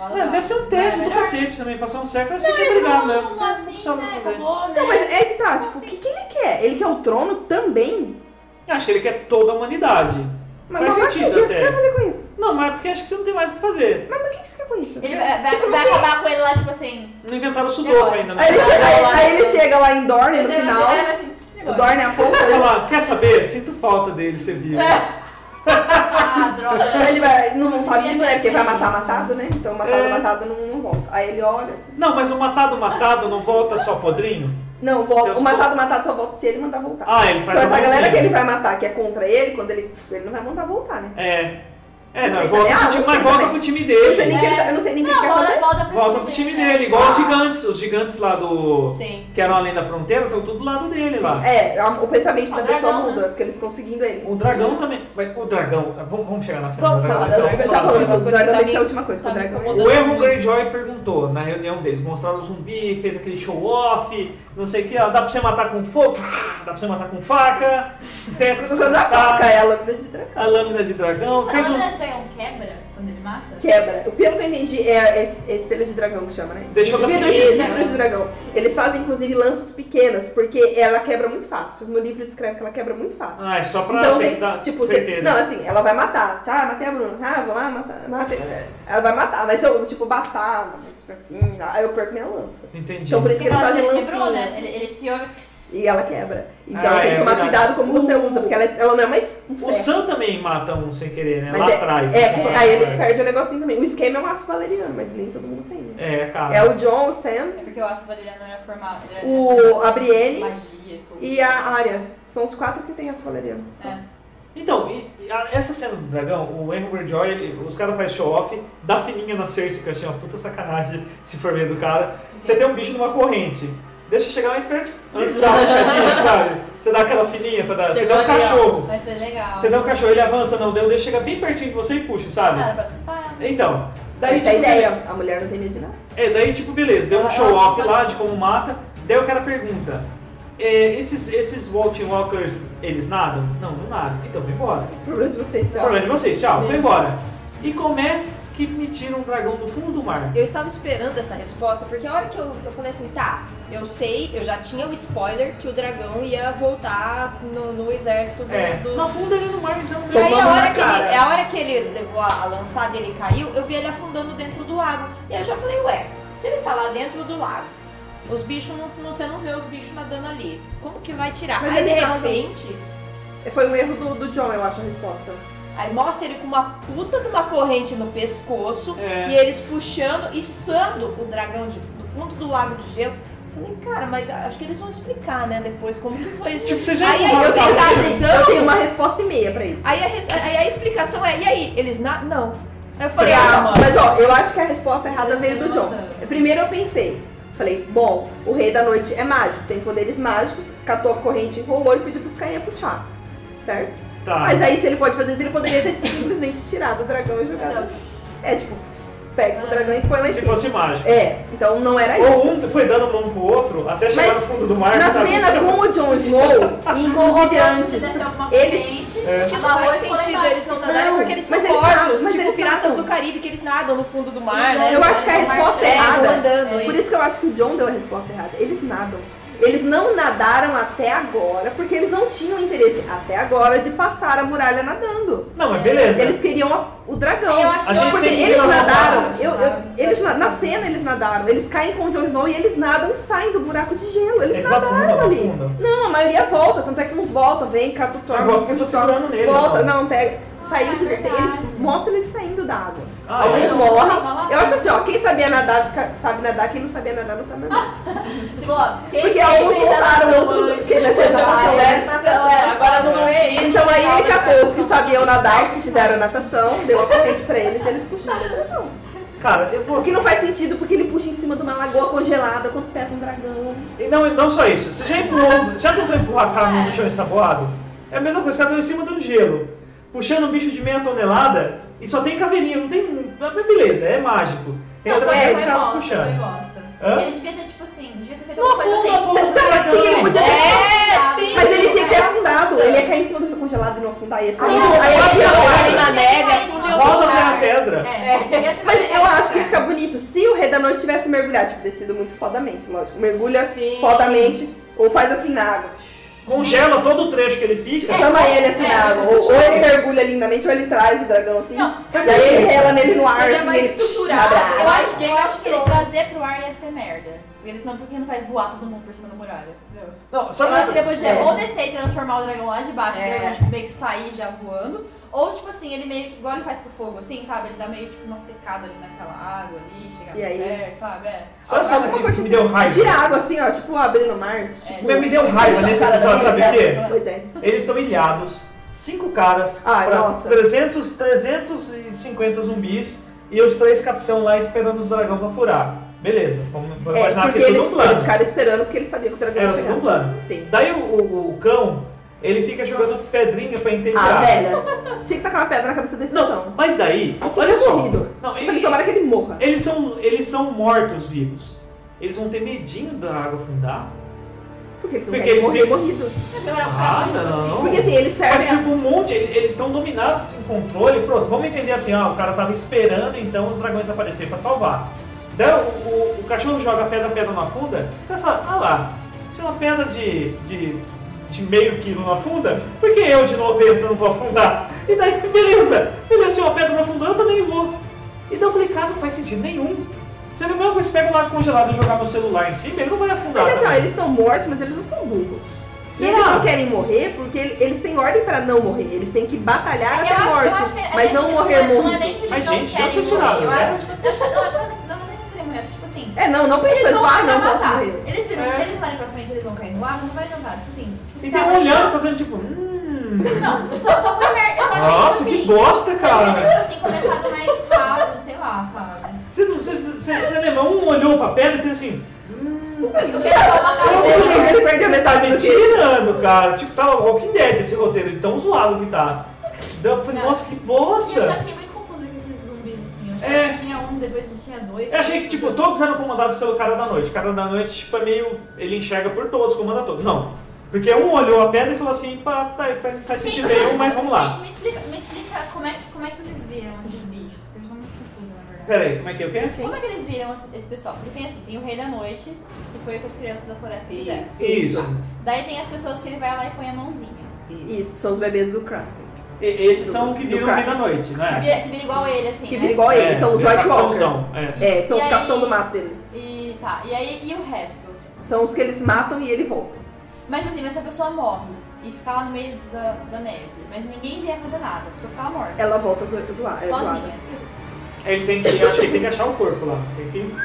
[SPEAKER 5] Lá, lá,
[SPEAKER 2] É,
[SPEAKER 5] lá.
[SPEAKER 2] deve ser um tédio
[SPEAKER 5] Não, é
[SPEAKER 2] do
[SPEAKER 5] melhor.
[SPEAKER 2] cacete também, passar um século, eu sei
[SPEAKER 5] Não,
[SPEAKER 2] que é
[SPEAKER 5] eles
[SPEAKER 2] obrigado,
[SPEAKER 5] vão
[SPEAKER 2] né?
[SPEAKER 5] mundo assim,
[SPEAKER 2] Só não
[SPEAKER 5] né?
[SPEAKER 2] fazer.
[SPEAKER 5] Acabou, né?
[SPEAKER 4] Então, mas é que tá, tipo, o que, que ele quer? Ele quer o trono também?
[SPEAKER 2] Acho que ele quer toda a humanidade.
[SPEAKER 4] Mas,
[SPEAKER 2] Faz
[SPEAKER 4] mas, mas
[SPEAKER 2] sentido
[SPEAKER 4] o que você
[SPEAKER 2] até.
[SPEAKER 4] vai fazer com isso?
[SPEAKER 2] Não, mas é porque acho que você não tem mais o que fazer.
[SPEAKER 4] Mas, mas o que você quer com isso?
[SPEAKER 5] Ele é, vai,
[SPEAKER 4] Tipo, não
[SPEAKER 5] vai
[SPEAKER 4] tem-
[SPEAKER 5] acabar com ele lá, tipo assim.
[SPEAKER 2] Não inventaram o sudoku
[SPEAKER 5] Agora.
[SPEAKER 2] ainda. né? Não
[SPEAKER 4] Aí ele,
[SPEAKER 2] sei.
[SPEAKER 4] chega, aí, aí ele chega lá em Dorne
[SPEAKER 5] eu
[SPEAKER 4] no
[SPEAKER 5] sei, mas-
[SPEAKER 4] final.
[SPEAKER 5] é, mas assim, que
[SPEAKER 4] O
[SPEAKER 5] negócio.
[SPEAKER 4] Dorne é a pouco.
[SPEAKER 2] Vai lá, quer saber? Sinto falta dele, você viu.
[SPEAKER 5] É. Ah, droga.
[SPEAKER 4] Ele vai, não voltar vivo, né? Porque vai matar matado, né? Então matado,
[SPEAKER 2] É.
[SPEAKER 4] matado não, não volta. Aí ele olha assim.
[SPEAKER 2] Não, mas o matado matado não volta só podrinho?
[SPEAKER 4] Não, volta. O
[SPEAKER 2] Seus
[SPEAKER 4] matado, matado só volta se ele mandar voltar.
[SPEAKER 2] Ah, ele faz
[SPEAKER 4] então essa
[SPEAKER 2] alguma
[SPEAKER 4] galera
[SPEAKER 2] coisa.
[SPEAKER 4] que ele vai matar, que é contra ele, quando ele. pff, ele não vai mandar voltar, né?
[SPEAKER 2] É. É,
[SPEAKER 4] Não
[SPEAKER 2] não,
[SPEAKER 5] tá
[SPEAKER 4] sei
[SPEAKER 2] volta
[SPEAKER 4] também. Ah,
[SPEAKER 2] pro time, mas volta pro
[SPEAKER 4] não sei também.
[SPEAKER 2] time
[SPEAKER 4] Eu não sei
[SPEAKER 2] dele.
[SPEAKER 4] nem o que ele, tá- eu não sei nem o que
[SPEAKER 5] Não,
[SPEAKER 4] ele quer fazer.
[SPEAKER 5] volta, volta pro
[SPEAKER 2] Volta pro time dele, igual os
[SPEAKER 4] Ah.
[SPEAKER 2] gigantes. Os gigantes lá do.
[SPEAKER 6] Sim.
[SPEAKER 2] Que eram além da fronteira, estão tudo do lado dele lá.
[SPEAKER 4] Sim, é, a- o pensamento
[SPEAKER 5] Ah,
[SPEAKER 4] da
[SPEAKER 5] o
[SPEAKER 4] pessoa
[SPEAKER 5] dragão,
[SPEAKER 4] muda, porque eles conseguindo ele.
[SPEAKER 2] O dragão também. Mas o dragão. Vamos, vamos chegar na cena
[SPEAKER 6] Vamos
[SPEAKER 2] do dragão.
[SPEAKER 6] falar
[SPEAKER 2] então.
[SPEAKER 6] do
[SPEAKER 4] Eu
[SPEAKER 6] dragão.
[SPEAKER 4] já falando
[SPEAKER 6] Uma
[SPEAKER 4] do
[SPEAKER 6] coisa
[SPEAKER 4] dragão,
[SPEAKER 6] tá
[SPEAKER 4] tem que ser a
[SPEAKER 6] me-
[SPEAKER 4] última coisa, que o
[SPEAKER 6] tá me
[SPEAKER 4] dragão é.
[SPEAKER 6] incomodando.
[SPEAKER 2] O Erro Greyjoy perguntou na reunião deles, mostraram o zumbi, fez aquele show off, não sei o que, ó, dá pra você matar com fogo, dá pra você matar com faca, tem
[SPEAKER 4] Usando a faca, é a lâmina de dragão.
[SPEAKER 2] a lâmina de dragão,
[SPEAKER 5] Isso,
[SPEAKER 2] fez
[SPEAKER 5] quando
[SPEAKER 2] um-
[SPEAKER 5] eles ganham quebra, quando ele mata?
[SPEAKER 4] Quebra. O pelo que eu entendi é a es- é espelho de dragão que chama, né?
[SPEAKER 2] Deixou da
[SPEAKER 4] vidro de,
[SPEAKER 2] fogueira.
[SPEAKER 4] vidro de dragão. Eles fazem, inclusive, lanças pequenas, porque ela quebra muito fácil. No livro descreve que ela quebra muito fácil.
[SPEAKER 2] Ah, é só pra
[SPEAKER 4] então
[SPEAKER 2] ter que
[SPEAKER 4] tem,
[SPEAKER 2] dar
[SPEAKER 4] tipo, você-
[SPEAKER 2] certeza.
[SPEAKER 4] não, assim, ela vai matar. Ah, matei a Bruna. Ah, vou lá matar. matei. Ela vai matar, mas se eu, tipo, batar, assim, aí eu perco minha lança.
[SPEAKER 2] Entendi.
[SPEAKER 4] Então por isso que eles fazem
[SPEAKER 5] ele
[SPEAKER 4] lancinha.
[SPEAKER 5] quebrou, né? Ele, ele fiou
[SPEAKER 4] E ela quebra. Então
[SPEAKER 2] Ah,
[SPEAKER 4] tem que
[SPEAKER 2] é
[SPEAKER 4] tomar
[SPEAKER 2] verdade.
[SPEAKER 4] cuidado como você
[SPEAKER 5] Uh.
[SPEAKER 2] O-
[SPEAKER 4] usa, porque ela, ela não é mais um
[SPEAKER 2] O
[SPEAKER 4] ferro.
[SPEAKER 2] Sam também mata um sem querer, né?
[SPEAKER 4] Mas
[SPEAKER 2] Lá
[SPEAKER 4] é-
[SPEAKER 2] atrás.
[SPEAKER 4] É,
[SPEAKER 2] né?
[SPEAKER 4] aí ele perde o negocinho também. O esquema é um aço valeriano, mas nem todo mundo tem, né?
[SPEAKER 2] É, cara.
[SPEAKER 4] É o John, o Sam,
[SPEAKER 5] É porque o ácido valeriano era formado. ele era-
[SPEAKER 4] o a Brienne
[SPEAKER 5] Magia, fogo.
[SPEAKER 4] e a Arya. São os quatro que tem aço valeriano. Só.
[SPEAKER 5] É.
[SPEAKER 2] Então, e- e a- essa cena do dragão, o Henry Joy, ele, os caras fazem show-off, dá fininha na Cersei, que eu achei uma puta sacanagem, se for ver do cara. Você tem um bicho numa corrente. Deixa eu chegar mais perto antes de dar uma puxadinha, sabe? Você dá aquela fininha pra dar. Você
[SPEAKER 6] Chegou
[SPEAKER 2] dá um
[SPEAKER 6] ali, ó.
[SPEAKER 2] cachorro.
[SPEAKER 5] Mas foi legal.
[SPEAKER 2] Você dá um cachorro, ele avança, não deu, deixa chega bem pertinho de você e puxa,
[SPEAKER 5] Cara,
[SPEAKER 2] sabe?
[SPEAKER 5] pra assustar né? ela.
[SPEAKER 2] Então, daí
[SPEAKER 4] Essa é a
[SPEAKER 2] tipo,
[SPEAKER 4] ideia. A mulher não tem medo de nada.
[SPEAKER 2] é, daí, tipo, beleza, deu um
[SPEAKER 5] Ela-
[SPEAKER 2] show
[SPEAKER 5] ela
[SPEAKER 2] off
[SPEAKER 5] fala
[SPEAKER 2] lá
[SPEAKER 5] disso.
[SPEAKER 2] de como mata. Daí o cara pergunta: é, esses, esses Walking Walkers, eles nadam? Não, não nadam. Então vai embora.
[SPEAKER 4] O problema de vocês, tchau.
[SPEAKER 2] Problema de vocês, tchau, foi embora. E como é que me tira um dragão do fundo do mar?
[SPEAKER 6] Eu estava esperando essa resposta, porque a hora que eu, eu falei assim, tá, eu sei, eu já tinha o spoiler que o dragão ia voltar no, no exército do,
[SPEAKER 2] É,
[SPEAKER 6] dos-
[SPEAKER 2] no fundo ele no mar, então.
[SPEAKER 6] E aí
[SPEAKER 4] Tomando
[SPEAKER 6] a
[SPEAKER 4] na
[SPEAKER 6] hora, que
[SPEAKER 4] cara.
[SPEAKER 6] ele, a hora que ele levou a, a lançada e ele caiu, eu vi ele afundando dentro do lago. E aí eu já falei, ué, se ele tá lá dentro do lago, os bichos não, não- você não vê os bichos nadando ali. Como que vai tirar?
[SPEAKER 4] Mas
[SPEAKER 6] aí
[SPEAKER 4] ele tá
[SPEAKER 6] de
[SPEAKER 4] nada.
[SPEAKER 6] repente.
[SPEAKER 4] É, Foi um erro do, do John, eu acho, a resposta.
[SPEAKER 6] Aí mostra ele com uma puta de uma corrente no pescoço
[SPEAKER 2] É.
[SPEAKER 6] e eles puxando, içando o dragão de- do fundo do lago de gelo. Eu Falei, cara, mas acho que eles vão explicar, né, depois como que foi isso.
[SPEAKER 2] Tipo, você já
[SPEAKER 6] aí,
[SPEAKER 2] encontrou
[SPEAKER 6] a
[SPEAKER 4] É, Eu tenho, assim,
[SPEAKER 6] explicação,
[SPEAKER 4] eu tenho uma resposta e meia pra isso.
[SPEAKER 6] aí, a, res- aí a explicação é, e aí, eles na... não. Aí eu falei, ah,
[SPEAKER 4] Não,
[SPEAKER 6] mano.
[SPEAKER 4] Mas ó, eu acho que a resposta errada
[SPEAKER 5] Vocês
[SPEAKER 4] veio do
[SPEAKER 5] estão
[SPEAKER 4] John.
[SPEAKER 5] mandando.
[SPEAKER 4] Primeiro eu pensei, falei, bom, o rei da noite é mágico, tem poderes mágicos, catou a corrente, enrolou e pediu pros carinha puxar. Certo?
[SPEAKER 2] Tá.
[SPEAKER 4] Mas aí se ele pode fazer isso, ele poderia ter simplesmente tirado o dragão e jogado.
[SPEAKER 5] Sabe?
[SPEAKER 4] É tipo, pega o dragão e põe lá em
[SPEAKER 2] Se
[SPEAKER 4] cima.
[SPEAKER 2] fosse mágico.
[SPEAKER 4] É, então não era isso.
[SPEAKER 2] Ou um foi dando mão pro outro até chegar
[SPEAKER 4] Mas
[SPEAKER 2] no fundo do mar. tá
[SPEAKER 4] Na
[SPEAKER 2] sabe?
[SPEAKER 4] cena com o Jon Snow, e inclusive antes,
[SPEAKER 5] Aconteceu alguma
[SPEAKER 4] eles
[SPEAKER 5] corrente,
[SPEAKER 2] É.
[SPEAKER 5] que
[SPEAKER 6] Não faz
[SPEAKER 5] lavou e
[SPEAKER 6] sentido eles não nadarem
[SPEAKER 5] Não,
[SPEAKER 6] porque eles são
[SPEAKER 4] mas é eles
[SPEAKER 6] mortos,
[SPEAKER 4] nadam, mas
[SPEAKER 6] tipo
[SPEAKER 4] eles
[SPEAKER 6] piratas
[SPEAKER 4] nadam.
[SPEAKER 6] do Caribe que eles nadam no fundo do mar, né?
[SPEAKER 4] Eu acho que a
[SPEAKER 5] Marcelo,
[SPEAKER 4] resposta
[SPEAKER 6] É,
[SPEAKER 4] errada.
[SPEAKER 6] vão andando,
[SPEAKER 4] Por
[SPEAKER 6] isso.
[SPEAKER 4] isso que eu acho que o John deu a resposta errada. Eles nadam. Eles não nadaram até agora porque eles não tinham interesse até agora de passar a muralha nadando.
[SPEAKER 2] Não, mas beleza.
[SPEAKER 4] Eles queriam a- o dragão.
[SPEAKER 5] Eu acho que
[SPEAKER 2] A gente
[SPEAKER 4] porque
[SPEAKER 2] tem que
[SPEAKER 4] eles
[SPEAKER 2] ir lá
[SPEAKER 4] nadaram.
[SPEAKER 5] nadar,
[SPEAKER 4] Eu, eu-
[SPEAKER 5] sabe?
[SPEAKER 4] eles na, na cena eles nadaram. Eles caem com o Jon Snow e eles nadam e saem do buraco de gelo.
[SPEAKER 2] É,
[SPEAKER 4] Eles, nadaram.
[SPEAKER 2] afundam,
[SPEAKER 4] ali.
[SPEAKER 2] afundam.
[SPEAKER 4] Não, a maioria volta. Tanto é que uns voltam, vem, cata o
[SPEAKER 2] Mas
[SPEAKER 4] torno,
[SPEAKER 2] volta,
[SPEAKER 4] puxa o
[SPEAKER 2] tá
[SPEAKER 4] torno,
[SPEAKER 2] segurando nele,
[SPEAKER 4] Volta,
[SPEAKER 2] então.
[SPEAKER 4] não, pega. Saiu de.
[SPEAKER 5] é
[SPEAKER 4] Eles
[SPEAKER 5] verdade.
[SPEAKER 4] mostram ele saindo da água.
[SPEAKER 2] Ah,
[SPEAKER 4] Alguns
[SPEAKER 5] é?
[SPEAKER 4] morrem. Eu acho assim, ó, quem sabia nadar fica- sabe nadar, quem não sabia nadar não sabe nadar.
[SPEAKER 5] Se, ó, quem
[SPEAKER 4] Porque
[SPEAKER 5] fez
[SPEAKER 4] alguns
[SPEAKER 5] a
[SPEAKER 4] voltaram,
[SPEAKER 5] Ah, natação
[SPEAKER 4] outros
[SPEAKER 5] hoje?
[SPEAKER 4] quem não fez natação, né?
[SPEAKER 5] Então, é, agora não é isso.
[SPEAKER 4] Então aí ele
[SPEAKER 5] Agora
[SPEAKER 4] catou os
[SPEAKER 5] é
[SPEAKER 4] que sabiam nadar, os que fizeram natação, deu a corrente pra eles e eles puxaram o dragão.
[SPEAKER 2] Cara, eu vou.
[SPEAKER 4] O que não faz sentido porque ele puxa em cima de uma lagoa congelada quando pesa um dragão.
[SPEAKER 2] E não, e não só isso. Você já empurrou, um, já tentou empurrar carro no chão ensaboado? É a mesma coisa, cara, tô em cima de um gelo, puxando um bicho de meia tonelada e só tem caveirinha, não tem. Mas beleza, é mágico. Tem outras
[SPEAKER 4] é,
[SPEAKER 2] coisas
[SPEAKER 5] Foi
[SPEAKER 2] que elas
[SPEAKER 5] bosta, foi
[SPEAKER 2] puxando.
[SPEAKER 5] bosta.
[SPEAKER 2] Hã?
[SPEAKER 5] Ele devia ter, tipo assim, devia ter feito
[SPEAKER 2] Não
[SPEAKER 5] alguma coisa
[SPEAKER 2] afunda a
[SPEAKER 5] assim.
[SPEAKER 2] porra
[SPEAKER 4] Sabe-
[SPEAKER 2] do
[SPEAKER 4] sabe o que que ele
[SPEAKER 2] dragão.
[SPEAKER 4] podia ter
[SPEAKER 6] É,
[SPEAKER 5] Cuidado.
[SPEAKER 6] sim.
[SPEAKER 4] Mas ele tinha que ter afundado, ele ia cair em cima do rio congelado e não afundar,
[SPEAKER 5] Ah,
[SPEAKER 4] ia ficar.
[SPEAKER 2] Não,
[SPEAKER 4] bonito. Aí
[SPEAKER 2] mas
[SPEAKER 4] ele ia
[SPEAKER 2] não,
[SPEAKER 4] jogar.
[SPEAKER 6] ele na neve, afundou o
[SPEAKER 2] Roda até a
[SPEAKER 6] mar.
[SPEAKER 2] pedra.
[SPEAKER 5] É, ia ser
[SPEAKER 4] Mas
[SPEAKER 5] muito
[SPEAKER 4] eu acho que ia ficar
[SPEAKER 5] legal.
[SPEAKER 4] bonito se o Rei da Noite tivesse mergulhado, tipo, descido muito fodamente, lógico. Mergulha
[SPEAKER 6] Sim.
[SPEAKER 4] fodamente, ou faz assim na água.
[SPEAKER 2] Congela todo o trecho que ele fica.
[SPEAKER 4] Chama ele assim
[SPEAKER 5] é,
[SPEAKER 4] na água. Ou, ou ele mergulha lindamente, ou ele traz o dragão assim.
[SPEAKER 5] Não, é.
[SPEAKER 4] e aí ele rela nele no ar,
[SPEAKER 6] Seria
[SPEAKER 4] assim,
[SPEAKER 6] mais
[SPEAKER 4] ele psh,
[SPEAKER 6] estruturado,
[SPEAKER 4] abre a
[SPEAKER 5] Eu
[SPEAKER 4] água.
[SPEAKER 5] acho que eu acho que ele trazer pro ar ia ser merda. Porque eles não, porque não vai voar todo mundo por cima da muralha, entendeu?
[SPEAKER 2] Não, sabe
[SPEAKER 5] Eu acho que depois de
[SPEAKER 4] É.
[SPEAKER 5] ou descer e transformar o dragão lá de baixo,
[SPEAKER 6] É.
[SPEAKER 5] o dragão tipo, meio que sair já voando, ou tipo assim, ele meio que igual ele faz pro fogo, assim, sabe? Ele dá meio tipo uma secada ali naquela água ali, chegar
[SPEAKER 4] E aí?
[SPEAKER 5] perto, sabe? É.
[SPEAKER 2] Sabe, sabe o que me deu raiva?
[SPEAKER 4] Tira a água assim, ó, tipo abrindo o mar.
[SPEAKER 5] É.
[SPEAKER 4] Tipo,
[SPEAKER 2] Mas me deu raiva nesse
[SPEAKER 4] cara,
[SPEAKER 2] episódio, sabe o quê?
[SPEAKER 4] Pois é.
[SPEAKER 2] Eles estão ilhados, cinco caras,
[SPEAKER 4] Ah,
[SPEAKER 2] pra
[SPEAKER 4] nossa.
[SPEAKER 2] 300, 350 zumbis e os três capitão lá esperando os dragão pra furar. Beleza, vamos vamos
[SPEAKER 4] É,
[SPEAKER 2] imaginar
[SPEAKER 4] porque
[SPEAKER 2] que é tudo
[SPEAKER 4] eles,
[SPEAKER 2] um plano.
[SPEAKER 4] eles ficaram esperando porque eles sabiam que o dragão ia
[SPEAKER 2] Era tudo um
[SPEAKER 4] chegar.
[SPEAKER 2] plano.
[SPEAKER 4] Sim.
[SPEAKER 2] Daí o, o- o cão, ele fica jogando pedrinha pra entediar.
[SPEAKER 4] Ah, velha. Tinha que tacar uma pedra na cabeça desse
[SPEAKER 2] Não,
[SPEAKER 4] cão.
[SPEAKER 2] mas daí,
[SPEAKER 4] Eu tinha
[SPEAKER 2] olha só.
[SPEAKER 4] morrido.
[SPEAKER 2] Não,
[SPEAKER 4] Eu
[SPEAKER 2] ele-
[SPEAKER 4] Falei, tomara que ele morra.
[SPEAKER 2] eles são, eles são mortos vivos. Eles vão ter medinho da água afundar.
[SPEAKER 4] Porque eles não
[SPEAKER 2] Porque
[SPEAKER 4] querem
[SPEAKER 2] eles
[SPEAKER 4] morrer
[SPEAKER 2] ficam-
[SPEAKER 4] morrido.
[SPEAKER 5] Agora, o
[SPEAKER 2] Ah,
[SPEAKER 5] cara, tipo assim,
[SPEAKER 2] não.
[SPEAKER 4] Porque assim, eles servem.
[SPEAKER 2] Mas tipo, um monte, ele- eles estão dominados em controle, pronto, vamos entender assim, ah, o cara tava esperando então os dragões aparecer pra salvar. Daí o, o- o cachorro joga a pedra, a pedra não afunda, o cara fala, ah lá, se uma pedra de, de, de meio quilo não afunda, por que eu de 90 não vou afundar? E daí, beleza, beleza, se uma pedra não afundou, eu também vou. E daí eu falei, cara, não faz sentido nenhum. Você não mesmo você pega um lago congelado e jogar meu celular em cima, ele não vai afundar.
[SPEAKER 4] Mas assim, ó,
[SPEAKER 2] também.
[SPEAKER 4] eles estão mortos, mas eles não são burros. E
[SPEAKER 2] Sei
[SPEAKER 4] eles
[SPEAKER 2] lá.
[SPEAKER 4] não querem morrer porque ele- eles têm ordem pra não morrer. Eles têm que batalhar
[SPEAKER 5] Eu
[SPEAKER 4] até a
[SPEAKER 5] acho- eu
[SPEAKER 4] morte.
[SPEAKER 5] acho que-
[SPEAKER 4] mas
[SPEAKER 5] é,
[SPEAKER 4] não
[SPEAKER 5] é,
[SPEAKER 4] morrer
[SPEAKER 5] não é
[SPEAKER 4] morrido.
[SPEAKER 5] nem que eles
[SPEAKER 2] Mas,
[SPEAKER 5] não
[SPEAKER 2] gente,
[SPEAKER 5] querem
[SPEAKER 2] não é censurado,
[SPEAKER 5] morrer. Eu
[SPEAKER 2] né?
[SPEAKER 5] acho que, tipo, eu acho que- eu acho que não- não nem que querem morrer. Eu acho, Tipo assim,
[SPEAKER 4] É, não, não pensando,
[SPEAKER 5] eles
[SPEAKER 4] tipo,
[SPEAKER 5] vão
[SPEAKER 4] ah, não
[SPEAKER 5] matar.
[SPEAKER 4] posso morrer.
[SPEAKER 5] Eles viram que
[SPEAKER 2] É.
[SPEAKER 5] se eles forem pra frente, eles vão cair no lago, não vai adiantar. Tipo assim, tipo
[SPEAKER 2] E tem
[SPEAKER 5] assim, tá,
[SPEAKER 2] um
[SPEAKER 5] mas-
[SPEAKER 2] olhando, fazendo tipo, hum...
[SPEAKER 5] Não, só, só foi merda. Eu só achei
[SPEAKER 2] Nossa,
[SPEAKER 5] tipo
[SPEAKER 2] que
[SPEAKER 5] assim,
[SPEAKER 2] bosta,
[SPEAKER 5] só devia ter,
[SPEAKER 2] cara.
[SPEAKER 5] tipo assim, começado mais rápido, sei lá, sabe?
[SPEAKER 2] Você, não- você, você, você lembra? Um olhou pra pedra e fez assim,
[SPEAKER 5] Hum. Porque eles vão matar o outro.
[SPEAKER 4] Inclusive, ele perdeu
[SPEAKER 2] tá
[SPEAKER 4] metade
[SPEAKER 2] me
[SPEAKER 4] do que.
[SPEAKER 2] tirando, cara. Tipo, tá Walking Dead esse roteiro, de tão zoado que tá. Daí eu falei,
[SPEAKER 5] Não.
[SPEAKER 2] nossa, que
[SPEAKER 5] E eu já
[SPEAKER 2] bosta.
[SPEAKER 5] fiquei muito confusa com esses zumbis, assim. Eu achei
[SPEAKER 2] É.
[SPEAKER 5] que tinha um, depois tinha dois.
[SPEAKER 2] Eu achei que, tipo, todos eram comandados pelo cara da noite. O cara da noite, tipo, é meio... Ele enxerga por todos, comanda todos. Não. Porque um olhou a pedra e falou assim, pá, tá, tá, faz sentido nenhum, mas vamos lá.
[SPEAKER 5] Gente, me explica, me explica como, é, como é que eles viram esses bichos, que eu estou muito confusa, na verdade.
[SPEAKER 2] Pera aí, como é que é o quê?
[SPEAKER 5] Como é que eles viram esse esse pessoal? Porque tem assim, tem o Rei da Noite, que foi o que as crianças da floresta fizeram.
[SPEAKER 2] Isso.
[SPEAKER 5] Daí tem as pessoas que ele vai lá e põe a mãozinha.
[SPEAKER 4] Isso, que são os bebês do Kraskin.
[SPEAKER 2] E- esses são o que
[SPEAKER 4] Do
[SPEAKER 2] viram o
[SPEAKER 4] crack.
[SPEAKER 2] Rei da Noite,
[SPEAKER 5] Que
[SPEAKER 2] né?
[SPEAKER 5] vira, que vira igual ele, assim.
[SPEAKER 4] Que
[SPEAKER 5] né?
[SPEAKER 4] vira igual ele,
[SPEAKER 2] É,
[SPEAKER 4] são os
[SPEAKER 2] eles
[SPEAKER 4] White
[SPEAKER 2] capitão
[SPEAKER 4] Walkers.
[SPEAKER 2] são, é.
[SPEAKER 4] É, são
[SPEAKER 5] E
[SPEAKER 4] os
[SPEAKER 5] aí-
[SPEAKER 4] capitão do mato dele.
[SPEAKER 5] E tá, e aí e o resto?
[SPEAKER 4] São os que eles matam e ele volta.
[SPEAKER 5] Mas tipo assim, mas se a pessoa morre, e ficar lá no meio da, da neve. Mas ninguém vier fazer nada, a pessoa ficar lá morta.
[SPEAKER 4] Ela volta zo- zoar, é, zoada.
[SPEAKER 5] sozinha.
[SPEAKER 2] Ele tem que, acho que ele tem que achar o corpo lá. Tem que-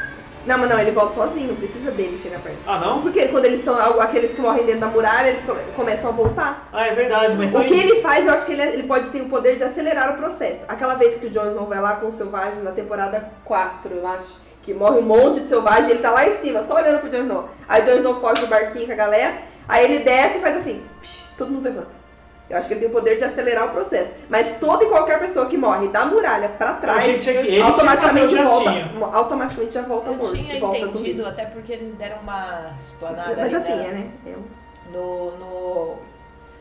[SPEAKER 4] Não, mas não, ele volta sozinho, não precisa dele chegar perto.
[SPEAKER 2] Ah, não?
[SPEAKER 4] Porque quando eles estão, aqueles que morrem dentro da muralha, eles come- começam a voltar.
[SPEAKER 2] Ah, é verdade, mas
[SPEAKER 4] O
[SPEAKER 2] então
[SPEAKER 4] que ele faz, eu acho que ele, ele pode ter o poder de acelerar o processo. Aquela vez que o Jon Snow vai lá com o Selvagem na temporada 4, eu acho, que morre um monte de Selvagem, ele tá lá em cima, só olhando pro Jon Snow. Aí o Jon Snow foge do barquinho com a galera, aí ele desce e faz assim, psh, todo mundo levanta. Eu acho que ele tem o poder de acelerar o processo. Mas toda e qualquer pessoa que morre da muralha pra trás,
[SPEAKER 2] Gente, tinha que- ele
[SPEAKER 4] automaticamente
[SPEAKER 2] tinha que fazer o
[SPEAKER 4] volta,
[SPEAKER 2] gestinho.
[SPEAKER 4] automaticamente já volta
[SPEAKER 6] Eu
[SPEAKER 4] morto,
[SPEAKER 6] tinha
[SPEAKER 4] volta
[SPEAKER 6] entendido,
[SPEAKER 4] zumbi.
[SPEAKER 6] até porque eles deram uma explanada.
[SPEAKER 4] Mas
[SPEAKER 6] ali,
[SPEAKER 4] assim,
[SPEAKER 6] né?
[SPEAKER 4] é, né? Eu-
[SPEAKER 6] No, no...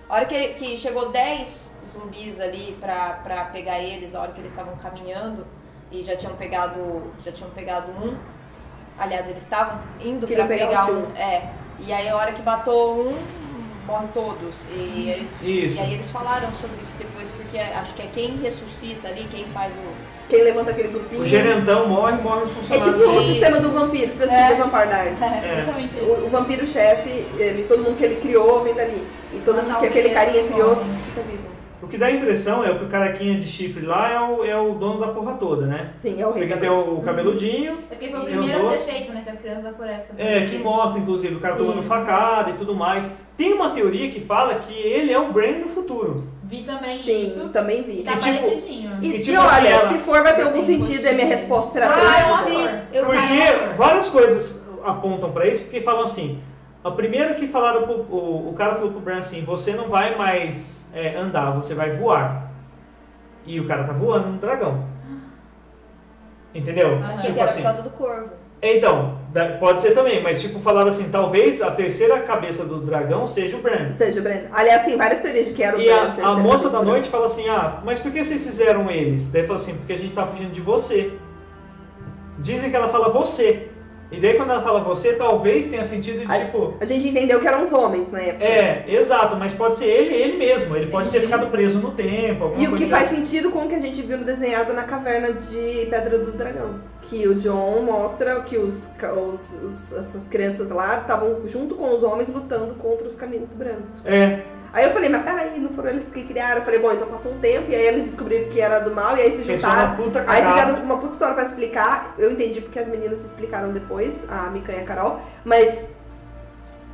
[SPEAKER 6] A hora que, que chegou 10 zumbis ali pra, pra pegar eles, a hora que eles estavam caminhando e já tinham pegado, já tinham pegado um. Aliás, eles estavam indo
[SPEAKER 4] Queriam
[SPEAKER 6] pra
[SPEAKER 4] pegar
[SPEAKER 6] pegar
[SPEAKER 4] o
[SPEAKER 6] um. É. E aí a hora que matou um, morrem todos. E eles
[SPEAKER 2] Isso.
[SPEAKER 6] E aí eles falaram sobre isso depois, porque acho que é quem ressuscita ali, quem faz o.
[SPEAKER 4] Quem levanta aquele grupinho.
[SPEAKER 2] O
[SPEAKER 4] né?
[SPEAKER 2] gerentão morre, morre os
[SPEAKER 4] É
[SPEAKER 2] funcionários.
[SPEAKER 4] tipo o sistema do vampiro, você assistiu The Vampire Diaries.
[SPEAKER 5] É, exatamente isso.
[SPEAKER 4] O, o vampiro chefe, ele, todo mundo que ele criou vem dali. E todo
[SPEAKER 5] Mas é
[SPEAKER 4] mundo que
[SPEAKER 5] alguém
[SPEAKER 4] aquele carinha
[SPEAKER 5] morre.
[SPEAKER 4] criou fica vivo.
[SPEAKER 2] O que dá a impressão é que o caraquinha de chifre lá é o, é o dono da porra toda, né?
[SPEAKER 4] Sim, é o rei
[SPEAKER 2] Tem
[SPEAKER 4] da
[SPEAKER 2] que ter
[SPEAKER 4] noite.
[SPEAKER 2] o cabeludinho,
[SPEAKER 5] É porque foi o
[SPEAKER 2] E
[SPEAKER 5] primeiro
[SPEAKER 2] os
[SPEAKER 5] a ser feito, né? Com as crianças da floresta.
[SPEAKER 2] é, que mostra inclusive o cara tomando
[SPEAKER 4] Isso.
[SPEAKER 2] facada e tudo mais. Tem uma teoria que fala que ele é o Bran do futuro.
[SPEAKER 5] Vi também
[SPEAKER 4] Sim,
[SPEAKER 5] isso.
[SPEAKER 4] também
[SPEAKER 5] E
[SPEAKER 4] vi.
[SPEAKER 5] tá
[SPEAKER 2] E, tipo,
[SPEAKER 5] parecidinho.
[SPEAKER 4] E,
[SPEAKER 2] e
[SPEAKER 4] e
[SPEAKER 2] tipo
[SPEAKER 4] olha,
[SPEAKER 2] assim, ela-
[SPEAKER 4] se for, vai ter algum
[SPEAKER 5] Assim,
[SPEAKER 4] sentido, é minha
[SPEAKER 5] gostinho.
[SPEAKER 4] resposta será
[SPEAKER 5] Ah,
[SPEAKER 4] peixe.
[SPEAKER 5] eu vi. Eu
[SPEAKER 2] Porque várias coisas apontam pra isso, porque falam assim. A primeira que falaram, pro, o, o cara falou pro Bran assim: você não vai mais é, andar, você vai voar. E o cara tá voando no dragão. Entendeu?
[SPEAKER 6] Ah,
[SPEAKER 5] Achei
[SPEAKER 6] Achei que
[SPEAKER 2] Tipo
[SPEAKER 6] era
[SPEAKER 2] assim.
[SPEAKER 6] por causa do corvo.
[SPEAKER 2] Então, da- pode ser também, mas tipo, falaram assim, talvez a terceira cabeça do dragão seja o Bran.
[SPEAKER 4] Ou seja, Brenda. Aliás, tem várias teorias de que era o
[SPEAKER 2] E
[SPEAKER 4] Breno,
[SPEAKER 2] a, a
[SPEAKER 4] terceiro
[SPEAKER 2] moça da
[SPEAKER 4] ministro.
[SPEAKER 2] noite fala assim, ah, mas por que vocês fizeram eles? Daí fala assim, porque a gente tá fugindo de você. Dizem que ela fala você. E daí quando ela fala você, talvez tenha sentido de
[SPEAKER 4] Ai.
[SPEAKER 2] tipo...
[SPEAKER 4] A gente entendeu que eram os homens na época.
[SPEAKER 2] É, exato, mas pode ser ele, ele mesmo. Ele pode ter ficado preso no tempo. alguma
[SPEAKER 4] Uhum. E o
[SPEAKER 2] coisa
[SPEAKER 4] que faz sentido com o que a gente viu no desenhado na caverna de Pedra do Dragão. Que o John mostra que os, ca- os, os- as suas crianças lá estavam junto com os homens lutando contra os caminhos brancos.
[SPEAKER 2] assim. É,
[SPEAKER 4] Aí eu falei, mas peraí, não foram eles que criaram? Eu falei, bom, então passou um tempo, e aí eles descobriram que era do mal, e aí se
[SPEAKER 2] pensou na
[SPEAKER 4] juntaram.
[SPEAKER 2] puta
[SPEAKER 4] Aí
[SPEAKER 2] cagada.
[SPEAKER 4] fizeram uma puta história pra explicar. Eu entendi porque as meninas explicaram depois, a Mika e a Carol, mas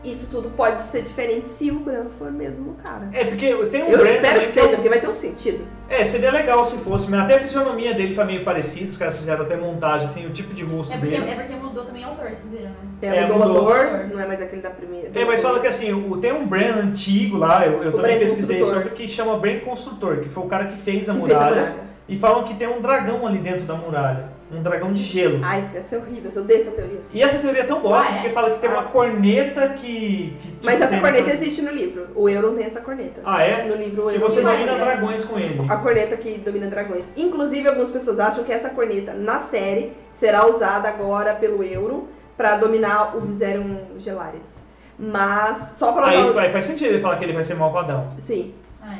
[SPEAKER 4] isso tudo pode ser diferente se o Bran for mesmo o cara.
[SPEAKER 2] É, porque tem um
[SPEAKER 4] Eu
[SPEAKER 2] Bran
[SPEAKER 4] espero
[SPEAKER 2] também
[SPEAKER 4] que
[SPEAKER 2] é o-
[SPEAKER 4] seja, porque vai ter um sentido.
[SPEAKER 2] É, seria legal se fosse, mas até a fisionomia dele tá meio parecida, os caras fizeram até montagem, assim, o tipo de rosto
[SPEAKER 5] É porque,
[SPEAKER 2] dele.
[SPEAKER 5] é porque mudou também o autor, vocês viram, né?
[SPEAKER 4] É,
[SPEAKER 2] É,
[SPEAKER 4] mudou o
[SPEAKER 2] mudou.
[SPEAKER 4] ator, não é mais aquele da primeira.
[SPEAKER 2] É, mas fala que assim, o- tem um brand antigo lá, eu, eu também
[SPEAKER 4] brand
[SPEAKER 2] pesquisei
[SPEAKER 4] construtor.
[SPEAKER 2] sobre, que chama Brand Construtor, que foi o cara que fez a,
[SPEAKER 4] que fez a
[SPEAKER 2] muralha,
[SPEAKER 4] muralha.
[SPEAKER 2] E falam que tem um dragão ali dentro da muralha, um dragão de gelo.
[SPEAKER 4] Ai, essa é horrível, eu odeio essa teoria.
[SPEAKER 2] E essa teoria é tão bosta,
[SPEAKER 5] Ah, é?
[SPEAKER 2] porque fala que tem uma corneta que... que, tipo,
[SPEAKER 4] Mas essa
[SPEAKER 2] tem-
[SPEAKER 4] corneta existe no livro. O Euron tem essa corneta.
[SPEAKER 2] Ah, é?
[SPEAKER 4] No livro o
[SPEAKER 2] Que
[SPEAKER 4] Euron
[SPEAKER 2] você
[SPEAKER 4] tem essa
[SPEAKER 2] domina
[SPEAKER 4] corneta.
[SPEAKER 2] dragões com ele.
[SPEAKER 4] A corneta que domina dragões. Inclusive, algumas pessoas acham que essa corneta na série será usada agora pelo Euron pra dominar o Viserion Gelares. Mas só pra
[SPEAKER 2] Aí vai- faz sentido ele falar que ele vai ser malvadão.
[SPEAKER 4] Sim.
[SPEAKER 5] Ah, é.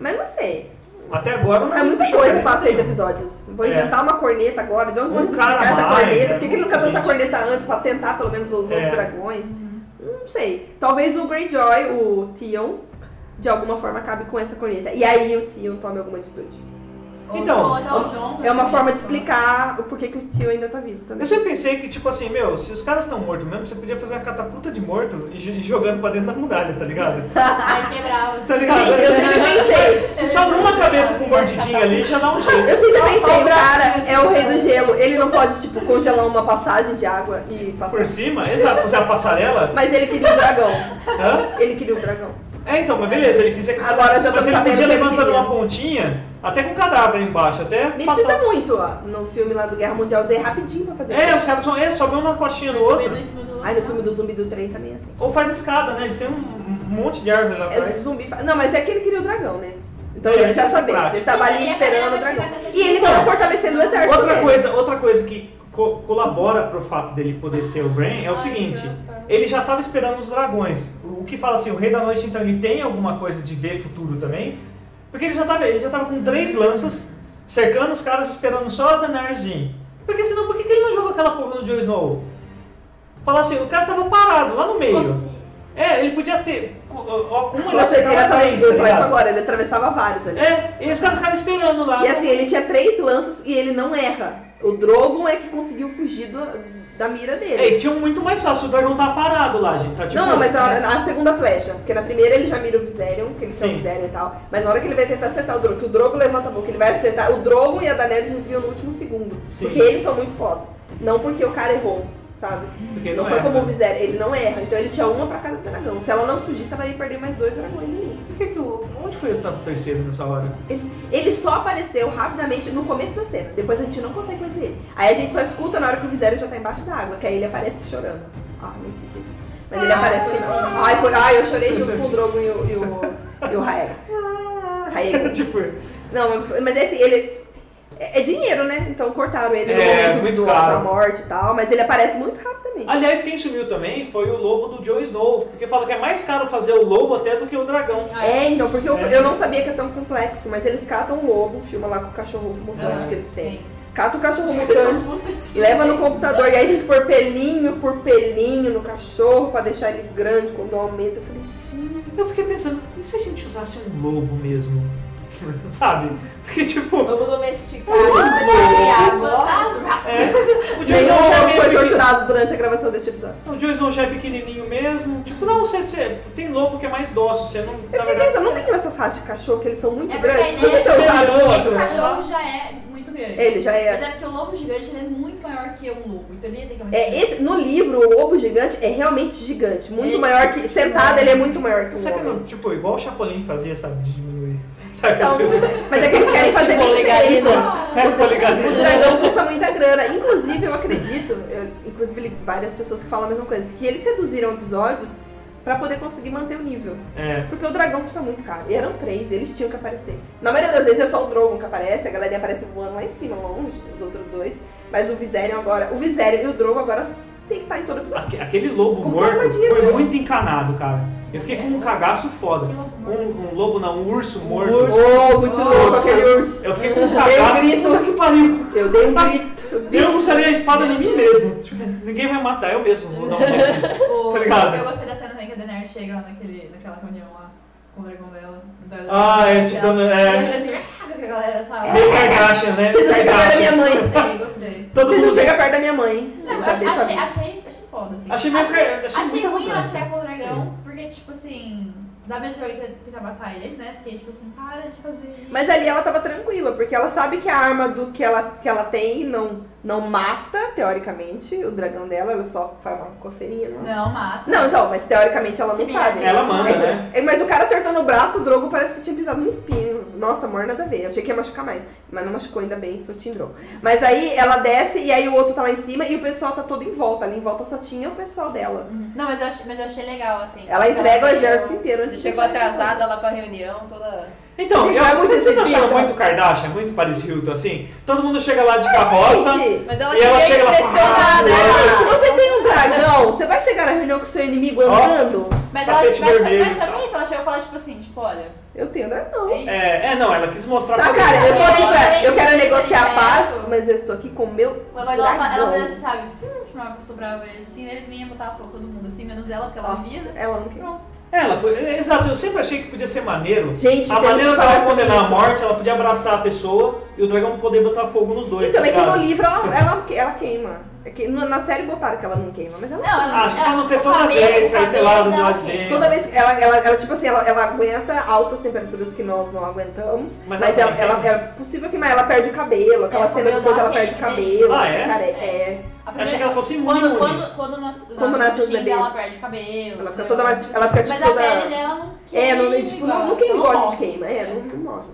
[SPEAKER 4] Mas não sei.
[SPEAKER 2] Até agora... não
[SPEAKER 4] É muita
[SPEAKER 2] puxou
[SPEAKER 4] coisa
[SPEAKER 2] essa
[SPEAKER 4] pra seis
[SPEAKER 2] teoria.
[SPEAKER 4] episódios. Vou
[SPEAKER 2] É.
[SPEAKER 4] inventar uma corneta agora. De onde
[SPEAKER 2] Um
[SPEAKER 4] vamos
[SPEAKER 2] cara
[SPEAKER 4] explicar essa
[SPEAKER 2] mais,
[SPEAKER 4] corneta?
[SPEAKER 2] é,
[SPEAKER 4] Por que, que ele não cantou essa
[SPEAKER 2] gente.
[SPEAKER 4] corneta antes pra tentar pelo menos os
[SPEAKER 2] É.
[SPEAKER 4] outros dragões? Não sei. Talvez o Greyjoy, o Tion, de alguma forma acabe com essa corneta. E aí o Tion tome alguma atitude.
[SPEAKER 5] Ou
[SPEAKER 2] Então,
[SPEAKER 5] colocar o John pra
[SPEAKER 4] É uma
[SPEAKER 5] fazer
[SPEAKER 4] forma de
[SPEAKER 5] isso.
[SPEAKER 4] explicar o porquê que o Tion ainda tá vivo também.
[SPEAKER 2] Eu sempre pensei que, tipo assim, meu, se os caras estão mortos mesmo, você podia fazer uma catapulta de morto e jo- e jogando pra dentro da muralha, tá ligado?
[SPEAKER 5] Aí quebrava. assim.
[SPEAKER 2] Tá ligado?
[SPEAKER 4] Gente, eu sempre pensei.
[SPEAKER 2] Se sobra uma cabeça com um mordidinho ali, já dá um jeito.
[SPEAKER 4] Eu sempre pensei, o
[SPEAKER 5] braço,
[SPEAKER 4] cara
[SPEAKER 5] assim,
[SPEAKER 4] é o rei
[SPEAKER 5] só.
[SPEAKER 4] do gelo. Ele não pode, tipo, congelar uma passagem de água e
[SPEAKER 2] Por
[SPEAKER 4] passar.
[SPEAKER 2] cima, exato, fazer a passarela.
[SPEAKER 4] Mas ele queria o dragão.
[SPEAKER 2] Hã?
[SPEAKER 4] Ele queria o dragão.
[SPEAKER 2] É, então, mas beleza, ele quiser que.
[SPEAKER 4] Agora já
[SPEAKER 2] Mas
[SPEAKER 4] estamos
[SPEAKER 2] ele
[SPEAKER 4] sabendo
[SPEAKER 2] podia
[SPEAKER 4] que é ele
[SPEAKER 2] levantar
[SPEAKER 4] queria.
[SPEAKER 2] uma pontinha, até com um cadáver embaixo, até.
[SPEAKER 4] Nem
[SPEAKER 2] passar-
[SPEAKER 4] precisa muito, ó. No filme lá do Guerra Mundial, eu usei rapidinho pra fazer.
[SPEAKER 2] É, os caras só, é, sobe uma costinha
[SPEAKER 5] Vai
[SPEAKER 2] no
[SPEAKER 5] subir
[SPEAKER 2] outro.
[SPEAKER 5] do em cima do
[SPEAKER 4] Aí no filme do zumbi do trem também é assim.
[SPEAKER 2] Ou faz escada, né? Eles têm um, um monte de árvore lá
[SPEAKER 4] É
[SPEAKER 2] atrás.
[SPEAKER 4] zumbi. fa- Não, mas é que ele queria o dragão, né? Então
[SPEAKER 2] É,
[SPEAKER 4] já, já sabemos.
[SPEAKER 2] prático.
[SPEAKER 4] Ele tava ali
[SPEAKER 5] E a
[SPEAKER 4] esperando o
[SPEAKER 5] galera vai
[SPEAKER 4] dragão.
[SPEAKER 5] chegar nessa
[SPEAKER 4] E ele
[SPEAKER 5] história.
[SPEAKER 4] tava fortalecendo o exército.
[SPEAKER 2] Outra
[SPEAKER 4] dele.
[SPEAKER 2] coisa, outra coisa que co- colabora pro fato dele poder ser o Bran é o
[SPEAKER 5] Ai,
[SPEAKER 2] seguinte.
[SPEAKER 5] engraçado.
[SPEAKER 2] Ele já estava esperando os dragões. O que fala assim, o Rei da Noite, então, ele tem alguma coisa de ver futuro também. Porque ele já estava ele já tava com três lanças, cercando os caras, esperando só a Daenerys vir. Porque senão, por que, que ele não jogou aquela porra no Jon Snow? Fala assim, o cara tava parado lá no meio.
[SPEAKER 5] Você-
[SPEAKER 2] É, ele podia ter... ó, uma
[SPEAKER 4] Eu achei
[SPEAKER 2] dessas
[SPEAKER 4] que ele
[SPEAKER 2] pra
[SPEAKER 4] atra-
[SPEAKER 2] três,
[SPEAKER 4] eu
[SPEAKER 2] tá
[SPEAKER 4] ia falar isso
[SPEAKER 2] ligado?
[SPEAKER 4] agora, ele atravessava vários ali.
[SPEAKER 2] É, esse cara ficaram esperando lá.
[SPEAKER 4] E assim, ele tinha três lanças e ele não erra. O Drogon é que conseguiu fugir do- da mira
[SPEAKER 2] É,
[SPEAKER 4] dele.
[SPEAKER 2] e tinha um muito mais fácil, o dragão tá parado lá, gente. Tá, tipo,
[SPEAKER 4] não, não, mas na, hora- na segunda flecha. Porque na primeira ele já mira o Viserion, que ele chama
[SPEAKER 2] Sim.
[SPEAKER 4] Viserion e tal. Mas na hora que ele vai tentar acertar o Drogon, que o Drogon levanta a boca, ele vai acertar. O Drogon e a Daenerys desviam no último segundo.
[SPEAKER 2] Sim.
[SPEAKER 4] Porque eles são muito foda. Não porque o cara errou, sabe?
[SPEAKER 2] porque
[SPEAKER 4] não foi
[SPEAKER 2] era. né?
[SPEAKER 4] como o Viserion, ele não erra. Então ele tinha uma pra cada dragão. Se ela não fugisse, ela ia perder mais dois dragões ali.
[SPEAKER 2] Por que que o... Onde foi o oitavo terceiro nessa hora?
[SPEAKER 4] Ele só apareceu rapidamente no começo da cena. Depois a gente não consegue mais ver ele. Aí a gente só escuta na hora que o Viserion já tá embaixo da água, que aí ele aparece chorando. Ah, muito triste. Mas ele aparece chorando. Ai, foi, ai, eu chorei junto com o Drogo e o, e o, e o Raega. Raega.
[SPEAKER 2] tipo,
[SPEAKER 4] Não, mas foi- mas é assim, ele. É é dinheiro, né? Então cortaram ele no
[SPEAKER 2] É,
[SPEAKER 4] momento
[SPEAKER 2] muito
[SPEAKER 4] do-
[SPEAKER 2] caro.
[SPEAKER 4] da morte e tal, mas ele aparece muito rapidamente.
[SPEAKER 2] aliás, quem sumiu também foi o lobo do Jon Snow, porque fala que é mais caro fazer o lobo até do que o dragão.
[SPEAKER 4] É, então, porque eu,
[SPEAKER 2] É.
[SPEAKER 4] eu não sabia que é tão complexo, mas eles catam o lobo, filma lá com o cachorro mutante
[SPEAKER 2] Ah,
[SPEAKER 4] que eles têm. Cata o cachorro mutante, leva no computador e aí tem que pôr pelinho por pelinho no cachorro pra deixar ele grande quando aumenta. Eu falei, gente.
[SPEAKER 2] Eu fiquei pensando, e se a gente usasse um lobo mesmo? Sabe? Porque, tipo,
[SPEAKER 6] Vamos domesticar.
[SPEAKER 2] é, o Jon Snow já
[SPEAKER 4] Nenhum
[SPEAKER 2] é
[SPEAKER 4] jogo
[SPEAKER 2] meio
[SPEAKER 4] foi
[SPEAKER 2] pequenininho.
[SPEAKER 4] torturado durante a gravação deste episódio.
[SPEAKER 2] O Jon Snow já é pequenininho mesmo. Tipo, não, você, você- tem lobo que é mais dócil, você não...
[SPEAKER 4] Eu
[SPEAKER 2] Na
[SPEAKER 4] fiquei
[SPEAKER 2] verdade,
[SPEAKER 4] pensando, não tem essas raças de cachorro que eles são muito
[SPEAKER 5] É porque
[SPEAKER 4] grandes?
[SPEAKER 5] ele é
[SPEAKER 4] Podia ter usado
[SPEAKER 2] superior.
[SPEAKER 5] Esse
[SPEAKER 4] outro. né?
[SPEAKER 5] cachorro já é muito grande.
[SPEAKER 4] Ele já
[SPEAKER 5] Mas
[SPEAKER 4] é.
[SPEAKER 5] é porque o lobo gigante ele é muito maior que o lobo. Então ele ia ter que aumentar.
[SPEAKER 4] é esse, no livro, o lobo gigante é realmente gigante. Muito
[SPEAKER 5] Ele-
[SPEAKER 4] maior que. Sentado, ele é muito maior que o
[SPEAKER 2] Será que
[SPEAKER 4] homem.
[SPEAKER 2] não, tipo, igual o Chapolin fazia, sabe? De diminuir. Sabe? tipo,
[SPEAKER 4] Então,
[SPEAKER 2] essas coisas?
[SPEAKER 4] mas é que eles querem fazer
[SPEAKER 6] Tipo,
[SPEAKER 4] bem feito.
[SPEAKER 6] legalina.
[SPEAKER 2] É, tá ligado?
[SPEAKER 4] O dragão custa muita grana. Inclusive, eu acredito, eu, inclusive li várias pessoas que falam a mesma coisa, que eles reduziram episódios pra poder conseguir manter o nível.
[SPEAKER 2] É.
[SPEAKER 4] Porque o dragão custa muito caro. E eram três, eles tinham que aparecer. Na maioria das vezes é só o Drogon que aparece, a galerinha aparece voando lá em cima, longe, os outros dois. Mas o Viserion agora. O Viserion e o Drogon agora tem que estar em todo episódio.
[SPEAKER 2] Aque- Aquele lobo
[SPEAKER 4] Com
[SPEAKER 2] morto
[SPEAKER 4] armadilha,
[SPEAKER 2] foi
[SPEAKER 4] mas-
[SPEAKER 2] muito encanado, cara. Eu fiquei com um cagaço foda.
[SPEAKER 5] Que lobo morto.
[SPEAKER 2] Um, um lobo não, um urso morto.
[SPEAKER 4] Oh, muito louco aquele urso.
[SPEAKER 2] Eu fiquei com um
[SPEAKER 4] Dei um
[SPEAKER 2] cagaço.
[SPEAKER 4] grito.
[SPEAKER 2] Puta que pariu.
[SPEAKER 4] Eu dei um grito. Eu vi-
[SPEAKER 2] Eu usaria a espada em mim
[SPEAKER 5] Meu Deus.
[SPEAKER 2] mesmo. Tipo, ninguém vai matar, eu mesmo. Vou dar um teste.
[SPEAKER 5] O-
[SPEAKER 2] Tá ligado?
[SPEAKER 5] Eu gostei da cena também que a Daenerys chega lá naquele, naquela reunião lá com o dragão dela. Então tá
[SPEAKER 2] Ah, é, tipo, dando. É.
[SPEAKER 5] é. A galera, sabe?
[SPEAKER 2] Meio Kardashian, né?
[SPEAKER 4] Vocês não chegam perto da
[SPEAKER 2] Kardashian.
[SPEAKER 4] minha mãe.
[SPEAKER 5] Gostei, gostei.
[SPEAKER 2] Todo
[SPEAKER 4] Vocês não
[SPEAKER 2] mundo-
[SPEAKER 4] chegam perto da minha mãe.
[SPEAKER 5] Não,
[SPEAKER 4] Eu já
[SPEAKER 5] achei,
[SPEAKER 4] deixo a-
[SPEAKER 5] achei, achei, achei foda, assim.
[SPEAKER 2] Achei meio cre- achei
[SPEAKER 5] achei,
[SPEAKER 2] muita
[SPEAKER 5] ruim ela
[SPEAKER 2] arrogância.
[SPEAKER 5] chegar com o dragão, porque, tipo assim, da Metroid tentar, tentar matar ele, né? Fiquei, tipo assim, para de fazer isso.
[SPEAKER 4] Mas ali ela tava tranquila, porque ela sabe que a arma do que ela, que ela tem não, não mata, teoricamente, o dragão dela, ela só faz uma coceirinha. Não,
[SPEAKER 5] Não, mata.
[SPEAKER 4] não então, mas teoricamente ela não
[SPEAKER 5] Sim,
[SPEAKER 4] sabe.
[SPEAKER 5] ela
[SPEAKER 2] manda,
[SPEAKER 4] É que-
[SPEAKER 2] né?
[SPEAKER 4] é, mas o cara acertou no braço, o Drogo parece que tinha pisado num espinho. Nossa, amor, nada a ver. Achei que ia machucar mais. Mas não machucou ainda bem, sou Team Drogo. Mas aí ela desce e aí o outro tá lá em cima e o pessoal tá todo em volta. Ali em volta só tinha o pessoal dela.
[SPEAKER 5] Uhum. Não, mas eu achei, mas eu achei legal, assim.
[SPEAKER 4] Ela
[SPEAKER 5] tipo,
[SPEAKER 4] entrega o
[SPEAKER 5] ela-
[SPEAKER 4] exército inteiro antes de
[SPEAKER 6] Chegou
[SPEAKER 4] chegar.
[SPEAKER 6] atrasada lá pra reunião, toda.
[SPEAKER 2] Então,
[SPEAKER 4] Gente,
[SPEAKER 2] eu,
[SPEAKER 4] vai muito
[SPEAKER 2] vocês não
[SPEAKER 4] esse
[SPEAKER 2] acharam
[SPEAKER 4] pica.
[SPEAKER 2] muito Kardashian, muito Paris Hilton, assim? Todo mundo chega lá de carroça.
[SPEAKER 4] Gente,
[SPEAKER 6] Mas ela
[SPEAKER 2] E ela chega
[SPEAKER 6] chega
[SPEAKER 2] lá,
[SPEAKER 6] impressionada.
[SPEAKER 2] "Ah,
[SPEAKER 6] ela-
[SPEAKER 4] se você tem um dragão, você vai chegar na reunião com seu inimigo
[SPEAKER 2] Ó.
[SPEAKER 4] andando?
[SPEAKER 5] Mas ela
[SPEAKER 2] Tapete
[SPEAKER 5] mas,
[SPEAKER 2] vermelho.
[SPEAKER 5] mas pra mim isso, ela chegou e falou, tipo assim, tipo, olha.
[SPEAKER 4] Eu tenho dragão.
[SPEAKER 2] É, é, não, ela quis mostrar
[SPEAKER 4] Tá,
[SPEAKER 2] pra
[SPEAKER 4] cara, eu tô
[SPEAKER 5] Ela
[SPEAKER 4] aqui pra-
[SPEAKER 5] tem
[SPEAKER 4] Eu quero
[SPEAKER 5] que ser
[SPEAKER 4] negociar
[SPEAKER 2] né?
[SPEAKER 4] a paz,
[SPEAKER 5] liberto.
[SPEAKER 4] mas eu estou aqui com o meu
[SPEAKER 5] Mas ela, fa- ela
[SPEAKER 4] dragão.
[SPEAKER 5] fazia assim, sabe? hum, Chamava, sobrava eles, assim, daí eles vinham botar a flor todo mundo, assim, menos ela, porque ela
[SPEAKER 4] Nossa,
[SPEAKER 5] via.
[SPEAKER 4] ela não quer.
[SPEAKER 5] Pronto.
[SPEAKER 2] Ela, po- é, exato, eu sempre achei que podia ser maneiro.
[SPEAKER 4] Gente,
[SPEAKER 2] a
[SPEAKER 4] temos
[SPEAKER 2] maneira
[SPEAKER 4] que falar
[SPEAKER 2] dela
[SPEAKER 4] sobre
[SPEAKER 2] condenar a
[SPEAKER 4] isso.
[SPEAKER 2] morte, ela podia abraçar a pessoa e o dragão poder botar fogo nos dois.
[SPEAKER 4] Então,
[SPEAKER 2] tá
[SPEAKER 4] é que no
[SPEAKER 2] ligado?
[SPEAKER 4] livro ela, ela, ela queima. É que no- na série botaram que ela não queima, mas ela.
[SPEAKER 5] Não, ela é,
[SPEAKER 2] Acho que pra não ter
[SPEAKER 5] o
[SPEAKER 2] toda
[SPEAKER 5] cabelo-
[SPEAKER 2] vez,
[SPEAKER 5] o
[SPEAKER 2] sair
[SPEAKER 5] cabelo
[SPEAKER 2] pelado de
[SPEAKER 5] dela
[SPEAKER 2] lá de
[SPEAKER 5] queima.
[SPEAKER 2] dentro.
[SPEAKER 4] Toda vez que ela, ela, ela tipo assim, ela, ela aguenta altas temperaturas que nós não aguentamos,
[SPEAKER 2] Mas
[SPEAKER 4] mas,
[SPEAKER 2] ela
[SPEAKER 4] ela,
[SPEAKER 2] queima.
[SPEAKER 4] ela, é possível queimar, ela perde o cabelo, aquela
[SPEAKER 5] É, o
[SPEAKER 4] cena
[SPEAKER 5] cabelo
[SPEAKER 4] depois
[SPEAKER 5] dela
[SPEAKER 4] ela perde o
[SPEAKER 5] queima, né?
[SPEAKER 4] cabelo,
[SPEAKER 2] Ah,
[SPEAKER 4] ela
[SPEAKER 2] é?
[SPEAKER 4] fica care- é.
[SPEAKER 5] A
[SPEAKER 2] Eu achei que ela um fosse imune.
[SPEAKER 5] quando, quando, quando, nas,
[SPEAKER 4] Quando
[SPEAKER 5] nas
[SPEAKER 4] nasce os
[SPEAKER 5] bichinhas,
[SPEAKER 4] bebês.
[SPEAKER 5] Ela perde o cabelo.
[SPEAKER 4] Ela fica
[SPEAKER 5] né?
[SPEAKER 4] toda mais- ela fica,
[SPEAKER 5] Mas
[SPEAKER 4] tipo,
[SPEAKER 5] a pele
[SPEAKER 4] toda-
[SPEAKER 5] dela não queima.
[SPEAKER 4] É, não, tipo, não, não queima
[SPEAKER 5] ela
[SPEAKER 4] igual a gente
[SPEAKER 5] morre.
[SPEAKER 4] queima. É, não, não morre.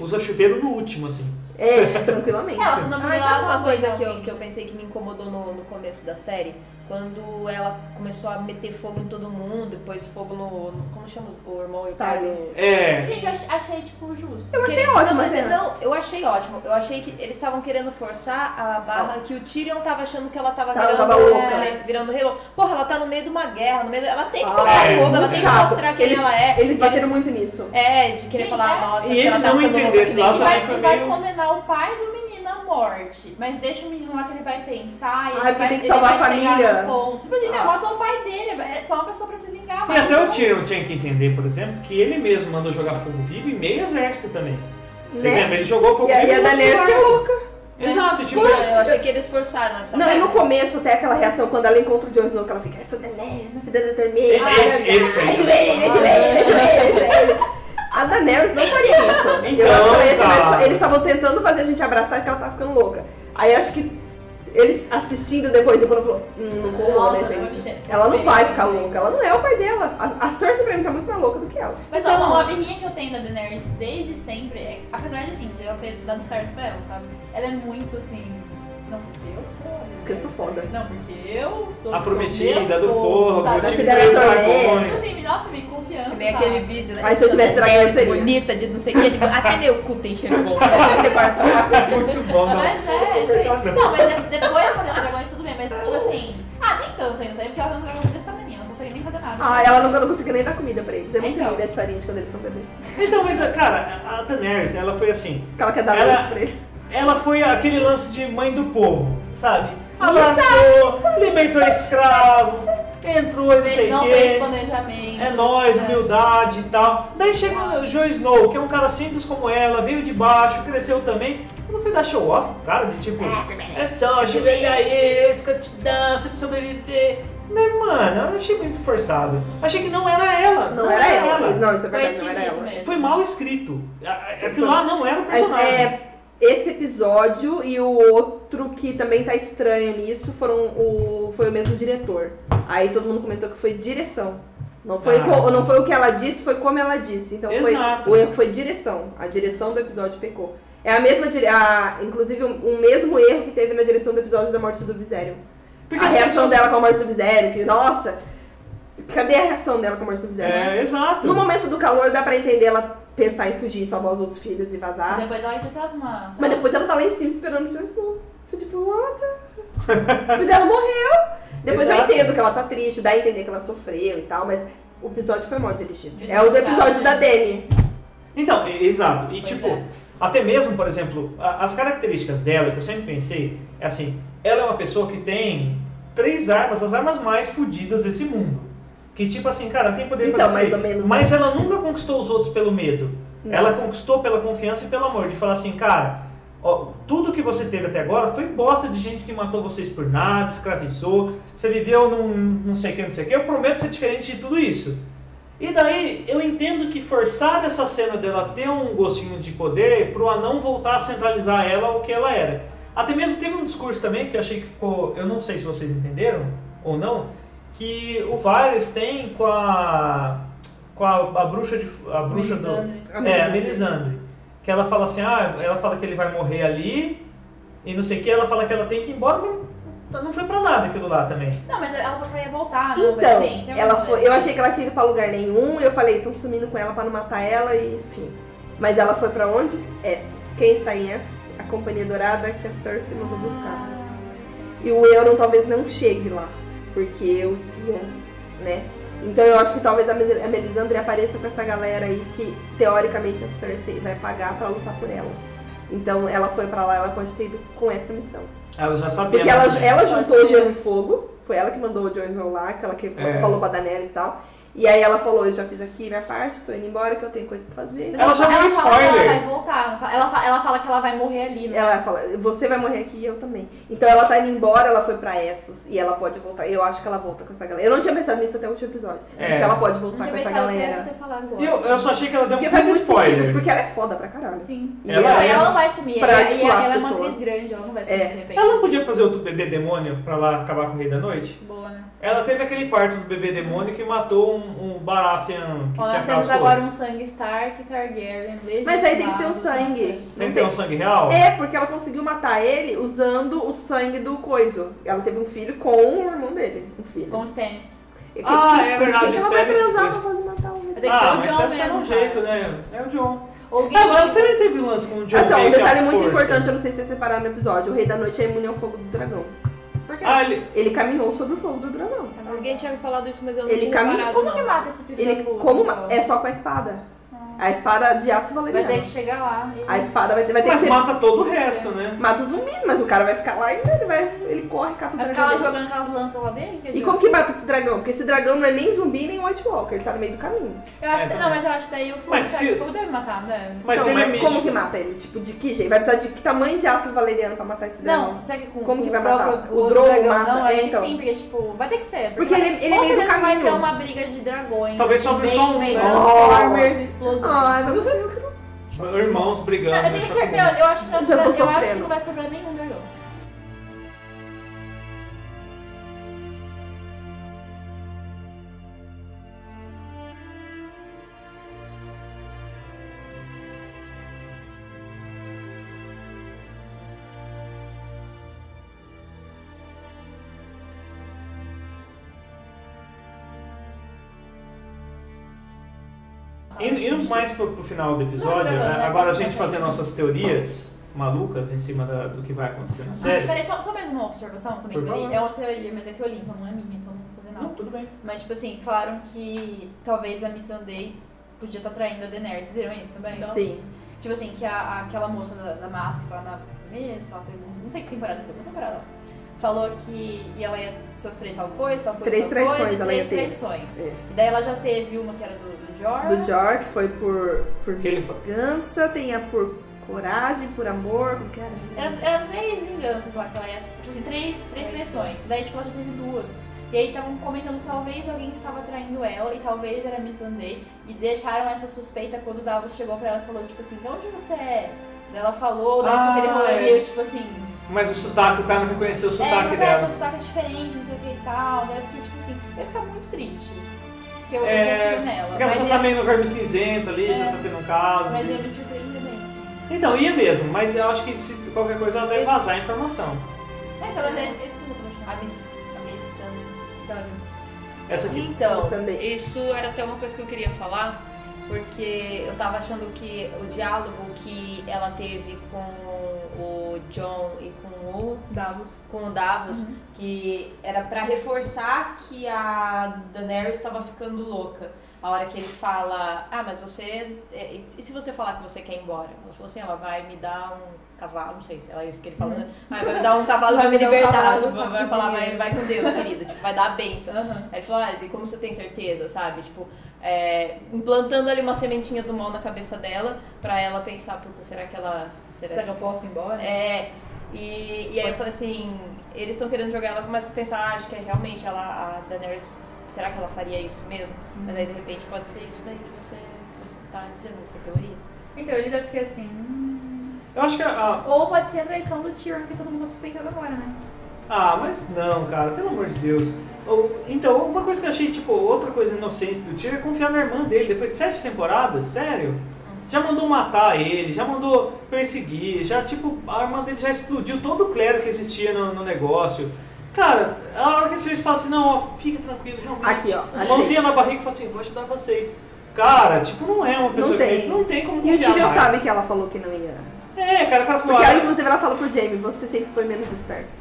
[SPEAKER 2] Usa chuveiro no último, assim.
[SPEAKER 4] É, tipo, tranquilamente.
[SPEAKER 5] Ela toda
[SPEAKER 6] Mas
[SPEAKER 5] molhada,
[SPEAKER 6] sabe uma coisa
[SPEAKER 5] ela
[SPEAKER 6] que eu,
[SPEAKER 5] fica-
[SPEAKER 6] que eu pensei que me incomodou no, no começo da série? Quando ela começou a meter fogo em todo mundo, depois fogo no. no- como chama o irmão?
[SPEAKER 5] né?
[SPEAKER 4] Stalin.
[SPEAKER 2] É.
[SPEAKER 5] Gente, eu ach- achei, tipo, justo.
[SPEAKER 4] Eu achei
[SPEAKER 6] Não,
[SPEAKER 4] ótima a
[SPEAKER 6] mas é-
[SPEAKER 4] cena.
[SPEAKER 6] não, eu achei ótimo. Eu achei que eles estavam querendo forçar a barra que o Tyrion tava achando que ela tava,
[SPEAKER 4] Ah. Tava-
[SPEAKER 6] virando,
[SPEAKER 4] tava louca.
[SPEAKER 6] é, virando rei louco. Porra, ela tá no meio de uma guerra, no meio da- ela tem que
[SPEAKER 4] Ah,
[SPEAKER 6] colocar
[SPEAKER 2] é,
[SPEAKER 6] fogo, ela tem
[SPEAKER 4] muito
[SPEAKER 6] que
[SPEAKER 4] chato.
[SPEAKER 6] mostrar quem
[SPEAKER 4] Eles-
[SPEAKER 6] ela é.
[SPEAKER 4] Eles bateram muito nisso.
[SPEAKER 6] É, de querer
[SPEAKER 5] Gente,
[SPEAKER 6] falar,
[SPEAKER 5] é.
[SPEAKER 6] nossa,
[SPEAKER 2] E
[SPEAKER 6] acho que
[SPEAKER 2] ele
[SPEAKER 6] ela tá
[SPEAKER 2] não
[SPEAKER 6] ficando
[SPEAKER 2] entender
[SPEAKER 6] louca
[SPEAKER 2] esse
[SPEAKER 6] que nem
[SPEAKER 2] lado né?
[SPEAKER 5] E
[SPEAKER 6] eu.
[SPEAKER 5] vai,
[SPEAKER 2] também foi
[SPEAKER 5] e vai
[SPEAKER 2] tá meio-
[SPEAKER 5] condenar o pai do menino a morte, mas deixa o menino lá que ele vai pensar. E
[SPEAKER 4] Ah,
[SPEAKER 5] ele
[SPEAKER 4] porque tem
[SPEAKER 5] vai,
[SPEAKER 4] que
[SPEAKER 5] ele
[SPEAKER 4] salvar
[SPEAKER 5] vai
[SPEAKER 4] a
[SPEAKER 5] chegar
[SPEAKER 4] família.
[SPEAKER 5] no ponto. Tipo assim, meu,
[SPEAKER 4] Nossa.
[SPEAKER 5] matou o pai dele, é só uma pessoa pra se vingar.
[SPEAKER 2] E
[SPEAKER 5] mata
[SPEAKER 2] até o
[SPEAKER 5] os
[SPEAKER 2] Tyrion
[SPEAKER 5] dois.
[SPEAKER 2] tinha que entender, por exemplo, que ele mesmo mandou jogar fogo vivo e meio exército também. Você
[SPEAKER 4] Né?
[SPEAKER 2] lembra? Ele jogou fogo
[SPEAKER 4] E aí
[SPEAKER 2] vivo.
[SPEAKER 4] a
[SPEAKER 2] e
[SPEAKER 4] Daenerys que é louca. né?
[SPEAKER 2] Exato, tipo,
[SPEAKER 6] eu achei que eles forçaram essa
[SPEAKER 4] Não, e
[SPEAKER 6] parte.
[SPEAKER 4] no começo até aquela reação quando ela encontra o Jon Snow, que ela fica, eu sou Daenerys, né? não se determinei.
[SPEAKER 2] Esse- esse aí.
[SPEAKER 4] Deixa eu ver, deixa eu ver, deixa eu ver, deixa eu ver. A Daenerys não faria isso. eu
[SPEAKER 2] Então,
[SPEAKER 4] acho que ela ia ser mais-
[SPEAKER 2] cara.
[SPEAKER 4] eles estavam tentando fazer a gente abraçar que ela tava ficando louca. Aí eu acho que eles assistindo depois, depois ela falou, hum, não colou,
[SPEAKER 5] Nossa,
[SPEAKER 4] né,
[SPEAKER 5] eu
[SPEAKER 4] gente?
[SPEAKER 5] achei-
[SPEAKER 4] Ela não
[SPEAKER 5] Bem,
[SPEAKER 4] vai ficar
[SPEAKER 5] bem.
[SPEAKER 4] louca, ela não é o pai dela. A, a Cersei pra mim tá muito mais louca do que ela.
[SPEAKER 5] Mas ó,
[SPEAKER 6] Então-
[SPEAKER 5] uma, uma birrinha que eu tenho da Daenerys desde sempre, é- apesar de assim, de ela ter dado certo pra ela, sabe? Ela é muito assim. Não, porque eu sou. a
[SPEAKER 4] Porque eu sou foda.
[SPEAKER 5] Não, porque eu sou.
[SPEAKER 2] a
[SPEAKER 5] porque eu
[SPEAKER 2] prometida
[SPEAKER 5] meu
[SPEAKER 2] do
[SPEAKER 5] povo,
[SPEAKER 2] fogo,
[SPEAKER 5] sabe?
[SPEAKER 2] o time
[SPEAKER 4] Considera
[SPEAKER 2] três
[SPEAKER 4] sorvete.
[SPEAKER 5] Tipo
[SPEAKER 2] dragões.
[SPEAKER 5] assim, nossa, me confiança.
[SPEAKER 6] Nem
[SPEAKER 5] sabe?
[SPEAKER 6] aquele vídeo, né?
[SPEAKER 4] Aí se eu tivesse dragão, eu seria.
[SPEAKER 6] Bonita de não sei o que. ele- Até meu cu tem cheiro bom. Você corta essa parte.
[SPEAKER 2] Muito bom, não.
[SPEAKER 5] Mas é, isso aí. Não, mas é- depois quando ela dragões tudo bem, mas tipo assim. Ah, nem tanto ainda, porque ela tem um dragão desse tamanho, ela não consegue nem fazer nada.
[SPEAKER 4] Ah, ela não, não conseguiu nem dar comida pra eles. É muito
[SPEAKER 5] Então.
[SPEAKER 4] linda a historinha de quando eles são bebês.
[SPEAKER 2] Então, mas, cara, a Daenerys, ela foi assim.
[SPEAKER 4] Porque ela quer dar
[SPEAKER 2] Ela-
[SPEAKER 4] leite pra eles.
[SPEAKER 2] Ela foi aquele lance de mãe do povo, sabe? Abraçou,
[SPEAKER 4] é
[SPEAKER 2] libertou escravo, entrou e não sei o
[SPEAKER 5] não
[SPEAKER 2] quê.
[SPEAKER 5] fez planejamento.
[SPEAKER 2] É nóis,
[SPEAKER 5] né?
[SPEAKER 2] humildade e tal. Daí chega o Jon Snow, que é um cara simples como ela, veio de baixo, cresceu também. Quando foi dar show off, pro cara, de tipo, é só, ajoelha aí, é isso que eu te dou, você precisa sobreviver. Daí, mano, eu achei muito forçado. Achei que não era ela.
[SPEAKER 4] Não era ela. Não, isso é
[SPEAKER 5] Foi
[SPEAKER 4] verdade, não era ela.
[SPEAKER 5] esquisito mesmo.
[SPEAKER 2] Foi mal escrito. A- a- Aquilo lá não era o
[SPEAKER 4] Mas,
[SPEAKER 2] personagem.
[SPEAKER 4] é, esse episódio e o outro que também tá estranho nisso foram o, foi o mesmo diretor. Aí todo mundo comentou que foi direção. Não foi,
[SPEAKER 2] Ah.
[SPEAKER 4] co- não foi o que ela disse, foi como ela disse. Então foi,
[SPEAKER 2] Exato.
[SPEAKER 4] o erro foi direção. A direção do episódio pecou. É a mesma dire- a, inclusive o o mesmo erro que teve na direção do episódio da morte do Viserion.
[SPEAKER 2] Porque
[SPEAKER 4] a
[SPEAKER 2] as
[SPEAKER 4] reação
[SPEAKER 2] pessoas-
[SPEAKER 4] dela com a morte do Viserion, que nossa, cadê a reação dela com a morte do Viserion?
[SPEAKER 2] É, exato.
[SPEAKER 4] No momento do calor dá pra entender ela pensar em fugir, salvar os outros filhos e vazar.
[SPEAKER 5] Depois ela tinha dado uma.
[SPEAKER 4] Mas depois ela tá lá em cima esperando o Jon Snow. Foi tipo, what? O filho dela morreu. Depois eu
[SPEAKER 2] Exato.
[SPEAKER 4] entendo que ela tá triste, dá a entender que ela sofreu e tal, mas o episódio foi mal dirigido. É o do episódio da Dani.
[SPEAKER 2] Então, e- exato. E
[SPEAKER 5] Pois
[SPEAKER 2] tipo,
[SPEAKER 5] é.
[SPEAKER 2] até mesmo, por exemplo, a- as características dela, que eu sempre pensei, é assim, ela é uma pessoa que tem três armas, as armas mais fodidas desse mundo. Que tipo assim, cara, ela tem poder pra
[SPEAKER 4] Então, mais
[SPEAKER 2] destruir.
[SPEAKER 4] ou menos, né?
[SPEAKER 2] Mas ela nunca conquistou os outros pelo medo.
[SPEAKER 4] Não.
[SPEAKER 2] Ela conquistou pela confiança e pelo amor. De falar assim, cara, ó, tudo que você teve até agora foi bosta de gente que matou vocês por nada, escravizou. Você viveu num não sei o que, não sei o que. Eu prometo ser diferente de tudo isso. E daí eu entendo que forçar essa cena dela ter um gostinho de poder pro anão voltar a centralizar ela o que ela era. Até mesmo teve um discurso também que eu achei que ficou. Eu não sei se vocês entenderam ou não, que o Varys tem com a. com a, a bruxa de. a bruxa do.
[SPEAKER 5] Melisandre.
[SPEAKER 2] É, a Melisandre. Que ela fala assim, ah, ela fala que ele vai morrer ali e não sei o que, ela fala que ela tem que ir embora, mas não foi pra nada aquilo lá também.
[SPEAKER 5] Não, mas ela falou que ela ia voltar, não, mas
[SPEAKER 4] Então,
[SPEAKER 5] assim, tem alguma
[SPEAKER 4] ela foi,
[SPEAKER 5] coisa.
[SPEAKER 4] eu achei que ela tinha ido pra lugar nenhum, eu falei, estão sumindo com ela pra não matar ela e enfim. Mas ela foi pra onde? Essos. Quem está em Essos? A Companhia Dourada que a Cersei mandou buscar. E o Euron talvez não chegue lá, porque o Tion, né? Então eu acho que talvez a Mel- a Melisandre apareça com essa galera aí que teoricamente a Cersei vai pagar pra lutar por ela. Então ela foi pra lá, ela pode ter ido com essa missão.
[SPEAKER 2] Ela já sabia.
[SPEAKER 4] Porque ela,
[SPEAKER 2] né?
[SPEAKER 4] ela
[SPEAKER 5] Pode
[SPEAKER 4] juntou o
[SPEAKER 5] ser.
[SPEAKER 4] gelo e fogo, foi ela que mandou o Jon Snow lá, que ela que
[SPEAKER 2] É.
[SPEAKER 4] falou pra Daenerys e tal. E aí ela falou, eu já fiz aqui minha parte, tô indo embora que eu tenho coisa pra fazer.
[SPEAKER 5] Mas
[SPEAKER 2] Ela já deu
[SPEAKER 5] fala que
[SPEAKER 2] spoiler.
[SPEAKER 5] Ela vai voltar. Ela fala, ela fa- ela fala que ela vai morrer ali. né?
[SPEAKER 4] Ela fala, você vai morrer aqui e eu também. Então ela tá indo embora, ela foi pra Essos e ela pode voltar. Eu acho que ela volta com essa galera. Eu não tinha pensado nisso até o último episódio.
[SPEAKER 2] É.
[SPEAKER 4] De que ela pode
[SPEAKER 5] Não
[SPEAKER 4] voltar
[SPEAKER 5] tinha
[SPEAKER 4] com essa
[SPEAKER 5] pensado que era
[SPEAKER 4] galera.
[SPEAKER 5] você falar agora.
[SPEAKER 2] E Eu, eu só achei que ela deu um
[SPEAKER 4] Porque faz
[SPEAKER 2] puta
[SPEAKER 4] muito
[SPEAKER 2] spoiler.
[SPEAKER 4] sentido, porque ela é foda pra caralho.
[SPEAKER 5] Sim.
[SPEAKER 4] E
[SPEAKER 2] Ela
[SPEAKER 5] Ela,
[SPEAKER 2] é
[SPEAKER 5] ela não vai sumir. Ela,
[SPEAKER 4] pra
[SPEAKER 5] ela,
[SPEAKER 4] articular as
[SPEAKER 5] ela é uma
[SPEAKER 4] pessoas.
[SPEAKER 5] atriz grande, ela não vai sumir
[SPEAKER 4] É.
[SPEAKER 5] de repente.
[SPEAKER 2] Ela não podia fazer outro bebê demônio pra lá acabar com o Rei da Noite?
[SPEAKER 5] Boa, né?
[SPEAKER 2] Ela teve aquele parto do bebê demônio que matou um, um Baratheon que tinha
[SPEAKER 5] Ó, nós temos
[SPEAKER 2] aquelas
[SPEAKER 5] agora
[SPEAKER 2] coisas.
[SPEAKER 5] um sangue Stark, Targaryen, Legend.
[SPEAKER 4] Mas aí tem que ter um sangue.
[SPEAKER 2] Tem
[SPEAKER 4] Não
[SPEAKER 2] que ter um
[SPEAKER 4] tem.
[SPEAKER 2] sangue real?
[SPEAKER 4] É, porque ela conseguiu matar ele usando o sangue do coiso. Ela teve um filho com o irmão dele. Um filho.
[SPEAKER 5] Com os tênis.
[SPEAKER 4] E que-
[SPEAKER 2] Ah,
[SPEAKER 4] que-
[SPEAKER 2] é
[SPEAKER 4] por que
[SPEAKER 2] verdade,
[SPEAKER 4] que ela vai
[SPEAKER 2] Stannis-
[SPEAKER 4] transar pra poder matar o
[SPEAKER 5] Tem que ser
[SPEAKER 2] ah,
[SPEAKER 5] o
[SPEAKER 2] mas
[SPEAKER 5] John
[SPEAKER 2] você acha que é um
[SPEAKER 5] mesmo,
[SPEAKER 2] jeito,
[SPEAKER 5] cara.
[SPEAKER 2] né? É o John.
[SPEAKER 5] Ou
[SPEAKER 2] Ah, mas ela também teve lance com o John.
[SPEAKER 4] Assim, ó, um
[SPEAKER 2] meio que é à
[SPEAKER 4] detalhe muito
[SPEAKER 2] força.
[SPEAKER 4] importante, eu não sei se vocês separaram no episódio. O Rei da Noite é imune ao fogo do dragão.
[SPEAKER 5] Por quê?
[SPEAKER 2] Ah, ele...
[SPEAKER 4] Ele caminhou sobre o fogo do dragão.
[SPEAKER 6] Alguém tinha me falado isso, mas eu não
[SPEAKER 4] Ele
[SPEAKER 6] tinha
[SPEAKER 4] caminha-
[SPEAKER 6] reparado,
[SPEAKER 5] Como
[SPEAKER 6] não.
[SPEAKER 5] que mata esse filho
[SPEAKER 4] Ele é
[SPEAKER 5] da puta?
[SPEAKER 4] como ma- é só com a espada. A espada de aço
[SPEAKER 5] Ah. Vai ter
[SPEAKER 4] valeriano.
[SPEAKER 5] que chegar lá. E-
[SPEAKER 4] A espada vai ter, vai ter que
[SPEAKER 2] Mas
[SPEAKER 4] ser.
[SPEAKER 2] mata todo o
[SPEAKER 5] É.
[SPEAKER 2] resto, né?
[SPEAKER 4] Mata os zumbis, mas o cara vai ficar lá e ele vai. Ele corre, cata o
[SPEAKER 5] Vai ficar
[SPEAKER 4] dragão.
[SPEAKER 5] lá
[SPEAKER 4] dele.
[SPEAKER 5] jogando aquelas lanças lá dele? que
[SPEAKER 4] E
[SPEAKER 5] ele-
[SPEAKER 4] como que mata esse dragão? Porque esse dragão não é nem zumbi nem White Walker, ele tá no meio do caminho.
[SPEAKER 5] Eu acho
[SPEAKER 2] É,
[SPEAKER 5] que não, mas eu acho que daí o
[SPEAKER 2] Mas
[SPEAKER 5] fogo-
[SPEAKER 2] se-
[SPEAKER 5] o fogo deve matar, né?
[SPEAKER 2] Mas
[SPEAKER 4] então,
[SPEAKER 2] se ele é
[SPEAKER 4] mas
[SPEAKER 2] místico.
[SPEAKER 4] como que mata ele? Tipo, de que jeito? Vai precisar de que tamanho de aço valeriano pra matar esse dragão?
[SPEAKER 5] Não, será que com
[SPEAKER 4] Como
[SPEAKER 5] com
[SPEAKER 4] que vai
[SPEAKER 5] o
[SPEAKER 4] matar?
[SPEAKER 5] próprio-
[SPEAKER 4] O
[SPEAKER 5] outro
[SPEAKER 4] Drogo
[SPEAKER 5] dragão?
[SPEAKER 4] mata,
[SPEAKER 5] Não, acho
[SPEAKER 4] é,
[SPEAKER 5] que
[SPEAKER 4] então.
[SPEAKER 5] sim, porque tipo, vai ter que ser.
[SPEAKER 4] Porque ele-
[SPEAKER 5] vai-
[SPEAKER 4] ele é
[SPEAKER 5] com
[SPEAKER 4] meio do
[SPEAKER 5] certeza
[SPEAKER 4] caminho.
[SPEAKER 5] Vai ter uma briga de dragões.
[SPEAKER 2] Talvez
[SPEAKER 5] de
[SPEAKER 2] só-
[SPEAKER 5] bem,
[SPEAKER 2] só um,
[SPEAKER 5] bem,
[SPEAKER 2] né?
[SPEAKER 4] Oh.
[SPEAKER 5] Transformers,
[SPEAKER 4] Ai,
[SPEAKER 5] explosões.
[SPEAKER 4] Ah, mas
[SPEAKER 7] Irmãos brigando.
[SPEAKER 5] eu tenho certeza, eu acho que, nós
[SPEAKER 4] Já tô
[SPEAKER 5] eu acho que
[SPEAKER 4] sofrendo.
[SPEAKER 5] não vai sobrar nenhum dragão.
[SPEAKER 2] É. Indo, indo mais pro, pro final do
[SPEAKER 5] Não, mas
[SPEAKER 2] episódio,
[SPEAKER 5] agora,
[SPEAKER 2] né?
[SPEAKER 5] né?
[SPEAKER 2] agora a gente fazer nossas teorias malucas em cima da- do que vai acontecer na
[SPEAKER 5] Mas, peraí,
[SPEAKER 2] série.
[SPEAKER 5] só, só mais uma observação também
[SPEAKER 2] Por
[SPEAKER 5] que eu
[SPEAKER 2] favor.
[SPEAKER 5] li. É uma teoria, mas é que eu li, então não é minha, então não vou fazer nada.
[SPEAKER 2] Não, tudo bem.
[SPEAKER 5] Mas, tipo assim, falaram que talvez a Missandei podia estar traindo a Daenerys. Vocês viram isso também?
[SPEAKER 4] Sim.
[SPEAKER 5] Tipo assim, que a, aquela moça da, da máscara lá na primeira, sei lá, tem- não sei que temporada foi, uma temporada. Falou que e ela ia sofrer tal coisa, tal coisa,
[SPEAKER 4] Três
[SPEAKER 5] tal
[SPEAKER 4] traições
[SPEAKER 5] coisa,
[SPEAKER 4] ela ia
[SPEAKER 5] três
[SPEAKER 4] ter. É.
[SPEAKER 5] traições. E daí ela já teve uma que era do, do Jorah.
[SPEAKER 4] Do Jork foi por, por
[SPEAKER 2] Porque ele fa-
[SPEAKER 4] vingança, tem a por coragem, por amor, como que era?
[SPEAKER 5] Eram eram três vinganças lá que ela ia. Tipo assim, três, três traições. Daí, tipo, ela já teve duas. E aí estavam comentando que talvez alguém estava traindo ela e talvez era a Miss Sunday. E deixaram essa suspeita quando o Davos chegou pra ela e falou, tipo assim, de onde você é? Daí ela falou, daí
[SPEAKER 2] Ah,
[SPEAKER 5] ah, aquele rolê
[SPEAKER 2] é.
[SPEAKER 5] meio, tipo assim,
[SPEAKER 2] Mas o sotaque, o cara não reconheceu o
[SPEAKER 5] é,
[SPEAKER 2] sotaque
[SPEAKER 5] mas é,
[SPEAKER 2] dela.
[SPEAKER 5] seu sotaque é diferente, não sei o que e tal. Daí eu fiquei, tipo assim, eu ia ficar muito triste. Porque eu,
[SPEAKER 2] É,
[SPEAKER 5] eu confio nela.
[SPEAKER 2] Porque ela
[SPEAKER 5] Mas
[SPEAKER 2] já
[SPEAKER 5] ia,
[SPEAKER 2] tá meio no verme cinzento ali, já
[SPEAKER 5] É.
[SPEAKER 2] tá tendo um caso.
[SPEAKER 5] mas ia me surpreender bem, assim.
[SPEAKER 2] Então, ia mesmo, mas eu acho que se qualquer coisa ela deve
[SPEAKER 5] Isso.
[SPEAKER 2] vazar a informação.
[SPEAKER 5] É, então ela deixa. Isso que eu tô falando. A Miss. A Miss Sunday.
[SPEAKER 2] Essa aqui.
[SPEAKER 6] Então,
[SPEAKER 4] Sunday.
[SPEAKER 6] isso era até uma coisa que eu queria falar, porque eu tava achando que o diálogo que ela teve com o John e com o
[SPEAKER 5] Davos.
[SPEAKER 6] com o Davos,
[SPEAKER 5] Uhum.
[SPEAKER 6] que era pra reforçar que a Daenerys estava ficando louca. A hora que ele fala, ah, mas você. é, E se você falar que você quer ir embora? Ela falou assim, ela vai me dar um cavalo, não sei se ela é isso que ele falou, né? Ah, vai me dar um cavalo, vai me
[SPEAKER 5] Uhum. Vai me dar um
[SPEAKER 6] libertar.
[SPEAKER 5] cavalo,
[SPEAKER 6] tipo,
[SPEAKER 5] saco
[SPEAKER 6] vai
[SPEAKER 5] de
[SPEAKER 6] falar, vai,
[SPEAKER 5] dinheiro.
[SPEAKER 6] vai com Deus, querida, tipo, vai dar a benção.
[SPEAKER 5] Aham.
[SPEAKER 6] Aí ele falou, ah, e como você tem certeza, sabe? Tipo, é, implantando ali uma sementinha do mal na cabeça dela, pra ela pensar, puta, será que ela.
[SPEAKER 5] Será que eu posso ir embora?
[SPEAKER 6] É, e, e aí eu falei assim, eles estão querendo jogar ela, mas pensar, ah, acho que é realmente ela, a Daenerys, será que ela faria isso mesmo? Mas aí de repente pode ser isso daí que você, que você tá dizendo nessa teoria.
[SPEAKER 5] Então ele deve ficar assim. hum.
[SPEAKER 2] Eu acho que a. a-
[SPEAKER 5] Ou pode ser a traição do Tyrion que todo mundo tá suspeitando agora, né?
[SPEAKER 2] Ah, mas não, cara, pelo amor de Deus. Ou- Então, uma coisa que eu achei, tipo, outra coisa inocente do tiro é confiar na irmã dele. Depois de sete temporadas, sério? Já mandou matar ele, já mandou perseguir, já, tipo, a irmã dele já explodiu todo o clero que existia no, no negócio. Cara, a hora que vocês falam assim, não, ó, fica tranquilo, realmente.
[SPEAKER 4] Aqui, ó, achei.
[SPEAKER 2] Mãozinha na barriga e fala assim, vou ajudar vocês. Cara, tipo, não é uma pessoa que
[SPEAKER 4] tem.
[SPEAKER 2] não tem como
[SPEAKER 4] E o
[SPEAKER 2] confiar
[SPEAKER 4] Tyrion
[SPEAKER 2] mais.
[SPEAKER 4] sabe que ela falou que não ia.
[SPEAKER 2] É, cara, o cara falou,
[SPEAKER 4] Porque ela,
[SPEAKER 2] "Ah,
[SPEAKER 4] inclusive, ela fala pro Jamie, você sempre foi menos esperto.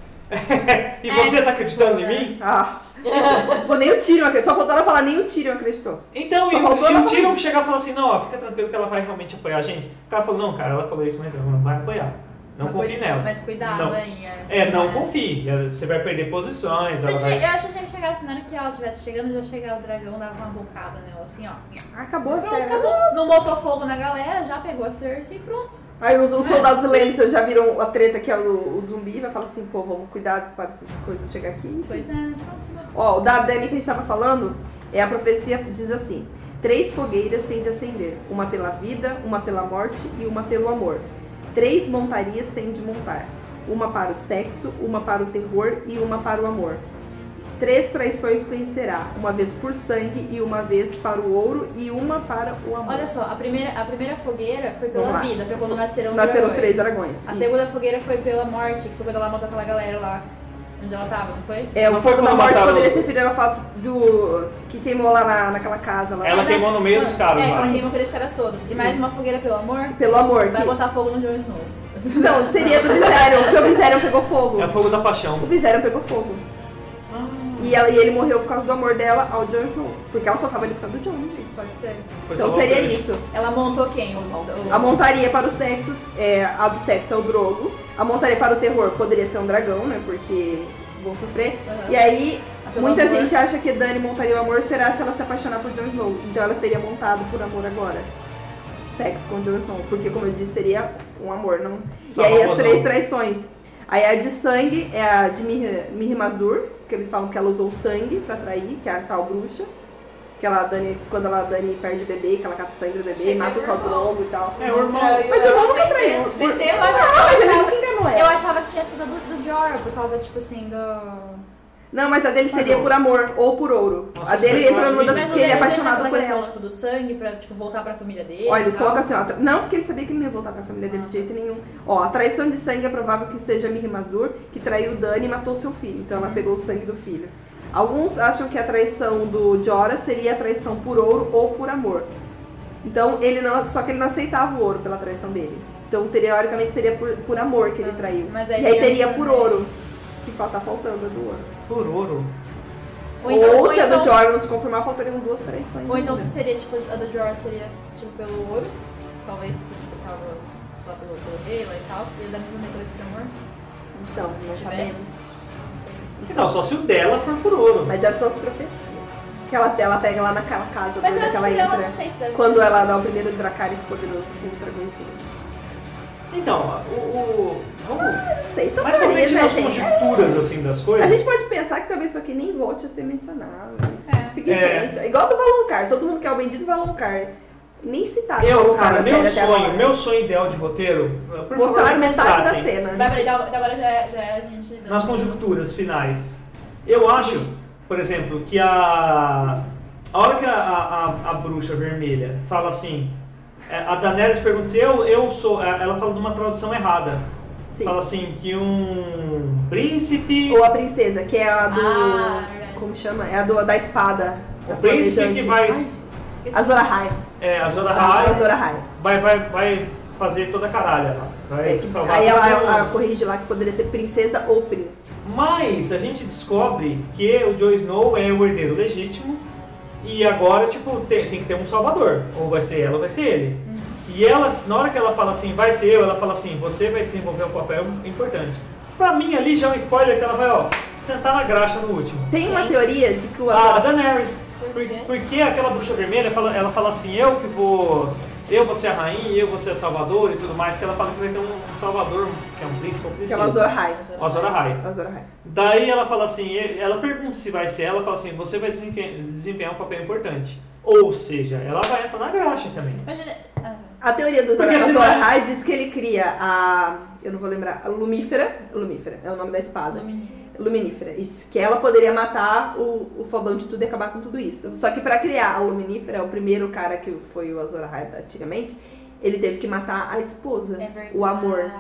[SPEAKER 2] e
[SPEAKER 4] é.
[SPEAKER 2] você tá acreditando em mim?
[SPEAKER 4] Ah. tipo, nem o Tyrion acreditou. Só faltou ela falar, nem o Tyrion acreditou.
[SPEAKER 2] Então,
[SPEAKER 4] Só
[SPEAKER 2] e,
[SPEAKER 4] faltou
[SPEAKER 2] e
[SPEAKER 4] ela
[SPEAKER 2] o Tyrion
[SPEAKER 4] falar isso.
[SPEAKER 2] chegar e falar assim, não, ó, fica tranquilo que ela vai realmente apoiar a gente. O cara falou, não, cara, ela falou isso, mas ela não vai apoiar. Não
[SPEAKER 5] Mas
[SPEAKER 2] confie
[SPEAKER 5] cui-
[SPEAKER 2] nela.
[SPEAKER 5] Mas cuidado
[SPEAKER 2] Não.
[SPEAKER 5] aí. É,
[SPEAKER 2] É, não confie. Ela- Você vai perder posições,
[SPEAKER 5] Eu
[SPEAKER 2] ela
[SPEAKER 5] achei,
[SPEAKER 2] vai...
[SPEAKER 5] eu achei que tinha que chegar assim, na hora que ela estivesse chegando, já chegar o dragão, dava uma bocada nela, assim, ó.
[SPEAKER 4] Ah, Acabou a
[SPEAKER 5] Pronto,
[SPEAKER 4] série.
[SPEAKER 5] acabou. Não botou fogo na galera, já pegou a Cersei e pronto.
[SPEAKER 4] Aí os, os
[SPEAKER 2] É.
[SPEAKER 4] soldados Lannister já viram a treta que é o, o zumbi vai falar assim, pô, vamos cuidar para essas coisas não chegar aqui.
[SPEAKER 5] Pois é, né? pronto.
[SPEAKER 4] Ó, o da Dani que a gente tava falando, é a profecia diz assim: três fogueiras têm de acender, uma pela vida, uma pela morte e uma pelo amor. Três montarias têm de montar, uma para o sexo, uma para o terror e uma para o amor. Três traições conhecerá, uma vez por sangue e uma vez para o ouro e uma para o amor.
[SPEAKER 5] Olha só, a primeira, a primeira fogueira foi
[SPEAKER 4] Vamos
[SPEAKER 5] pela
[SPEAKER 4] lá.
[SPEAKER 5] vida, foi quando nasceram os
[SPEAKER 4] Nasceram os
[SPEAKER 5] dragões.
[SPEAKER 4] três dragões.
[SPEAKER 5] A
[SPEAKER 4] isso.
[SPEAKER 5] segunda fogueira foi pela morte, que foi quando ela matou aquela galera lá, onde ela tava, não foi?
[SPEAKER 4] É, o
[SPEAKER 2] Não foi
[SPEAKER 4] fogo da
[SPEAKER 2] como
[SPEAKER 4] morte
[SPEAKER 2] mataram
[SPEAKER 4] poderia
[SPEAKER 2] o-
[SPEAKER 4] se referir ao fato do. que queimou lá na- naquela casa lá.
[SPEAKER 5] né?
[SPEAKER 2] Ela queimou no meio dos caras
[SPEAKER 5] É,
[SPEAKER 2] lá.
[SPEAKER 5] ela
[SPEAKER 4] Isso.
[SPEAKER 5] queimou aqueles caras todos. E mais
[SPEAKER 4] Isso.
[SPEAKER 5] uma fogueira pelo amor.
[SPEAKER 4] Pelo amor.
[SPEAKER 5] Vai
[SPEAKER 4] Que...
[SPEAKER 5] botar fogo no Jon Snow.
[SPEAKER 4] Não,
[SPEAKER 5] É
[SPEAKER 4] seria do Viserion, porque o Viserion pegou fogo.
[SPEAKER 2] É fogo da paixão.
[SPEAKER 5] Ah.
[SPEAKER 4] O Viserion pegou fogo. E E, ela, e ele morreu por causa do amor dela ao Jon Snow. Porque ela só tava ali por causa do Jon, gente.
[SPEAKER 5] Pode ser.
[SPEAKER 2] Foi
[SPEAKER 4] então
[SPEAKER 2] só
[SPEAKER 5] é,
[SPEAKER 4] seria
[SPEAKER 2] loucura.
[SPEAKER 4] isso.
[SPEAKER 5] Ela montou quem? O, o-
[SPEAKER 4] A montaria para os sexos, é, a do sexo é o Drogo. A montaria para o terror poderia ser um dragão, né? Porque vão sofrer.
[SPEAKER 5] Aham.
[SPEAKER 4] E aí,
[SPEAKER 5] Ah, pelo
[SPEAKER 4] muita
[SPEAKER 5] amor.
[SPEAKER 4] gente acha que Dani montaria o amor será se ela se apaixonar por Jon Snow. Então ela teria montado por amor agora. Sexo com Jon Snow. Porque, como eu disse, seria um amor, não.
[SPEAKER 2] Só
[SPEAKER 4] e aí
[SPEAKER 2] uma
[SPEAKER 4] as três
[SPEAKER 2] razão.
[SPEAKER 4] traições. Aí a de sangue é a de Mir Mihrimazdur, que eles falam que ela usou sangue pra trair, que é a tal bruxa. Que ela, Dani, quando ela Dani perde o bebê, que ela cata o sangue do bebê,
[SPEAKER 3] Achei que
[SPEAKER 4] mata o
[SPEAKER 3] era normal.
[SPEAKER 4] caldrogo e tal.
[SPEAKER 2] É, o irmão.
[SPEAKER 4] Mas o irmão nunca traiu.
[SPEAKER 3] Vendeu,
[SPEAKER 5] Eu
[SPEAKER 3] acho.
[SPEAKER 5] achava,
[SPEAKER 4] Ah, mas ele nunca enganou
[SPEAKER 5] eu
[SPEAKER 4] ela.
[SPEAKER 5] achava que tinha sido do, do Jor, por causa, tipo assim, do.
[SPEAKER 4] Não, mas a dele
[SPEAKER 2] Mas
[SPEAKER 4] seria
[SPEAKER 2] eu-
[SPEAKER 4] por amor ou por ouro.
[SPEAKER 2] Nossa,
[SPEAKER 4] a dele
[SPEAKER 2] esse
[SPEAKER 4] entra numa
[SPEAKER 2] personagem
[SPEAKER 4] das.
[SPEAKER 5] Mas o
[SPEAKER 4] Porque ele é
[SPEAKER 5] dele
[SPEAKER 4] apaixonado
[SPEAKER 5] naquela
[SPEAKER 4] por
[SPEAKER 5] questão,
[SPEAKER 4] ela.
[SPEAKER 5] Tipo, do sangue pra tipo, voltar pra família dele.
[SPEAKER 4] Olha, eles
[SPEAKER 5] e tal.
[SPEAKER 4] colocam assim, ó. tra- Não, porque ele sabia que ele não ia voltar pra família dele de jeito nenhum. Ó, a traição de sangue é provável que seja Mihrimazdur, que traiu Dani e matou seu filho. Então
[SPEAKER 5] Uhum.
[SPEAKER 4] ela pegou o sangue do filho. Alguns acham que a traição do Jorah seria a traição por ouro ou por amor. Então ele não. Só que ele não aceitava o ouro pela traição dele. Então, teoricamente, seria por, por amor que ele traiu.
[SPEAKER 5] Ah, Mas aí é
[SPEAKER 4] e aí
[SPEAKER 5] tem
[SPEAKER 4] teria
[SPEAKER 5] a-
[SPEAKER 4] por ouro. Que fa- tá faltando a do ouro.
[SPEAKER 2] Por ouro.
[SPEAKER 5] Ou então,
[SPEAKER 4] Ou
[SPEAKER 5] ou
[SPEAKER 4] se a do
[SPEAKER 5] então-
[SPEAKER 4] Jordan não se confirmar, faltariam duas traições.
[SPEAKER 5] Ou então
[SPEAKER 4] ainda.
[SPEAKER 5] se seria, tipo, a do Jor seria, tipo, pelo ouro. Talvez, porque, tipo, tava, sei lá, pelo, pelo rei lá e tal. Seria da mesma coisa por amor.
[SPEAKER 4] Então, não
[SPEAKER 5] se tiver.
[SPEAKER 4] sabemos.
[SPEAKER 5] Não sei.
[SPEAKER 2] Então, só se o dela for por ouro.
[SPEAKER 4] Mas é só as profecias. Que ela, ela pega lá naquela casa
[SPEAKER 5] Mas
[SPEAKER 4] onde
[SPEAKER 5] eu acho
[SPEAKER 4] que ela
[SPEAKER 5] que ela, não
[SPEAKER 4] entra.
[SPEAKER 5] sei se deve
[SPEAKER 4] Quando
[SPEAKER 5] ser.
[SPEAKER 4] ela dá o primeiro Dracarys poderoso com os dragõezinhos.
[SPEAKER 2] Então, o. o vamos-
[SPEAKER 4] Não sei, são
[SPEAKER 2] mais pra
[SPEAKER 4] teorias,
[SPEAKER 2] frente
[SPEAKER 4] Então né,
[SPEAKER 2] nas
[SPEAKER 4] gente? É,
[SPEAKER 2] conjecturas assim, das
[SPEAKER 4] A
[SPEAKER 2] coisas.
[SPEAKER 4] gente pode pensar que talvez isso aqui nem volte a ser mencionado. Mas
[SPEAKER 5] É.
[SPEAKER 4] Seguir em
[SPEAKER 2] É.
[SPEAKER 4] frente. Igual do Valoncar. Todo mundo quer o bendito Valoncar. Nem citado
[SPEAKER 2] Eu,
[SPEAKER 4] Valonqar
[SPEAKER 2] cara,
[SPEAKER 4] na
[SPEAKER 2] meu
[SPEAKER 4] série até
[SPEAKER 2] sonho,
[SPEAKER 4] agora.
[SPEAKER 2] meu sonho ideal de roteiro. Por
[SPEAKER 4] Mostraram
[SPEAKER 2] favor, tá, me
[SPEAKER 4] metade da
[SPEAKER 2] contratem.
[SPEAKER 5] Vai
[SPEAKER 4] cena.
[SPEAKER 5] pra ele, agora já é, já é a gente. dando
[SPEAKER 2] Nas conjecturas finais. Eu acho, por exemplo, que a. A hora que a, a, a- a bruxa vermelha fala assim. é, A Daenerys pergunta se eu, eu sou. é, Ela fala de uma tradução errada.
[SPEAKER 4] Sim.
[SPEAKER 2] Fala assim, que um príncipe.
[SPEAKER 4] Ou a princesa, que é a do.
[SPEAKER 5] Ah, verdade.
[SPEAKER 4] como chama? É a do, da espada. da
[SPEAKER 2] O príncipe
[SPEAKER 4] flamejante.
[SPEAKER 2] que vai-
[SPEAKER 4] Ai,
[SPEAKER 5] Esqueci.
[SPEAKER 4] Azor Ahai.
[SPEAKER 2] É, a Zora
[SPEAKER 4] A
[SPEAKER 2] High
[SPEAKER 4] Azor Ahai.
[SPEAKER 2] vai, vai, vai fazer toda a caralha lá. Vai
[SPEAKER 4] É, que-
[SPEAKER 2] salvar
[SPEAKER 4] aí ela,
[SPEAKER 2] todo mundo.
[SPEAKER 4] ela corrige lá que poderia ser princesa ou príncipe.
[SPEAKER 2] Mas a gente descobre que o Jon Snow é o herdeiro legítimo e agora, tipo, tem, tem que ter um salvador. Ou vai ser ela ou vai ser ele.
[SPEAKER 4] Uhum.
[SPEAKER 2] E ela, na hora que ela fala assim, vai ser eu, ela fala assim, você vai desenvolver um papel importante. Pra mim ali já é um spoiler que ela vai, ó, sentar na graxa no último.
[SPEAKER 4] Tem uma
[SPEAKER 5] Sim.
[SPEAKER 4] teoria de que o
[SPEAKER 2] Ah, a
[SPEAKER 4] Azor
[SPEAKER 2] Daenerys.
[SPEAKER 5] Por
[SPEAKER 2] Por-
[SPEAKER 5] quê?
[SPEAKER 2] porque aquela bruxa vermelha, fala- ela fala assim, eu que vou... Eu vou ser a rainha, eu vou ser a salvadora e tudo mais, que ela fala que vai ter um salvador, que é um príncipe ou
[SPEAKER 4] que é
[SPEAKER 2] princesa.
[SPEAKER 4] o Azor Ahai.
[SPEAKER 2] Azor Ahai.
[SPEAKER 4] Azor Ahai.
[SPEAKER 2] Daí ela fala assim, ela pergunta se vai ser ela, fala assim, você vai desempenhar, desempenhar um papel importante. Ou seja, ela vai entrar na graxa também.
[SPEAKER 5] Imagina. ah,
[SPEAKER 4] A teoria do Azor
[SPEAKER 2] Porque se
[SPEAKER 4] Azor
[SPEAKER 2] não é-
[SPEAKER 4] Ahai diz que ele cria a... Eu não vou lembrar. A Lumífera. Lumífera é o nome da espada. Luminífera, isso. Que ela poderia matar o, o fodão de tudo e acabar com tudo isso. Só que pra criar a Luminífera, o primeiro cara que foi o Azor Ahai antigamente, ele teve que matar a esposa.
[SPEAKER 5] é verdade.
[SPEAKER 4] o amor.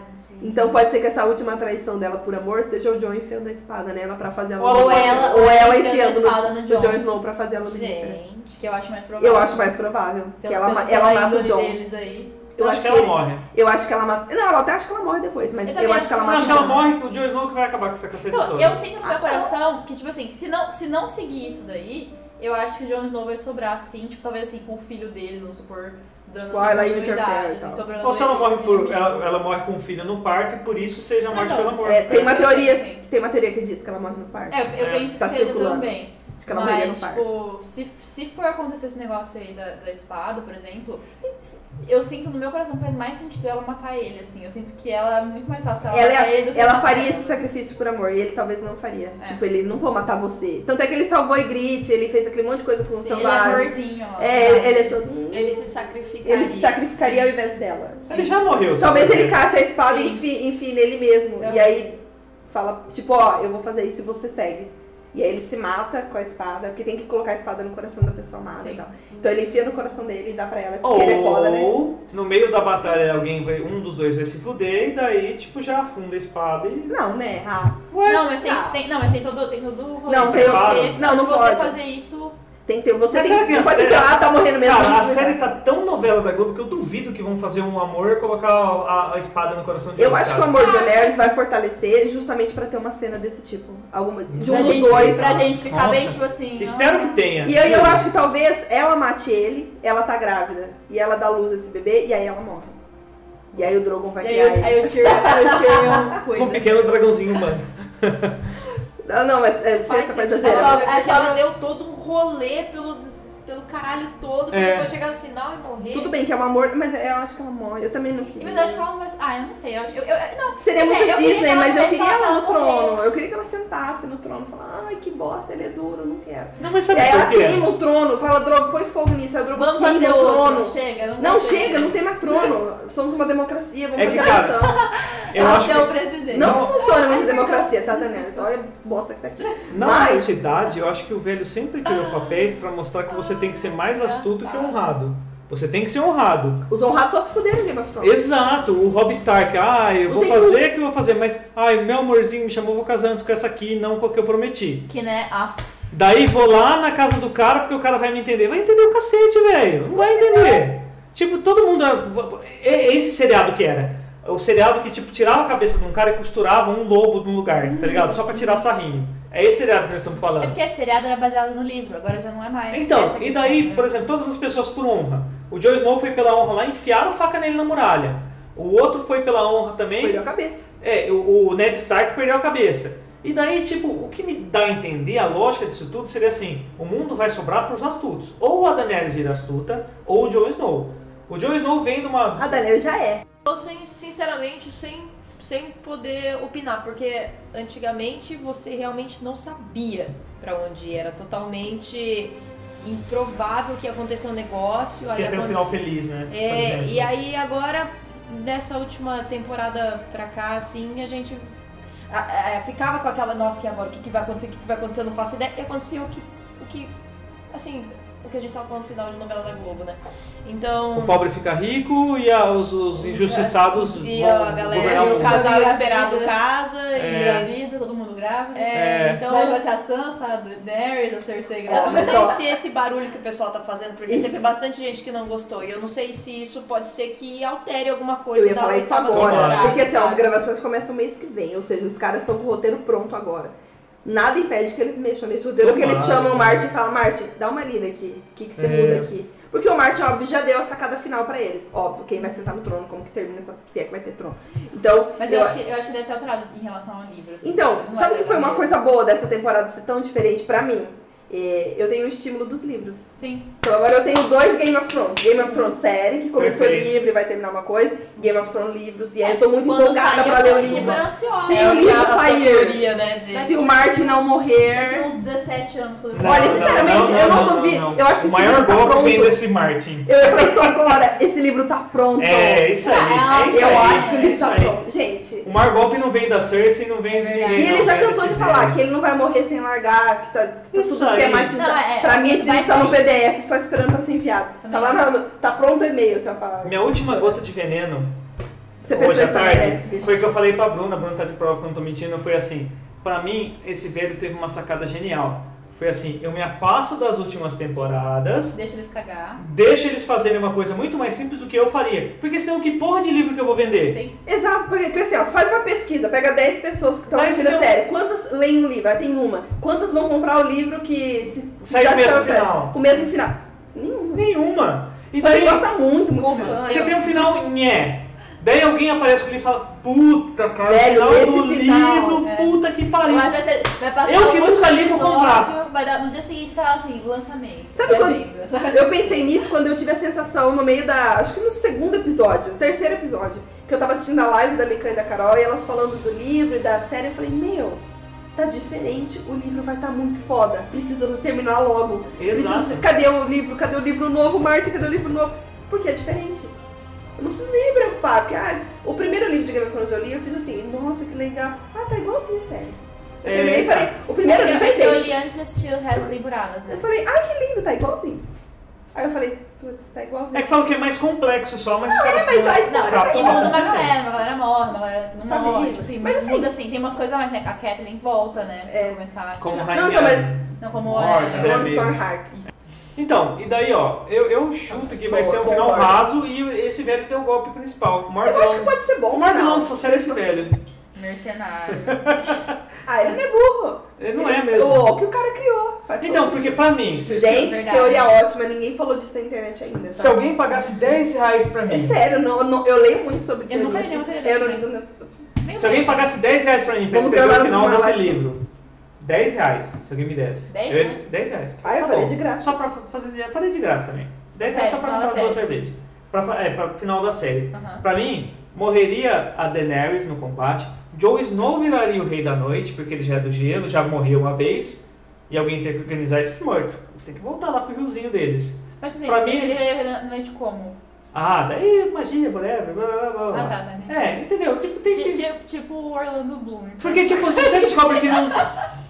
[SPEAKER 4] Então pode ser que essa última traição dela por amor seja o John enfiando a espada nela pra fazer ela
[SPEAKER 2] Ou
[SPEAKER 5] ela-
[SPEAKER 4] ou ela
[SPEAKER 5] enfiando a
[SPEAKER 4] enfiando
[SPEAKER 5] espada
[SPEAKER 4] no,
[SPEAKER 5] no
[SPEAKER 4] no
[SPEAKER 5] Jon.
[SPEAKER 4] John Snow pra fazer ela luminífera.
[SPEAKER 6] Gente.
[SPEAKER 5] Que eu acho mais provável.
[SPEAKER 4] Eu acho mais provável que
[SPEAKER 5] Pelo-
[SPEAKER 4] ela, ma-
[SPEAKER 5] pelo-
[SPEAKER 4] ela
[SPEAKER 5] pela
[SPEAKER 4] mata o
[SPEAKER 5] índole
[SPEAKER 4] John.
[SPEAKER 5] deles aí.
[SPEAKER 4] Eu acho que
[SPEAKER 2] ela
[SPEAKER 4] ele-
[SPEAKER 2] morre.
[SPEAKER 4] Eu acho que ela mata. Não, ela até acho que ela morre depois, mas
[SPEAKER 5] Eu
[SPEAKER 4] eu,
[SPEAKER 5] também
[SPEAKER 4] acho que ela
[SPEAKER 5] acho-
[SPEAKER 2] Eu
[SPEAKER 4] mata
[SPEAKER 2] acho
[SPEAKER 4] o
[SPEAKER 2] que ela
[SPEAKER 4] John.
[SPEAKER 2] morre que o Jon Snow que vai acabar com essa caceta
[SPEAKER 5] Então,
[SPEAKER 2] toda.
[SPEAKER 5] eu sinto no
[SPEAKER 4] Ah,
[SPEAKER 5] meu
[SPEAKER 4] não.
[SPEAKER 5] coração que, tipo assim, se não, se não seguir isso daí, eu acho que o Jon Snow vai sobrar, assim, tipo, talvez assim, com o filho deles, vamos supor, dando
[SPEAKER 4] Tipo,
[SPEAKER 5] essa
[SPEAKER 4] ah, ela interfere
[SPEAKER 5] continuidade,
[SPEAKER 4] e
[SPEAKER 5] assim,
[SPEAKER 4] tal.
[SPEAKER 5] sobrando.
[SPEAKER 2] Ou se ela
[SPEAKER 5] ele-
[SPEAKER 2] morre por.
[SPEAKER 5] ele
[SPEAKER 2] Ela, ela morre com um filho no parto e por isso seja a
[SPEAKER 5] Não,
[SPEAKER 2] morte
[SPEAKER 5] não.
[SPEAKER 2] pela morte.
[SPEAKER 4] É, tem uma
[SPEAKER 5] Parece
[SPEAKER 4] teoria,
[SPEAKER 5] que-
[SPEAKER 4] tem uma teoria que diz que ela morre no parque.
[SPEAKER 5] É, eu
[SPEAKER 2] É,
[SPEAKER 5] penso
[SPEAKER 4] tá
[SPEAKER 5] que seja
[SPEAKER 4] circulando.
[SPEAKER 5] também.
[SPEAKER 4] Acho que ela morreria no
[SPEAKER 5] Mas,
[SPEAKER 4] parque.
[SPEAKER 5] tipo, se, se for acontecer esse negócio aí da, da espada, por exemplo, eu sinto no meu coração que faz mais sentido ela matar ele, assim. Eu sinto que ela é muito mais fácil ela, é
[SPEAKER 4] Ela,
[SPEAKER 5] matar ele do que
[SPEAKER 4] ela
[SPEAKER 5] matar
[SPEAKER 4] faria
[SPEAKER 5] ele.
[SPEAKER 4] esse sacrifício por amor, e ele talvez não faria.
[SPEAKER 5] É.
[SPEAKER 4] Tipo, ele não vou matar você. Tanto é que ele salvou Ygritte, ele fez aquele monte de coisa com o
[SPEAKER 5] Sim, Ele é
[SPEAKER 4] selvagem.
[SPEAKER 5] amorzinho, ó.
[SPEAKER 4] É, ele, ele é todo.
[SPEAKER 6] Ele se sacrificaria.
[SPEAKER 4] Ele se sacrificaria ao invés dela.
[SPEAKER 2] Ele já morreu.
[SPEAKER 4] Talvez
[SPEAKER 2] sabe?
[SPEAKER 4] ele cate a espada e
[SPEAKER 5] Sim.
[SPEAKER 4] enfie, enfie nele mesmo.
[SPEAKER 5] Aham.
[SPEAKER 4] E aí fala, tipo, ó, eu vou fazer isso e você segue. E aí ele se mata com a espada, porque tem que colocar a espada no coração da pessoa amada
[SPEAKER 5] Sim.
[SPEAKER 4] e tal. Então ele enfia no coração dele e dá pra ela, porque
[SPEAKER 2] Ou
[SPEAKER 4] ele é foda,
[SPEAKER 2] Oh.
[SPEAKER 4] né?
[SPEAKER 2] no meio da batalha alguém vai, um dos dois vai se fuder e daí tipo já afunda a espada e.
[SPEAKER 4] Não, né? Ah,
[SPEAKER 5] Não, mas tem,
[SPEAKER 4] Ah.
[SPEAKER 5] tem, não, mas tem todo, tem todo o rolê
[SPEAKER 4] Não,
[SPEAKER 5] de
[SPEAKER 4] tem
[SPEAKER 5] você,
[SPEAKER 2] o-
[SPEAKER 4] não, não
[SPEAKER 5] de você
[SPEAKER 4] pode.
[SPEAKER 5] fazer isso
[SPEAKER 4] Tem que ter. Você
[SPEAKER 2] Mas
[SPEAKER 4] tem
[SPEAKER 2] será que
[SPEAKER 4] Não
[SPEAKER 2] a
[SPEAKER 4] pode
[SPEAKER 2] série-
[SPEAKER 4] dizer, ah, tá morrendo mesmo.
[SPEAKER 2] Cara, a
[SPEAKER 4] Não,
[SPEAKER 2] série tá tão novela da Globo que eu duvido que vão fazer um amor e colocar a, a espada no coração de
[SPEAKER 4] Eu
[SPEAKER 2] alguém,
[SPEAKER 4] acho que o
[SPEAKER 2] cara.
[SPEAKER 4] amor de Daenerys vai fortalecer justamente pra ter uma cena desse tipo. Alguma, de um
[SPEAKER 5] pra
[SPEAKER 4] dos
[SPEAKER 5] gente,
[SPEAKER 4] dois.
[SPEAKER 5] Pra gente ficar
[SPEAKER 2] Nossa.
[SPEAKER 5] bem, tipo assim.
[SPEAKER 2] Espero que tenha.
[SPEAKER 4] E aí eu acho que talvez ela mate ele, ela tá grávida. E ela dá luz a esse bebê e aí ela morre. E aí o Drogon vai
[SPEAKER 5] E aí,
[SPEAKER 4] criar
[SPEAKER 5] eu-
[SPEAKER 4] ele.
[SPEAKER 5] aí o Tyrion
[SPEAKER 2] Com um
[SPEAKER 5] cuida.
[SPEAKER 2] pequeno dragãozinho humano.
[SPEAKER 4] Não, não, mas é,
[SPEAKER 6] Faz
[SPEAKER 4] essa parte
[SPEAKER 6] sentido.
[SPEAKER 4] da
[SPEAKER 6] É só-
[SPEAKER 4] geral.
[SPEAKER 6] é só ela deu todo um rolê pelo, pelo caralho todo, pra
[SPEAKER 2] É.
[SPEAKER 6] depois chegar no final e morrer.
[SPEAKER 4] Tudo bem que é um amor, mas eu acho que ela morre. Eu também não
[SPEAKER 5] E,
[SPEAKER 4] queria.
[SPEAKER 5] Mas eu acho que ela não vai. Ah, eu não sei. Eu, acho- eu, eu- não,
[SPEAKER 4] Seria
[SPEAKER 5] Pois
[SPEAKER 4] muito
[SPEAKER 5] é, eu queria que
[SPEAKER 4] Disney,
[SPEAKER 5] ela
[SPEAKER 4] mas eu
[SPEAKER 5] tivesse
[SPEAKER 4] queria ela no
[SPEAKER 5] falado, ela
[SPEAKER 4] trono. Eu queria que ela sentasse no trono e falasse, ai, que bosta, ele é duro, eu não quero.
[SPEAKER 2] Não, mas
[SPEAKER 4] E
[SPEAKER 2] sabe
[SPEAKER 4] aí É, ela
[SPEAKER 2] por quê?
[SPEAKER 4] queima o trono, fala, Drogo, põe fogo nisso. Aí o Drogo
[SPEAKER 5] vamos
[SPEAKER 4] queima
[SPEAKER 5] fazer
[SPEAKER 4] o
[SPEAKER 5] outro.
[SPEAKER 4] trono.
[SPEAKER 5] Chega, não
[SPEAKER 4] Não,
[SPEAKER 5] vai ter.
[SPEAKER 4] chega, não tem mais trono. Somos uma democracia, vamos
[SPEAKER 2] É que,
[SPEAKER 4] fazer
[SPEAKER 2] cara,
[SPEAKER 4] eleição.
[SPEAKER 2] Eu
[SPEAKER 5] Ela
[SPEAKER 2] acho
[SPEAKER 5] é
[SPEAKER 2] que
[SPEAKER 5] o presidente.
[SPEAKER 4] Não que funciona
[SPEAKER 5] É
[SPEAKER 4] muito democracia, tá, Daenerys? Olha a bosta que tá aqui.
[SPEAKER 2] na
[SPEAKER 4] Mas-
[SPEAKER 2] honestidade, eu acho que o velho sempre criou papéis pra mostrar que você tem que ser mais astuto que honrado. Você tem que ser honrado.
[SPEAKER 4] Os honrados só se fuderam em Game of Thrones.
[SPEAKER 2] Exato, o Rob Stark, ah, eu
[SPEAKER 4] Não
[SPEAKER 2] vou
[SPEAKER 4] tem
[SPEAKER 2] fazer o que eu vou fazer, mas ai, meu amorzinho me chamou, vou casar antes com essa aqui, não com a que eu prometi.
[SPEAKER 5] Que né? As...
[SPEAKER 2] Daí vou lá na casa do cara porque o cara vai me entender. Vai entender o cacete, velho. Não vai entender. Tipo, todo mundo. é- é Esse seriado que era. O seriado que, tipo, tirava a cabeça de um cara e costurava um lobo de um lugar, tá ligado? Só pra tirar sarrinho. É esse seriado que nós estamos
[SPEAKER 5] É
[SPEAKER 2] falando.
[SPEAKER 5] porque esse seriado era baseado no livro, agora já não é mais. Essa
[SPEAKER 2] Então, e
[SPEAKER 5] questão,
[SPEAKER 2] daí,
[SPEAKER 5] né?
[SPEAKER 2] por exemplo, todas as pessoas por honra. O Joe Snow foi pela honra lá, enfiaram faca nele na muralha. O outro foi pela honra também.
[SPEAKER 4] Perdeu a cabeça.
[SPEAKER 2] É, o, o Ned Stark perdeu a cabeça. E daí, tipo, o que me dá a entender, a lógica disso tudo seria assim: o mundo vai sobrar para os astutos. Ou a Daenerys vira astuta, ou o Jon Snow. O Jon Snow vem numa.
[SPEAKER 4] A Daenerys já é.
[SPEAKER 6] Eu, sem, sinceramente, sem, sem poder opinar, porque antigamente você realmente não sabia pra onde ia, era totalmente improvável que ia acontecer um
[SPEAKER 4] Ah,
[SPEAKER 6] negócio.
[SPEAKER 2] Que
[SPEAKER 6] aí
[SPEAKER 2] tem um
[SPEAKER 6] aconte-
[SPEAKER 2] final feliz, né? por
[SPEAKER 6] É,
[SPEAKER 2] exemplo.
[SPEAKER 6] e aí agora, nessa última temporada pra cá, assim, a gente a- a- ficava com aquela, nossa, e agora, o que, que vai acontecer, o que, que vai acontecer, eu não faço ideia, e aconteceu o que, o que, assim, o que a gente tava falando no final de novela da Globo, né? Então...
[SPEAKER 2] O pobre fica rico e a- os, os injustiçados
[SPEAKER 6] E
[SPEAKER 2] vão
[SPEAKER 6] a
[SPEAKER 2] governar
[SPEAKER 6] galera,
[SPEAKER 2] o
[SPEAKER 6] o
[SPEAKER 2] mundo.
[SPEAKER 6] casal
[SPEAKER 5] Grávida.
[SPEAKER 6] esperado
[SPEAKER 4] É.
[SPEAKER 6] casa
[SPEAKER 5] Vira a
[SPEAKER 6] e.
[SPEAKER 5] vida, todo mundo grávida.
[SPEAKER 6] É,
[SPEAKER 2] É.
[SPEAKER 6] então.
[SPEAKER 5] Mas vai ser a Sansa, a Daenerys, a
[SPEAKER 4] É.
[SPEAKER 5] Cersei
[SPEAKER 6] Eu
[SPEAKER 5] grávida.
[SPEAKER 6] não sei
[SPEAKER 4] Só-
[SPEAKER 6] se esse barulho que o pessoal tá fazendo, porque
[SPEAKER 4] Isso.
[SPEAKER 6] teve bastante gente que não gostou. E eu não sei se isso pode ser que altere alguma coisa.
[SPEAKER 4] Eu ia
[SPEAKER 5] tá,
[SPEAKER 6] da
[SPEAKER 4] falar isso
[SPEAKER 6] oitava
[SPEAKER 4] agora.
[SPEAKER 6] temporada,
[SPEAKER 4] Porque assim, ó, as
[SPEAKER 6] sabe?
[SPEAKER 4] gravações começam mês que vem, ou seja, os caras estão com o roteiro pronto agora. Nada impede que eles mexam nesse roteiro, que eles
[SPEAKER 2] Tomara.
[SPEAKER 4] chamam o Martin e falam, Martin, dá uma lida aqui. O que, que você
[SPEAKER 2] É.
[SPEAKER 4] muda aqui? Porque o Martin, óbvio, já deu a sacada final pra eles. Óbvio, quem vai sentar no trono, como que termina essa. Se é que vai ter trono. Então.
[SPEAKER 5] Mas eu acho, que, eu acho que deve ter alterado em relação ao livro. assim.
[SPEAKER 4] Então,
[SPEAKER 5] Não
[SPEAKER 4] sabe o
[SPEAKER 5] é
[SPEAKER 4] que foi uma
[SPEAKER 5] verdadeiro.
[SPEAKER 4] coisa boa dessa temporada ser tão diferente pra mim? É, eu tenho o estímulo dos livros.
[SPEAKER 5] Sim.
[SPEAKER 4] Então agora eu tenho dois Game of Thrones. Game of Thrones série, que começou
[SPEAKER 2] Perfeito.
[SPEAKER 4] livre e vai terminar uma coisa. Game of Thrones livros. E aí eu tô muito
[SPEAKER 5] Quando
[SPEAKER 4] empolgada
[SPEAKER 5] sair,
[SPEAKER 4] pra
[SPEAKER 5] eu
[SPEAKER 4] ler
[SPEAKER 5] tô
[SPEAKER 4] o livro.
[SPEAKER 5] super ansiosa. É,
[SPEAKER 4] Se o livro
[SPEAKER 6] Essa
[SPEAKER 4] sair,
[SPEAKER 6] teoria, né? de-
[SPEAKER 4] se o Martin não morrer.
[SPEAKER 5] Daqui uns 17 anos, quando eu
[SPEAKER 2] Não,
[SPEAKER 4] Olha,
[SPEAKER 2] não,
[SPEAKER 4] sinceramente, eu não duvido. Eu acho que
[SPEAKER 2] O
[SPEAKER 4] esse
[SPEAKER 2] maior
[SPEAKER 4] livro tá
[SPEAKER 2] golpe
[SPEAKER 4] pronto.
[SPEAKER 2] vem desse Martin.
[SPEAKER 4] Eu ia falar isso agora. Esse livro tá pronto.
[SPEAKER 2] É, isso aí. é isso
[SPEAKER 4] eu
[SPEAKER 2] aí,
[SPEAKER 4] acho que o
[SPEAKER 2] é
[SPEAKER 4] livro
[SPEAKER 2] isso
[SPEAKER 4] tá
[SPEAKER 2] aí.
[SPEAKER 4] pronto. Gente.
[SPEAKER 2] O maior golpe não vem da Cersei, não vem
[SPEAKER 5] É
[SPEAKER 2] de
[SPEAKER 5] verdade.
[SPEAKER 2] ninguém.
[SPEAKER 4] E ele
[SPEAKER 2] não,
[SPEAKER 4] já
[SPEAKER 2] velho,
[SPEAKER 4] cansou de
[SPEAKER 2] que
[SPEAKER 4] falar
[SPEAKER 2] velho.
[SPEAKER 4] que ele não vai morrer sem largar, que tá, tá
[SPEAKER 2] Isso
[SPEAKER 4] tudo
[SPEAKER 2] aí.
[SPEAKER 4] esquematizado.
[SPEAKER 5] Não, é,
[SPEAKER 4] pra mim,
[SPEAKER 5] vai
[SPEAKER 4] esse livro tá no
[SPEAKER 5] sair.
[SPEAKER 4] PDF, só esperando pra ser enviado. Tá
[SPEAKER 5] Também.
[SPEAKER 4] lá na, Tá pronto o e-mail, seu palavra.
[SPEAKER 2] Minha última gota de veneno
[SPEAKER 4] Você pensou
[SPEAKER 2] hoje à
[SPEAKER 4] isso também,
[SPEAKER 2] tarde
[SPEAKER 4] né? Vixe.
[SPEAKER 2] foi o que eu falei pra Bruna, a Bruna tá de prova quando eu tô mentindo, foi assim, pra mim esse velho teve uma sacada genial. Foi assim, eu me afasto das últimas temporadas,
[SPEAKER 5] Deixa eles cagar.
[SPEAKER 2] deixo eles fazerem uma coisa muito mais simples do que eu faria. Porque senão que porra de livro que eu vou vender?
[SPEAKER 5] Sim.
[SPEAKER 4] Exato, porque porque assim, ó, faz uma pesquisa, pega 10 pessoas que estão
[SPEAKER 2] Mas
[SPEAKER 4] assistindo a
[SPEAKER 2] eu-
[SPEAKER 4] série, quantas leem o livro? Aí tem uma. Quantas vão comprar o livro que se, se
[SPEAKER 2] Sai o mesmo
[SPEAKER 4] a série?
[SPEAKER 2] final.
[SPEAKER 4] Com o mesmo final. Nenhuma.
[SPEAKER 2] Nenhuma. E
[SPEAKER 4] Só
[SPEAKER 2] daí
[SPEAKER 4] quem gosta muito, muito fã.
[SPEAKER 2] você tem um final nhé. Daí alguém aparece com ele e fala, puta, cara,
[SPEAKER 4] Velho,
[SPEAKER 2] o final do
[SPEAKER 4] esse final,
[SPEAKER 2] livro,
[SPEAKER 5] é.
[SPEAKER 2] puta que pariu.
[SPEAKER 5] Mas vai, ser, vai passar
[SPEAKER 2] Eu que
[SPEAKER 5] o
[SPEAKER 2] nunca li, vou
[SPEAKER 5] último
[SPEAKER 2] comprar.
[SPEAKER 5] episódio, vai dar, no dia seguinte tá lá assim, lançamento.
[SPEAKER 4] Sabe
[SPEAKER 5] Vai
[SPEAKER 4] quando-
[SPEAKER 5] vendo, sabe?
[SPEAKER 4] Eu pensei nisso quando eu tive a sensação no meio da. Acho que no segundo episódio, no terceiro episódio, que eu tava assistindo a live da Mikan e da Carol e elas falando do livro e da série. Eu falei, meu, tá diferente, o livro vai tá muito foda. Preciso terminar logo. Preciso,
[SPEAKER 2] Exato.
[SPEAKER 4] cadê o livro? Cadê o livro novo, Marte? Cadê o livro novo? Porque é diferente. Eu não preciso nem me preocupar, porque ah, o primeiro livro de Game of Thrones eu li, eu fiz assim, nossa, que legal. Ah, tá igual a minha série. Eu
[SPEAKER 2] É,
[SPEAKER 4] terminei e falei, o primeiro
[SPEAKER 5] Porque
[SPEAKER 4] livro é
[SPEAKER 5] eu, eu
[SPEAKER 4] idêntico.
[SPEAKER 5] li antes de assistir o resto das temporadas, né?
[SPEAKER 4] Eu falei, ai que lindo, tá igualzinho. Aí eu falei, putz, tá igualzinho.
[SPEAKER 2] É que fala que é mais complexo só, mas os caras...
[SPEAKER 4] É,
[SPEAKER 2] um
[SPEAKER 4] mas a
[SPEAKER 5] Não,
[SPEAKER 4] história tá
[SPEAKER 5] e
[SPEAKER 4] igual.
[SPEAKER 5] muda uma
[SPEAKER 2] Sim.
[SPEAKER 5] galera, uma galera morre, uma galera não
[SPEAKER 4] Tá
[SPEAKER 5] morre.
[SPEAKER 4] vivo.
[SPEAKER 5] Tipo assim,
[SPEAKER 4] Mas assim-
[SPEAKER 5] muda assim, tem umas coisas a mais, né? A Catelyn volta, né? Pra
[SPEAKER 4] É.
[SPEAKER 5] começar.
[SPEAKER 2] Como
[SPEAKER 5] tipo,
[SPEAKER 2] rainha.
[SPEAKER 4] então, mas-
[SPEAKER 5] Não, como
[SPEAKER 2] Morta,
[SPEAKER 5] é,
[SPEAKER 2] né?
[SPEAKER 4] Lord Stormhark.
[SPEAKER 2] Então, e daí, ó, eu, eu chuto que vai ser um final
[SPEAKER 4] Concordo.
[SPEAKER 2] raso e esse velho deu o golpe principal. O maior
[SPEAKER 4] Eu acho que
[SPEAKER 2] vilão-
[SPEAKER 4] pode ser bom.
[SPEAKER 2] Então, o maior
[SPEAKER 4] final.
[SPEAKER 2] vilão dessa série é esse
[SPEAKER 4] Mesmo
[SPEAKER 2] velho.
[SPEAKER 5] Mercenário.
[SPEAKER 4] assim. Ah, ele não é burro.
[SPEAKER 2] Ele não é
[SPEAKER 4] Ele-
[SPEAKER 2] mesmo.
[SPEAKER 4] O que o cara criou. Faz todo
[SPEAKER 2] Então, porque pra mim, se,
[SPEAKER 4] Gente,
[SPEAKER 5] Verdade.
[SPEAKER 4] teoria ótima, ninguém falou disso na internet ainda.
[SPEAKER 2] se
[SPEAKER 4] tá?
[SPEAKER 2] alguém pagasse 10 reais pra
[SPEAKER 4] É
[SPEAKER 2] mim,
[SPEAKER 4] sério, não, não- eu leio muito sobre
[SPEAKER 5] Eu nunca li
[SPEAKER 4] teorias.
[SPEAKER 5] nenhuma
[SPEAKER 4] Eu
[SPEAKER 5] teoria né?
[SPEAKER 4] não
[SPEAKER 5] dessa.
[SPEAKER 4] ligo. não.
[SPEAKER 2] se alguém pagasse 10 reais pra mim pra
[SPEAKER 4] Vamos
[SPEAKER 2] escrever
[SPEAKER 4] gravar
[SPEAKER 2] o final
[SPEAKER 4] uma
[SPEAKER 2] desse
[SPEAKER 4] live.
[SPEAKER 2] livro, 10 reais, se alguém me desse.
[SPEAKER 5] 10
[SPEAKER 2] eu,
[SPEAKER 5] reais?
[SPEAKER 2] 10 reais.
[SPEAKER 4] Ah, eu
[SPEAKER 2] Tá
[SPEAKER 4] faria
[SPEAKER 2] bom.
[SPEAKER 4] de graça.
[SPEAKER 2] Só pra fazer, eu faria de graça também. 10 reais só
[SPEAKER 5] Sério,
[SPEAKER 2] pra
[SPEAKER 5] fala
[SPEAKER 2] comprar duas
[SPEAKER 5] sério.
[SPEAKER 2] cervejas. Pra, fa- é, pra final da série.
[SPEAKER 5] Aham.
[SPEAKER 2] Pra mim, morreria a Daenerys no combate. Jon Snow viraria o Rei da Noite, porque ele já é do gelo, já morreu uma vez. E alguém tem que organizar esses mortos. Eles têm que voltar lá pro riozinho deles.
[SPEAKER 5] Mas assim,
[SPEAKER 2] Pra
[SPEAKER 5] você
[SPEAKER 2] mim-
[SPEAKER 5] mim... viraria noite como?
[SPEAKER 2] Ah, daí magia, whatever, blá blá blá blá.
[SPEAKER 5] Ah, tá, tá, entendi.
[SPEAKER 2] É, entendeu? Tipo, tem
[SPEAKER 5] Ti-
[SPEAKER 2] que...
[SPEAKER 5] ti- Tipo o Orlando Bloom.
[SPEAKER 2] Porque, tipo, se você descobre que não.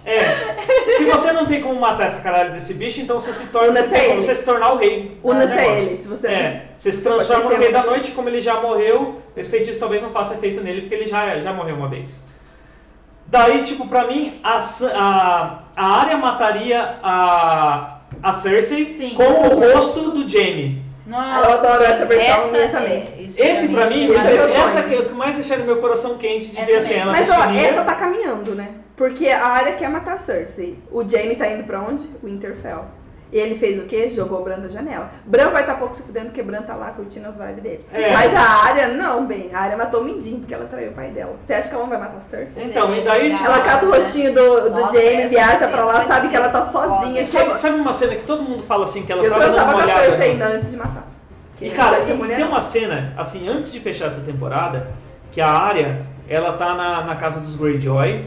[SPEAKER 2] É. Se você não tem como matar essa caralho desse bicho, então você se torna.
[SPEAKER 4] Una-se
[SPEAKER 2] Você, tem como
[SPEAKER 4] ele.
[SPEAKER 2] você se tornar o rei. do
[SPEAKER 4] Una-se a
[SPEAKER 2] negócio.
[SPEAKER 4] ele, se você não.
[SPEAKER 2] É. Você se transforma
[SPEAKER 4] Pode ser
[SPEAKER 2] no rei da
[SPEAKER 4] uma-
[SPEAKER 2] noite, como ele já morreu, esse feitiço talvez não faça efeito nele, porque ele já, já morreu uma vez. Daí, tipo, pra mim, a, Sa- a, a área mataria a, a Cersei
[SPEAKER 5] Sim.
[SPEAKER 2] com o rosto do Jaime.
[SPEAKER 5] Nossa,
[SPEAKER 4] Eu adoro essa versão minha
[SPEAKER 5] é-
[SPEAKER 4] também.
[SPEAKER 5] isso
[SPEAKER 2] Esse, pra mim,
[SPEAKER 5] isso
[SPEAKER 4] esse
[SPEAKER 5] é
[SPEAKER 4] é meu
[SPEAKER 5] maravilhoso.
[SPEAKER 2] essa
[SPEAKER 4] sonho.
[SPEAKER 2] que é o que mais deixaria meu coração quente de
[SPEAKER 5] Essa
[SPEAKER 2] ver assim,
[SPEAKER 5] mesmo.
[SPEAKER 2] ela
[SPEAKER 4] Mas ó,
[SPEAKER 2] pequenininha.
[SPEAKER 4] essa tá caminhando, né? Porque a área quer matar a Cersei. O Jaime tá indo pra onde? Winterfell. E ele fez o quê? Jogou Bran da janela. Bran vai estar pouco se fudendo, porque Bran tá lá curtindo as vibes dele.
[SPEAKER 2] É.
[SPEAKER 4] Mas a área, não, bem. A área matou o Mindinho, porque ela traiu o pai dela. Você acha que ela não vai matar a Cersei?
[SPEAKER 2] Então, e daí, tipo,
[SPEAKER 4] Ela cata o rostinho do, do
[SPEAKER 5] Nossa,
[SPEAKER 4] Jamie,
[SPEAKER 5] essa
[SPEAKER 4] viaja
[SPEAKER 5] cena
[SPEAKER 4] pra lá,
[SPEAKER 5] foi
[SPEAKER 4] sabe que ela tá
[SPEAKER 5] foda.
[SPEAKER 4] sozinha.
[SPEAKER 2] Sabe,
[SPEAKER 4] Chega...
[SPEAKER 2] sabe uma cena que todo mundo fala assim que ela
[SPEAKER 4] Eu
[SPEAKER 2] tava dando
[SPEAKER 4] transava
[SPEAKER 2] uma
[SPEAKER 4] com a
[SPEAKER 2] olhada?
[SPEAKER 4] Cersei ainda antes de matar.
[SPEAKER 2] E cara,
[SPEAKER 4] Cersei é
[SPEAKER 2] e
[SPEAKER 4] mulher,
[SPEAKER 2] tem um
[SPEAKER 4] não.
[SPEAKER 2] uma cena, assim, antes de fechar essa temporada, que a área ela tá na, na casa dos Greyjoy.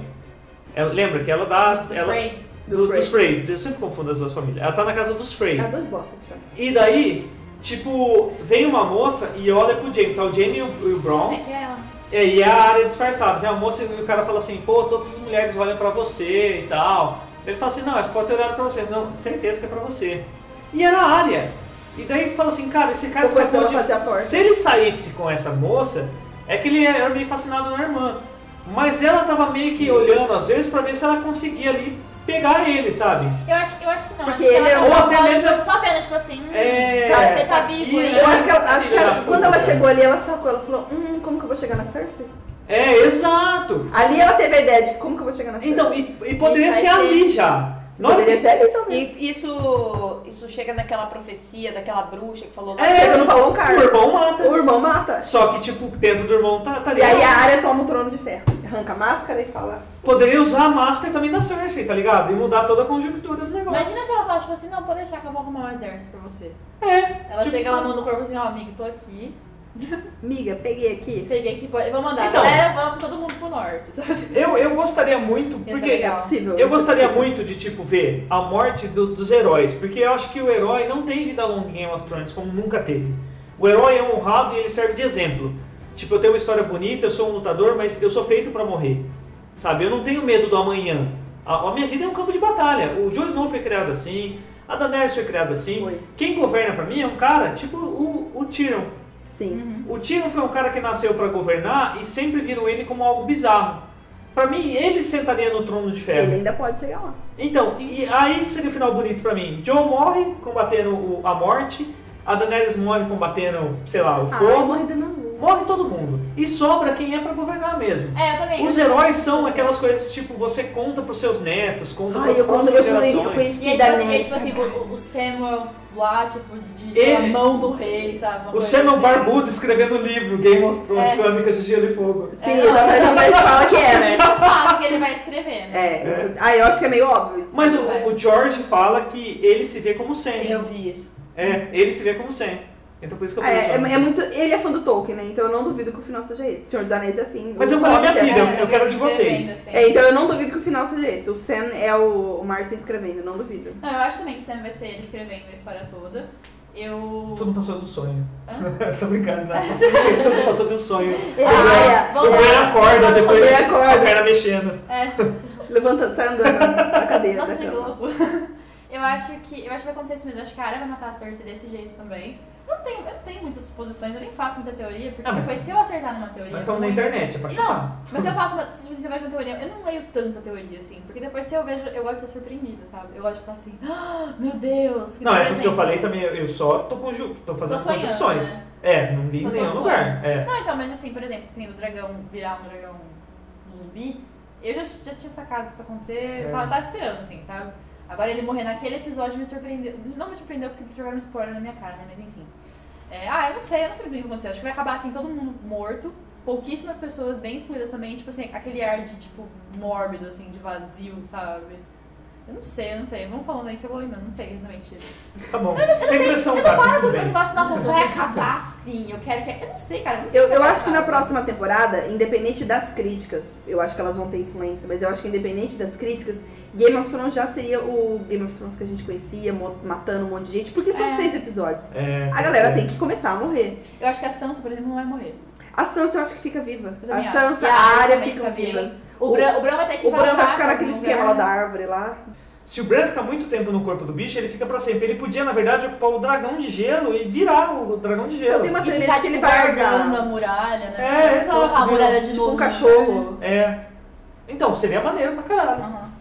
[SPEAKER 2] Ela- lembra que ela dá.
[SPEAKER 5] Do
[SPEAKER 2] ela,
[SPEAKER 5] Frey.
[SPEAKER 2] do-
[SPEAKER 4] Dos Frey.
[SPEAKER 2] dos Frey. Eu sempre confundo as duas famílias. Ela tá na casa dos Frey.
[SPEAKER 4] É duas bostas, tipo.
[SPEAKER 2] E daí, tipo, vem uma moça e olha pro Jamie. Tá o Jamie e o, e o Brown.
[SPEAKER 5] Como é que é ela?
[SPEAKER 2] É, e a área disfarçada. Vem a moça e o cara fala assim, pô, todas as mulheres olham pra você e tal. Ele fala assim, não, elas podem ter olhado pra você. Não, certeza que é pra você. E era a área. E daí fala assim, cara, esse cara
[SPEAKER 4] Ou pode ser
[SPEAKER 2] escapou
[SPEAKER 4] ela
[SPEAKER 2] de-
[SPEAKER 4] fazer a torta.
[SPEAKER 2] Se ele saísse com essa moça, é que ele era meio fascinado na irmã. Mas ela tava meio que olhando às vezes pra ver se ela conseguia ali pegar ele, sabe?
[SPEAKER 5] Eu acho, eu acho que não.
[SPEAKER 4] Porque
[SPEAKER 5] acho que
[SPEAKER 4] ele
[SPEAKER 5] ela
[SPEAKER 2] é-
[SPEAKER 5] tá
[SPEAKER 2] ou
[SPEAKER 5] só,
[SPEAKER 2] até
[SPEAKER 5] tipo,
[SPEAKER 2] mesmo-
[SPEAKER 5] só vendo, tipo assim, hum,
[SPEAKER 2] É.
[SPEAKER 5] cara, você tá vivo
[SPEAKER 2] E
[SPEAKER 5] aí.
[SPEAKER 4] Eu acho que, ela, acho que ela-
[SPEAKER 2] Filha da
[SPEAKER 4] quando
[SPEAKER 2] puta.
[SPEAKER 4] ela chegou ali, ela sacou, ela falou, hum, como que eu vou chegar na Cersei?
[SPEAKER 2] É, exato.
[SPEAKER 4] Ali ela teve a ideia de como que eu vou chegar na Cersei.
[SPEAKER 2] Então, e, e poderia
[SPEAKER 5] Isso
[SPEAKER 2] ser
[SPEAKER 5] vai ser-
[SPEAKER 2] ali já. Na hora que-
[SPEAKER 4] Poderia ser ali talvez.
[SPEAKER 6] Isso, isso, isso chega naquela profecia daquela bruxa que falou.
[SPEAKER 2] É,
[SPEAKER 4] Chega no Balão Car.
[SPEAKER 2] O irmão mata.
[SPEAKER 4] O irmão mata.
[SPEAKER 2] Só que, tipo, dentro do irmão tá, tá
[SPEAKER 4] E aí
[SPEAKER 2] ligado?
[SPEAKER 4] a área toma o trono de ferro. Arranca a máscara e fala.
[SPEAKER 2] Poderia usar a máscara também da Cersei, tá ligado? E mudar toda a conjectura do negócio.
[SPEAKER 5] Imagina se ela fala, tipo assim, não, pode deixar que eu vou arrumar um exército pra você.
[SPEAKER 2] É.
[SPEAKER 5] Ela
[SPEAKER 2] Tipo-
[SPEAKER 5] chega, ela manda o corpo assim, ó, amigo, tô aqui,
[SPEAKER 4] Miga, peguei aqui.
[SPEAKER 5] peguei aqui, pode- vou mandar.
[SPEAKER 2] Então.
[SPEAKER 5] Galera, vamos todo mundo pro norte, sabe assim?
[SPEAKER 2] Eu, eu gostaria muito,
[SPEAKER 5] é
[SPEAKER 2] porque
[SPEAKER 4] É
[SPEAKER 5] legal.
[SPEAKER 4] possível.
[SPEAKER 2] eu
[SPEAKER 4] isso é
[SPEAKER 2] gostaria
[SPEAKER 4] possível.
[SPEAKER 2] muito de, tipo, ver a morte do- dos heróis. Porque eu acho que o herói não tem vida longa em Game of Thrones, como nunca teve. O herói é honrado e ele serve de exemplo. Tipo, eu tenho uma história bonita, eu sou um lutador, mas eu sou feito pra morrer. Sabe? Eu não tenho medo do amanhã. A, a minha vida é um campo de batalha. O Jon Snow foi criado assim, a Daenerys foi criada assim.
[SPEAKER 4] Foi.
[SPEAKER 2] Quem governa pra mim é um cara, tipo o, o Tyrion.
[SPEAKER 4] Sim.
[SPEAKER 2] O Tyrion foi um cara que nasceu pra governar e sempre viram ele como algo bizarro. Pra mim, ele sentaria no trono de ferro.
[SPEAKER 4] Ele ainda pode chegar lá.
[SPEAKER 2] Então, e aí seria um final bonito pra mim. Jon morre combatendo o- a morte, a Daenerys morre combatendo, sei lá, o
[SPEAKER 4] Ah,
[SPEAKER 2] fogo.
[SPEAKER 4] morrida na
[SPEAKER 5] um
[SPEAKER 4] lua.
[SPEAKER 2] morre todo mundo. E sobra quem é pra governar mesmo.
[SPEAKER 5] É, eu também.
[SPEAKER 2] Os heróis são aquelas coisas tipo, você conta pros seus netos, conta
[SPEAKER 4] Ai,
[SPEAKER 2] pras
[SPEAKER 4] eu, conhe-
[SPEAKER 2] próximas
[SPEAKER 4] eu, conhe- eu
[SPEAKER 2] gerações.
[SPEAKER 5] E aí,
[SPEAKER 4] conheci
[SPEAKER 5] tipo
[SPEAKER 4] da
[SPEAKER 5] assim, é,
[SPEAKER 4] Ned.
[SPEAKER 5] tipo assim o, o Samuel lá, tipo, de sei lá,
[SPEAKER 2] Ele-
[SPEAKER 5] mão do rei, sabe? Uma
[SPEAKER 2] O
[SPEAKER 5] coisa
[SPEAKER 2] Samuel
[SPEAKER 5] assim.
[SPEAKER 2] Barbudo escrevendo o livro Game of Thrones,
[SPEAKER 5] É.
[SPEAKER 2] Crônicas de Gelo e Fogo.
[SPEAKER 4] Sim, é, da Ned fala que é,
[SPEAKER 5] Isso é
[SPEAKER 4] né?
[SPEAKER 5] um fato que ele vai escrever, né?
[SPEAKER 4] É, isso. Ah, eu acho que é meio óbvio isso.
[SPEAKER 2] Mas o, o George fala que ele se vê como Sam.
[SPEAKER 6] Sim, eu vi isso.
[SPEAKER 2] É, ele se vê como Sam. Então por isso que eu
[SPEAKER 4] Ah,
[SPEAKER 2] falei
[SPEAKER 4] é,
[SPEAKER 2] isso.
[SPEAKER 4] é- é muito, ele é fã do Tolkien, né? Então eu não duvido que o final seja esse. Senhor dos Anéis é assim.
[SPEAKER 2] Mas
[SPEAKER 4] o
[SPEAKER 2] eu falei minha
[SPEAKER 4] Hobbit é
[SPEAKER 2] vida,
[SPEAKER 4] assim.
[SPEAKER 2] eu- eu quero de vocês.
[SPEAKER 5] Escrevendo, assim.
[SPEAKER 4] É, então eu não duvido que o final seja esse. O Sam é o, o Martin escrevendo, não duvido.
[SPEAKER 5] Não, eu acho também que o Sam vai ser ele escrevendo a história toda. Eu.
[SPEAKER 2] Tudo passou de um sonho. Tô brincando, não. Tudo passou de um sonho.
[SPEAKER 4] É, a
[SPEAKER 5] vamos
[SPEAKER 2] O
[SPEAKER 4] Aya,
[SPEAKER 5] lá.
[SPEAKER 2] Brian acorda, depois
[SPEAKER 4] Ele acorda.
[SPEAKER 2] a perna mexendo.
[SPEAKER 5] É,
[SPEAKER 4] levantando, sai andando da cadeira
[SPEAKER 5] nossa,
[SPEAKER 4] da
[SPEAKER 5] que
[SPEAKER 4] cama.
[SPEAKER 5] louco. Eu acho que. Eu acho que vai acontecer isso mesmo. Eu acho que a Arya vai matar a Cersei desse jeito também. Eu não tenho, eu não tenho muitas suposições, eu nem faço muita teoria, porque
[SPEAKER 2] Ah, mas-
[SPEAKER 5] depois se eu acertar numa teoria.
[SPEAKER 2] Mas estamos na
[SPEAKER 5] muito-
[SPEAKER 2] internet, é pra chutar.
[SPEAKER 5] Não, mas eu faço uma, se você faz uma teoria, eu não leio tanta teoria, assim, porque depois se eu vejo, eu gosto de ser surpreendida, sabe? Eu gosto de ficar assim, ah, meu Deus.
[SPEAKER 2] Não, essas que eu
[SPEAKER 5] inteligente."
[SPEAKER 2] falei também, eu eu só tô, conju tô fazendo
[SPEAKER 5] Só sonhando,
[SPEAKER 2] conjunções.
[SPEAKER 5] né?
[SPEAKER 2] É, não li em
[SPEAKER 5] Só
[SPEAKER 2] nenhum
[SPEAKER 5] são
[SPEAKER 2] lugar.
[SPEAKER 5] sonhos.
[SPEAKER 2] É.
[SPEAKER 5] Não, então, mas assim, por exemplo, que nem do dragão virar um dragão zumbi, eu já, já tinha sacado que isso ia acontecer,
[SPEAKER 2] É.
[SPEAKER 5] eu tava, tava esperando, assim, sabe? Agora ele morrer naquele episódio me surpreendeu. Não me surpreendeu porque jogaram um spoiler na minha cara, né? Mas enfim. É, ah, eu não sei, eu não sei o que vai acontecer. Acho que vai acabar assim, todo mundo morto, pouquíssimas pessoas bem excluídas também, tipo assim, aquele ar de tipo mórbido, assim, de vazio, sabe? Eu não sei, eu não sei. Vamos falando aí que eu vou lembrando, não sei exatamente.
[SPEAKER 2] Tá bom. Sem pressão,
[SPEAKER 5] eu não
[SPEAKER 2] cara.
[SPEAKER 5] paro
[SPEAKER 2] tudo
[SPEAKER 5] porque
[SPEAKER 2] bem.
[SPEAKER 5] você fala assim, nossa, vai acabar sim, eu quero que. Eu não sei, cara. não sei
[SPEAKER 4] Eu,
[SPEAKER 5] se
[SPEAKER 4] eu
[SPEAKER 5] vai
[SPEAKER 4] acho que na
[SPEAKER 5] acabar.
[SPEAKER 4] próxima temporada, independente das críticas, eu acho que elas vão ter influência, mas eu acho que independente das críticas, Game of Thrones já seria o Game of Thrones que a gente conhecia, mo- matando um monte de gente, porque são
[SPEAKER 5] É.
[SPEAKER 4] seis episódios.
[SPEAKER 2] É,
[SPEAKER 4] A galera tem que começar a morrer.
[SPEAKER 5] Eu acho que a Sansa, por exemplo, não vai morrer.
[SPEAKER 4] A Sansa eu acho que fica viva.
[SPEAKER 5] Eu também
[SPEAKER 4] A
[SPEAKER 5] acho.
[SPEAKER 4] Sansa,
[SPEAKER 5] E
[SPEAKER 4] a
[SPEAKER 5] Arya
[SPEAKER 4] Arya
[SPEAKER 5] também
[SPEAKER 4] ficam
[SPEAKER 5] fica viva.
[SPEAKER 4] vivas.
[SPEAKER 5] O, Bran, o Bran vai né? ter que
[SPEAKER 4] O Bran vai
[SPEAKER 5] vazar
[SPEAKER 4] ficar
[SPEAKER 5] pra
[SPEAKER 4] naquele
[SPEAKER 5] algum
[SPEAKER 4] esquema lá da
[SPEAKER 5] lugar.
[SPEAKER 4] árvore lá.
[SPEAKER 2] Se o Bran ficar muito tempo no corpo do bicho, ele fica pra sempre. Ele podia, na verdade, ocupar o dragão de gelo e virar o dragão de
[SPEAKER 4] Eu
[SPEAKER 2] gelo.
[SPEAKER 4] tenho Então uma
[SPEAKER 5] E
[SPEAKER 4] teoria
[SPEAKER 5] ficar,
[SPEAKER 4] de que ele
[SPEAKER 5] tipo,
[SPEAKER 4] vai
[SPEAKER 5] guardando a
[SPEAKER 4] herdar.
[SPEAKER 5] muralha, né?
[SPEAKER 2] É,
[SPEAKER 5] Sabe?
[SPEAKER 2] exato,
[SPEAKER 5] Colocar a
[SPEAKER 2] viu?
[SPEAKER 5] muralha de
[SPEAKER 4] Tipo
[SPEAKER 5] novo.
[SPEAKER 4] um
[SPEAKER 5] no lugar.
[SPEAKER 4] cachorro.
[SPEAKER 2] É. Então, seria maneiro pra caralho.
[SPEAKER 5] Aham.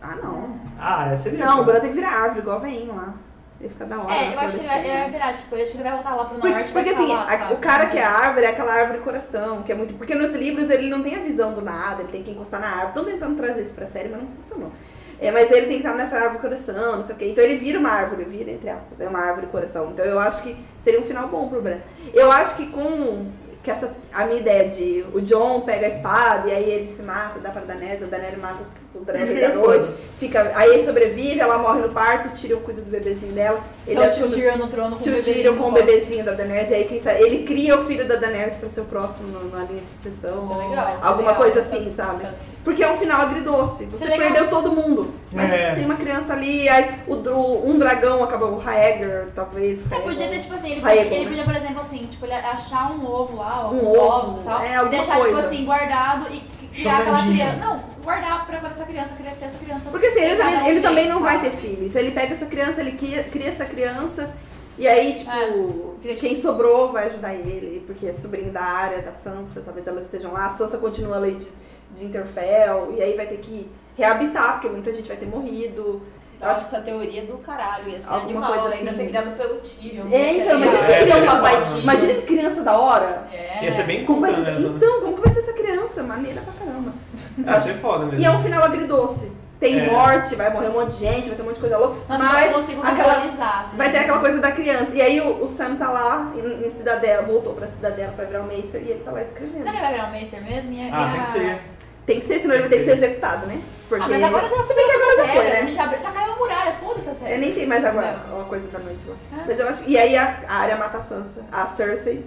[SPEAKER 4] Ah, não.
[SPEAKER 2] Ah, é, seria.
[SPEAKER 4] Não, o Bran tem que virar árvore, igual o veinho lá. Ele fica da hora.
[SPEAKER 5] É,
[SPEAKER 4] na
[SPEAKER 5] eu acho que ele vai,
[SPEAKER 4] florestinha.
[SPEAKER 5] ele vai virar, tipo, eu acho que ele vai voltar lá pro
[SPEAKER 4] Por-
[SPEAKER 5] norte.
[SPEAKER 4] Porque,
[SPEAKER 5] vai ficar
[SPEAKER 4] assim,
[SPEAKER 5] lá,
[SPEAKER 4] a-
[SPEAKER 5] sabe?
[SPEAKER 4] o cara que é a árvore é aquela árvore coração, que é muito. Porque nos livros ele não tem a visão do nada, ele tem que encostar na árvore. Estão tentando trazer isso pra série, mas não funcionou. É, mas ele tem que estar nessa árvore coração, não sei o quê. Então ele vira uma árvore, vira, entre aspas, é uma árvore coração. Então eu acho que seria um final bom pro Bran. Eu acho que com. Que essa, a minha ideia de o John pega a espada e aí ele se mata, dá pra Daenerys, a Daenerys mata o dragão da noite, fica, aí ele sobrevive, ela morre no parto, tira o cuido do bebezinho dela, ele
[SPEAKER 5] Então,
[SPEAKER 4] assume
[SPEAKER 5] o Tyrion no trono com
[SPEAKER 4] Tio
[SPEAKER 5] o
[SPEAKER 4] Tyrion com
[SPEAKER 5] bebezinho
[SPEAKER 4] o
[SPEAKER 5] no colo.
[SPEAKER 4] bebezinho da Daenerys, e aí quem sabe, ele cria o filho da Daenerys pra ser o próximo no- na linha de sucessão,
[SPEAKER 5] Isso é
[SPEAKER 4] ou
[SPEAKER 5] legal, isso é
[SPEAKER 4] alguma
[SPEAKER 5] legal.
[SPEAKER 4] coisa assim, sabe? Porque é um final agridoce, você
[SPEAKER 5] Isso é legal.
[SPEAKER 4] perdeu todo mundo, mas
[SPEAKER 2] É.
[SPEAKER 4] tem uma criança ali, aí o, o- um dragão acabou, o Raegar, talvez, o
[SPEAKER 5] É, podia ter,
[SPEAKER 4] Rhaegar.
[SPEAKER 5] tipo assim, ele
[SPEAKER 4] Raegon,
[SPEAKER 5] podia, ele
[SPEAKER 4] né?
[SPEAKER 5] podia, por exemplo, assim, tipo, ele achar um ovo lá,
[SPEAKER 4] Um
[SPEAKER 5] alguns
[SPEAKER 4] ovo,
[SPEAKER 5] ovos e tal,
[SPEAKER 4] é,
[SPEAKER 5] e
[SPEAKER 4] alguma
[SPEAKER 5] deixar, tipo
[SPEAKER 4] coisa.
[SPEAKER 5] assim, guardado e criar aquela
[SPEAKER 2] Choradinho.
[SPEAKER 5] criança. Não, guardar pra quando essa criança crescer, essa criança.
[SPEAKER 4] Porque assim, ele
[SPEAKER 5] cada
[SPEAKER 4] também,
[SPEAKER 5] um
[SPEAKER 4] ele
[SPEAKER 5] tem,
[SPEAKER 4] também não vai
[SPEAKER 5] sabe?
[SPEAKER 4] ter filho, então ele pega essa criança, ele cria, cria essa criança, e aí, tipo,
[SPEAKER 5] É, fica tipo-
[SPEAKER 4] quem sobrou vai ajudar ele, porque é sobrinho da área, da Sansa, talvez elas estejam lá, a Sansa continua ali de, de Interfell, e aí vai ter que reabitar, porque muita gente vai ter morrido. Eu acho
[SPEAKER 6] Nossa, então teoria do caralho, ia ser
[SPEAKER 4] Alguma
[SPEAKER 6] animal,
[SPEAKER 4] coisa
[SPEAKER 6] ainda
[SPEAKER 4] assim.
[SPEAKER 6] ser criado pelo Tyrion. Tá
[SPEAKER 4] É, então,
[SPEAKER 2] mas
[SPEAKER 4] imagina
[SPEAKER 2] É,
[SPEAKER 4] que
[SPEAKER 2] seria
[SPEAKER 4] criança,
[SPEAKER 2] legal.
[SPEAKER 4] da, imagina que criança da hora.
[SPEAKER 5] É.
[SPEAKER 2] Ia ser bem
[SPEAKER 4] Como vai
[SPEAKER 2] curta,
[SPEAKER 4] ser,
[SPEAKER 2] né?
[SPEAKER 4] essa- então, como que vai ser essa criança? Maneira pra caramba.
[SPEAKER 2] Ia ser foda mesmo.
[SPEAKER 4] E é um final agridoce. Tem
[SPEAKER 2] É.
[SPEAKER 4] morte, vai morrer um monte de gente, vai ter um monte de coisa louca.
[SPEAKER 5] Nossa, mas eu
[SPEAKER 4] mas
[SPEAKER 5] consigo
[SPEAKER 4] aquela,
[SPEAKER 5] visualizar. assim.
[SPEAKER 4] vai ter aquela coisa da criança. E aí o, o Sam tá lá em, em Cidadela, voltou pra Cidadela pra virar o Meister e ele tá lá
[SPEAKER 5] Será
[SPEAKER 4] escrevendo.
[SPEAKER 5] que vai virar o Macer mesmo? E a- e
[SPEAKER 2] Ah,
[SPEAKER 5] a-
[SPEAKER 2] tem que ser.
[SPEAKER 4] Tem que ser, senão ele vai ter que ser executado, né? Porque
[SPEAKER 5] Ah, mas agora já, se bem que
[SPEAKER 4] agora já foi, né?
[SPEAKER 5] A gente já, já caiu a muralha, foda-se essa
[SPEAKER 4] eu
[SPEAKER 5] série.
[SPEAKER 4] nem tem mais agora
[SPEAKER 5] Não.
[SPEAKER 4] uma coisa da noite lá.
[SPEAKER 5] Ah.
[SPEAKER 4] Mas eu acho. E aí a, a área mata a Sansa, a Cersei,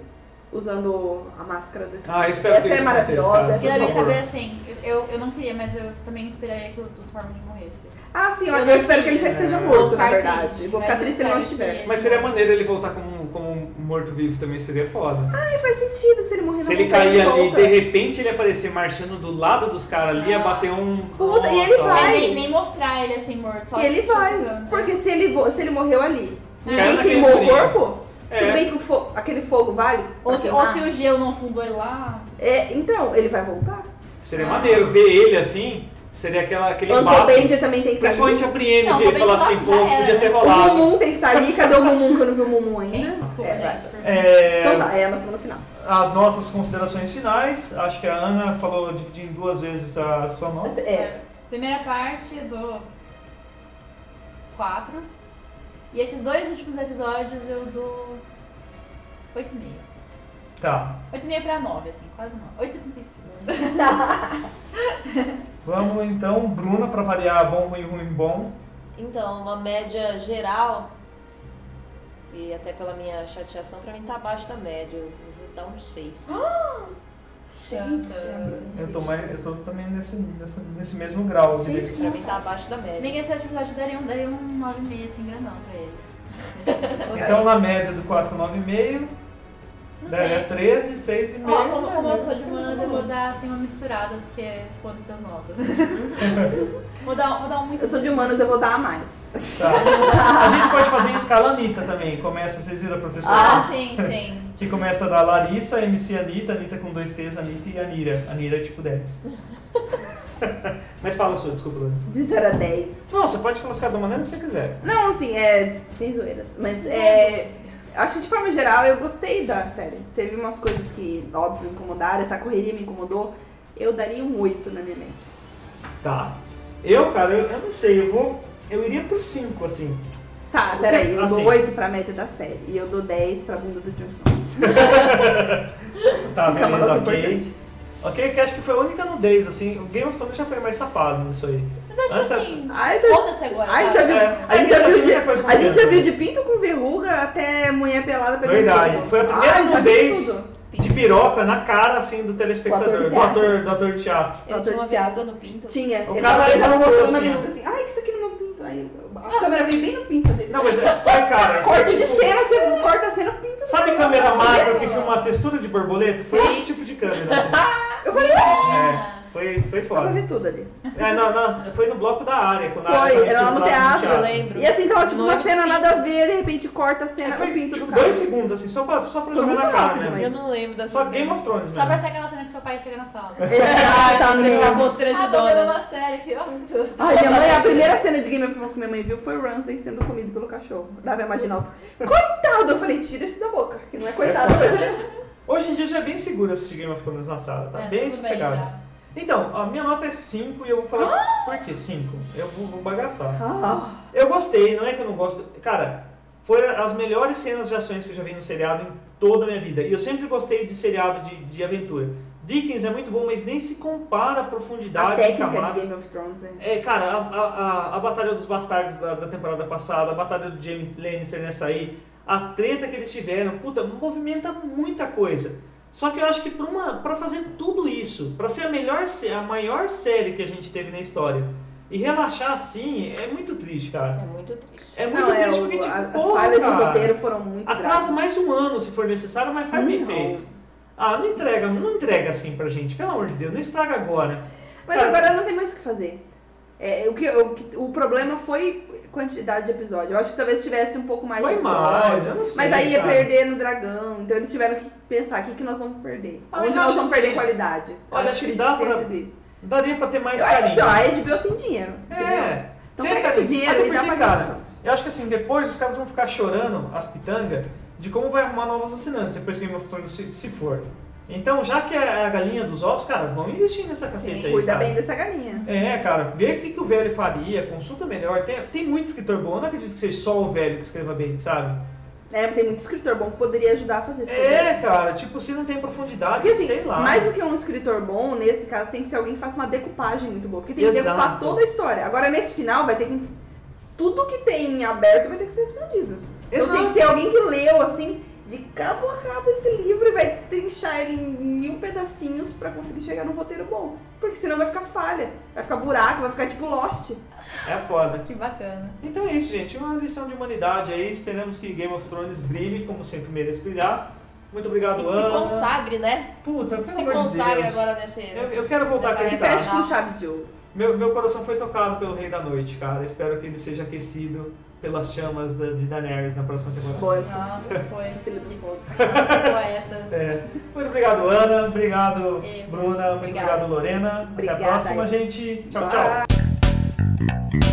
[SPEAKER 4] usando a máscara do.
[SPEAKER 2] Ah, eu espero
[SPEAKER 4] Essa
[SPEAKER 2] que
[SPEAKER 4] é
[SPEAKER 2] isso
[SPEAKER 4] maravilhosa,
[SPEAKER 2] aconteça,
[SPEAKER 5] E ela
[SPEAKER 4] essa é
[SPEAKER 5] vai saber assim, eu, eu não queria, mas eu também esperaria que o, o Tormund morresse.
[SPEAKER 4] Ah, sim, eu,
[SPEAKER 5] Eu
[SPEAKER 4] eu
[SPEAKER 5] não
[SPEAKER 4] espero que ele já
[SPEAKER 5] vi.
[SPEAKER 4] esteja
[SPEAKER 2] É.
[SPEAKER 4] morto,
[SPEAKER 5] Vou
[SPEAKER 4] na
[SPEAKER 5] ficar
[SPEAKER 4] verdade.
[SPEAKER 5] triste,
[SPEAKER 4] Vou ficar
[SPEAKER 5] mas eu
[SPEAKER 4] triste se ele não
[SPEAKER 5] espero
[SPEAKER 4] estiver.
[SPEAKER 5] que-
[SPEAKER 2] Mas seria maneiro ele voltar como, um, como morto-vivo também, seria foda.
[SPEAKER 4] Mas faz sentido se ele morrer
[SPEAKER 2] Se
[SPEAKER 4] na
[SPEAKER 2] ele
[SPEAKER 4] montanha,
[SPEAKER 2] cair ali e
[SPEAKER 4] volta.
[SPEAKER 2] de repente ele aparecer marchando do lado dos caras ali, ia bater um.
[SPEAKER 4] Puta, e ele
[SPEAKER 2] Nossa,
[SPEAKER 4] vai.
[SPEAKER 5] Mas É, Nem, nem mostrar ele assim morto, só
[SPEAKER 4] E ele
[SPEAKER 5] tipo,
[SPEAKER 4] vai.
[SPEAKER 5] chutando, né?
[SPEAKER 4] Porque se ele, vo- se ele morreu ali,
[SPEAKER 2] Se caiu
[SPEAKER 4] ninguém
[SPEAKER 2] naquele
[SPEAKER 4] queimou o
[SPEAKER 2] frio.
[SPEAKER 4] corpo,
[SPEAKER 2] É.
[SPEAKER 4] tudo bem que o fo- aquele fogo vale. pra
[SPEAKER 5] Ou se, ou
[SPEAKER 4] queimar.
[SPEAKER 5] se o gelo não afundou ele lá.
[SPEAKER 4] É, então, ele vai voltar.
[SPEAKER 2] Seria maneiro ver ele assim, seria aquela, aquele
[SPEAKER 4] Uncle
[SPEAKER 2] embate.
[SPEAKER 4] Bendy também tem que estar
[SPEAKER 2] Principalmente
[SPEAKER 4] ali.
[SPEAKER 2] a Brienne
[SPEAKER 5] Não,
[SPEAKER 2] ver e
[SPEAKER 5] também
[SPEAKER 2] falar
[SPEAKER 5] já-
[SPEAKER 2] assim,
[SPEAKER 5] já
[SPEAKER 2] pô,
[SPEAKER 5] era,
[SPEAKER 2] podia ter
[SPEAKER 5] né?
[SPEAKER 4] O
[SPEAKER 2] rolado.
[SPEAKER 4] Mumu tem que estar ali. Cadê o Mumu? Que eu não vi o Mumu ainda.
[SPEAKER 5] Quem? Desculpa,
[SPEAKER 4] É, vai.
[SPEAKER 5] gente. por-
[SPEAKER 2] É,
[SPEAKER 4] Então tá, é a nossa no final.
[SPEAKER 2] As notas, considerações finais. Acho que a Ana falou de, em duas vezes a sua nota.
[SPEAKER 4] É,
[SPEAKER 5] Primeira parte eu dou 4. E esses dois últimos episódios eu dou 8,5.
[SPEAKER 2] Tá.
[SPEAKER 5] 8,5 pra 9, assim, quase não. 8,75.
[SPEAKER 2] Vamos então, Bruna, pra variar bom, ruim, ruim, bom.
[SPEAKER 4] é.
[SPEAKER 6] Então, uma média geral, e até pela minha chateação, pra mim tá abaixo da média. Eu vou dar um 6.
[SPEAKER 4] Ah, gente, é a Bruna.
[SPEAKER 2] Eu tô, mais, eu tô também nesse, nessa- nesse mesmo grau.
[SPEAKER 4] Gente,
[SPEAKER 2] de-
[SPEAKER 6] Pra mim tá abaixo da
[SPEAKER 5] Se
[SPEAKER 6] média.
[SPEAKER 5] bem que esse último episódio eu daria um, daria um 9,5, assim, grandão pra ele. Esse episódio eu gostei.
[SPEAKER 2] Então, na média do 4,9,5.
[SPEAKER 5] Não
[SPEAKER 2] É
[SPEAKER 5] sei.
[SPEAKER 2] 13, 6 e meio. Tá.
[SPEAKER 5] Ó, como, como eu sou de humanas, eu vou dar assim uma misturada, é porque ficou nessas notas. vou, dar, vou dar um muito.
[SPEAKER 4] Eu sou de humanas, eu vou dar a mais.
[SPEAKER 2] Tá. A gente pode fazer em escala Anitta também. Começa, vocês viram a professora?
[SPEAKER 5] Ah, sim, sim.
[SPEAKER 2] Que começa da Larissa, MC Anitta, Anitta com dois T's, Anitta e Anira. Anira é tipo 10. Mas fala a sua, desculpa, Luna.
[SPEAKER 4] De 0 a 10.
[SPEAKER 2] Não, você pode classificar da maneira que você quiser.
[SPEAKER 4] Não, assim, é. Sem zoeiras. Mas é. Acho que de forma geral eu gostei da série. Teve umas coisas que, óbvio, incomodaram, essa correria me incomodou. Eu daria um 8 na minha média.
[SPEAKER 2] Tá. Eu, cara, eu, eu não sei, eu vou. Eu iria por 5, assim.
[SPEAKER 4] Tá, peraí, eu
[SPEAKER 2] Assim.
[SPEAKER 4] dou 8 pra média da série e eu dou 10 pra bunda do Jon Snow.
[SPEAKER 2] Tá,
[SPEAKER 4] Isso é uma
[SPEAKER 2] beleza,
[SPEAKER 4] nota
[SPEAKER 2] ok.
[SPEAKER 4] importante.
[SPEAKER 2] Ok, que acho que foi a única nudez, assim. O Game of Thrones já foi mais safado nisso aí.
[SPEAKER 5] Mas acho que
[SPEAKER 2] Essa-
[SPEAKER 5] assim.
[SPEAKER 4] Ai, tá-
[SPEAKER 5] Foda-se agora.
[SPEAKER 4] A gente já
[SPEAKER 5] sabe?
[SPEAKER 4] viu,
[SPEAKER 2] É.
[SPEAKER 4] a gente já viu, de,
[SPEAKER 2] Muita coisa
[SPEAKER 4] a gente já
[SPEAKER 2] acontecendo.
[SPEAKER 4] viu de pinto com verruga até mulher pelada pegando
[SPEAKER 2] Verdade.
[SPEAKER 4] fogo.
[SPEAKER 2] Foi a primeira
[SPEAKER 4] Ai, Ah, já vi
[SPEAKER 2] nudez
[SPEAKER 4] tudo.
[SPEAKER 2] de piroca na cara, assim, do telespectador,
[SPEAKER 4] Do
[SPEAKER 2] do
[SPEAKER 4] ator de
[SPEAKER 2] ator, do ator de teatro.
[SPEAKER 6] Eu
[SPEAKER 4] Doutor
[SPEAKER 6] tinha uma
[SPEAKER 4] Thiago.
[SPEAKER 6] verruga no pinto.
[SPEAKER 4] Tinha.
[SPEAKER 2] O
[SPEAKER 4] Ele
[SPEAKER 2] cara
[SPEAKER 4] tava, ele tava
[SPEAKER 2] pegou
[SPEAKER 4] mostrando
[SPEAKER 2] assim,
[SPEAKER 4] a
[SPEAKER 2] ó.
[SPEAKER 4] verruga assim, ai, isso aqui no meu pinto. Aí a câmera veio bem no pinto dele.
[SPEAKER 2] Não, mas é- foi, cara.
[SPEAKER 4] Corte
[SPEAKER 2] foi,
[SPEAKER 4] de
[SPEAKER 2] tipo,
[SPEAKER 4] cena, você corta a cena, pinto.
[SPEAKER 2] Sabe a
[SPEAKER 4] cara.
[SPEAKER 2] câmera macro que filma a textura de borboleta? Foi esse tipo de câmera, assim.
[SPEAKER 4] Eu falei, ah,
[SPEAKER 2] É, foi, foi
[SPEAKER 4] dá pra
[SPEAKER 2] foda.
[SPEAKER 4] ver tudo ali.
[SPEAKER 2] É, não, não, foi no bloco da área. Quando a área
[SPEAKER 4] Foi,
[SPEAKER 2] tava
[SPEAKER 4] era lá no
[SPEAKER 2] filmada
[SPEAKER 4] teatro, eu
[SPEAKER 2] teatro.
[SPEAKER 4] lembro. E assim, tava tipo uma
[SPEAKER 6] Noivo
[SPEAKER 4] cena
[SPEAKER 6] de
[SPEAKER 4] nada a ver, de repente corta a cena, o
[SPEAKER 2] Foi
[SPEAKER 4] pinto do
[SPEAKER 2] tipo,
[SPEAKER 4] cara.
[SPEAKER 2] dois segundos, assim, só pra, só pra
[SPEAKER 4] Foi
[SPEAKER 2] jogar
[SPEAKER 4] muito
[SPEAKER 2] na cara
[SPEAKER 4] rápido,
[SPEAKER 2] mesmo.
[SPEAKER 6] Eu não lembro dessa
[SPEAKER 2] Só
[SPEAKER 6] cena.
[SPEAKER 2] Game of Thrones, né?
[SPEAKER 5] Só
[SPEAKER 2] mesmo.
[SPEAKER 5] vai ser aquela cena que seu pai chega na sala.
[SPEAKER 4] É.
[SPEAKER 6] Você tá
[SPEAKER 4] Exatamente.
[SPEAKER 6] mostrando de
[SPEAKER 5] Adorei
[SPEAKER 6] dona.
[SPEAKER 5] Ah, uma série que. Oh, meu Deus.
[SPEAKER 4] Ai, minha mãe, a primeira cena de Game of Thrones que minha mãe viu foi o Ramsay sendo comido pelo cachorro. Dá pra imaginar. o- Coitado! Eu falei, tira isso da boca, que não é coitado, coisa nenhuma.
[SPEAKER 2] Hoje em dia já é bem seguro assistir Game of Thrones na sala, tá
[SPEAKER 5] É,
[SPEAKER 2] bem
[SPEAKER 5] tudo
[SPEAKER 2] sossegado.
[SPEAKER 5] já.
[SPEAKER 2] Então, a minha nota é 5 e eu vou falar por que 5? Eu vou, vou bagaçar.
[SPEAKER 4] Ah,
[SPEAKER 2] Eu gostei, não é que eu não gosto. Cara, foram as melhores cenas de ações que eu já vi no seriado em toda a minha vida. E eu sempre gostei de seriado de, de aventura. Vikings é muito bom, mas nem se compara a
[SPEAKER 4] a
[SPEAKER 2] profundidade e
[SPEAKER 4] técnica de
[SPEAKER 2] camadas.
[SPEAKER 4] Game of Thrones, né?
[SPEAKER 2] É, cara, a, a, a, a Batalha dos Bastardos da, da temporada passada, a Batalha do James Lannister nessa aí, a treta que eles tiveram, puta, movimenta muita coisa. Só que eu acho que pra, uma, pra fazer tudo isso, pra ser a melhor, sé- a maior série que a gente teve na história, e relaxar assim, é muito triste, cara.
[SPEAKER 6] É muito triste.
[SPEAKER 2] É muito
[SPEAKER 4] Não, é,
[SPEAKER 2] triste
[SPEAKER 4] o,
[SPEAKER 2] porque, tipo,
[SPEAKER 4] a- as
[SPEAKER 2] porra,
[SPEAKER 4] falhas de
[SPEAKER 2] cara,
[SPEAKER 4] roteiro foram muito
[SPEAKER 2] Atrasa
[SPEAKER 4] graves.
[SPEAKER 2] mais um ano se for necessário, mas faz bem
[SPEAKER 4] Não.
[SPEAKER 2] feito. Ah, não entrega, não entrega assim pra gente, pelo amor de Deus, não estraga agora.
[SPEAKER 4] Mas agora não tem mais o que fazer. É, o, que, o, que- o problema foi quantidade de episódio. Eu acho que talvez tivesse um pouco mais de
[SPEAKER 2] Vai
[SPEAKER 4] episódio.
[SPEAKER 2] mais, eu não sei.
[SPEAKER 4] Mas aí ia
[SPEAKER 2] cara.
[SPEAKER 4] perder no dragão, então eles tiveram que pensar o que, que nós vamos perder.
[SPEAKER 2] Ah,
[SPEAKER 4] Onde
[SPEAKER 2] mas eu
[SPEAKER 4] nós
[SPEAKER 2] acho
[SPEAKER 4] vamos
[SPEAKER 2] assim,
[SPEAKER 4] perder qualidade. Eu
[SPEAKER 2] acho que
[SPEAKER 4] acredito
[SPEAKER 2] dá
[SPEAKER 4] tenha
[SPEAKER 2] pra-
[SPEAKER 4] sido isso.
[SPEAKER 2] Daria pra ter mais
[SPEAKER 4] eu acho
[SPEAKER 2] carinho.
[SPEAKER 4] que assim, ó, a HBO tem dinheiro. entendeu?
[SPEAKER 2] É.
[SPEAKER 4] Então
[SPEAKER 2] Tem
[SPEAKER 4] pega esse
[SPEAKER 2] carinho.
[SPEAKER 4] dinheiro
[SPEAKER 2] Até
[SPEAKER 4] e dá pra
[SPEAKER 2] porque,
[SPEAKER 4] Game of
[SPEAKER 2] cara,
[SPEAKER 4] Thrones.
[SPEAKER 2] Eu acho que assim, depois os caras vão ficar chorando as pitangas de como vai arrumar novos assinantes depois que Game of Thrones se, se for. Então, já que é a galinha dos ovos, cara, vamos investir nessa caceta É aí.
[SPEAKER 4] Cuida
[SPEAKER 2] sabe?
[SPEAKER 4] bem dessa galinha.
[SPEAKER 2] É, cara, vê o que, que o velho faria, consulta melhor. Tem, tem muito escritor bom, eu não acredito que seja só o velho que escreva bem, sabe?
[SPEAKER 4] É, tem muito escritor bom que poderia ajudar a fazer isso.
[SPEAKER 2] É, cara, tipo, se não tem profundidade,
[SPEAKER 4] Porque assim,
[SPEAKER 2] sei lá.
[SPEAKER 4] mais do que um escritor bom, nesse caso, tem que ser alguém que faça uma decupagem muito boa. Porque tem que
[SPEAKER 2] Exato.
[SPEAKER 4] decupar toda a história. Agora, nesse final, vai ter que. Tudo que tem em aberto vai ter que ser respondido. Então tem que ser alguém que leu, assim, de cabo a rabo esse livro e vai destrinchar ele em mil pedacinhos pra conseguir chegar num roteiro bom. Porque senão vai ficar falha, vai ficar buraco, vai ficar tipo Lost.
[SPEAKER 2] É foda.
[SPEAKER 5] Que bacana.
[SPEAKER 2] Então é isso, gente. Uma lição de humanidade aí. Esperamos que Game of Thrones brilhe, como sempre merece brilhar. Muito obrigado,
[SPEAKER 6] E que se
[SPEAKER 2] Ana.
[SPEAKER 6] consagre, né?
[SPEAKER 2] Puta, pelo
[SPEAKER 6] Se
[SPEAKER 2] amor de
[SPEAKER 6] consagre
[SPEAKER 2] Deus.
[SPEAKER 6] agora nesse.
[SPEAKER 2] Eu, eu quero voltar a
[SPEAKER 6] Essa
[SPEAKER 4] E
[SPEAKER 6] Tá.
[SPEAKER 4] fecha
[SPEAKER 2] acreditar.
[SPEAKER 4] com chave de ouro.
[SPEAKER 2] Meu, meu coração foi tocado pelo Rei da Noite, cara. Espero que ele seja aquecido pelas chamas da, de Daenerys na próxima temporada.
[SPEAKER 4] Bom, eu sou
[SPEAKER 5] Nossa, poeta.
[SPEAKER 4] esse filho do fogo.
[SPEAKER 5] Nossa, poeta.
[SPEAKER 2] É. Muito obrigado, Ana. Obrigado,
[SPEAKER 6] Eu.
[SPEAKER 2] Bruna. Muito
[SPEAKER 6] Obrigada.
[SPEAKER 2] obrigado, Lorena.
[SPEAKER 4] Obrigada,
[SPEAKER 2] Até a próxima,
[SPEAKER 4] Ana.
[SPEAKER 2] gente. Tchau, tchau.
[SPEAKER 4] Bye.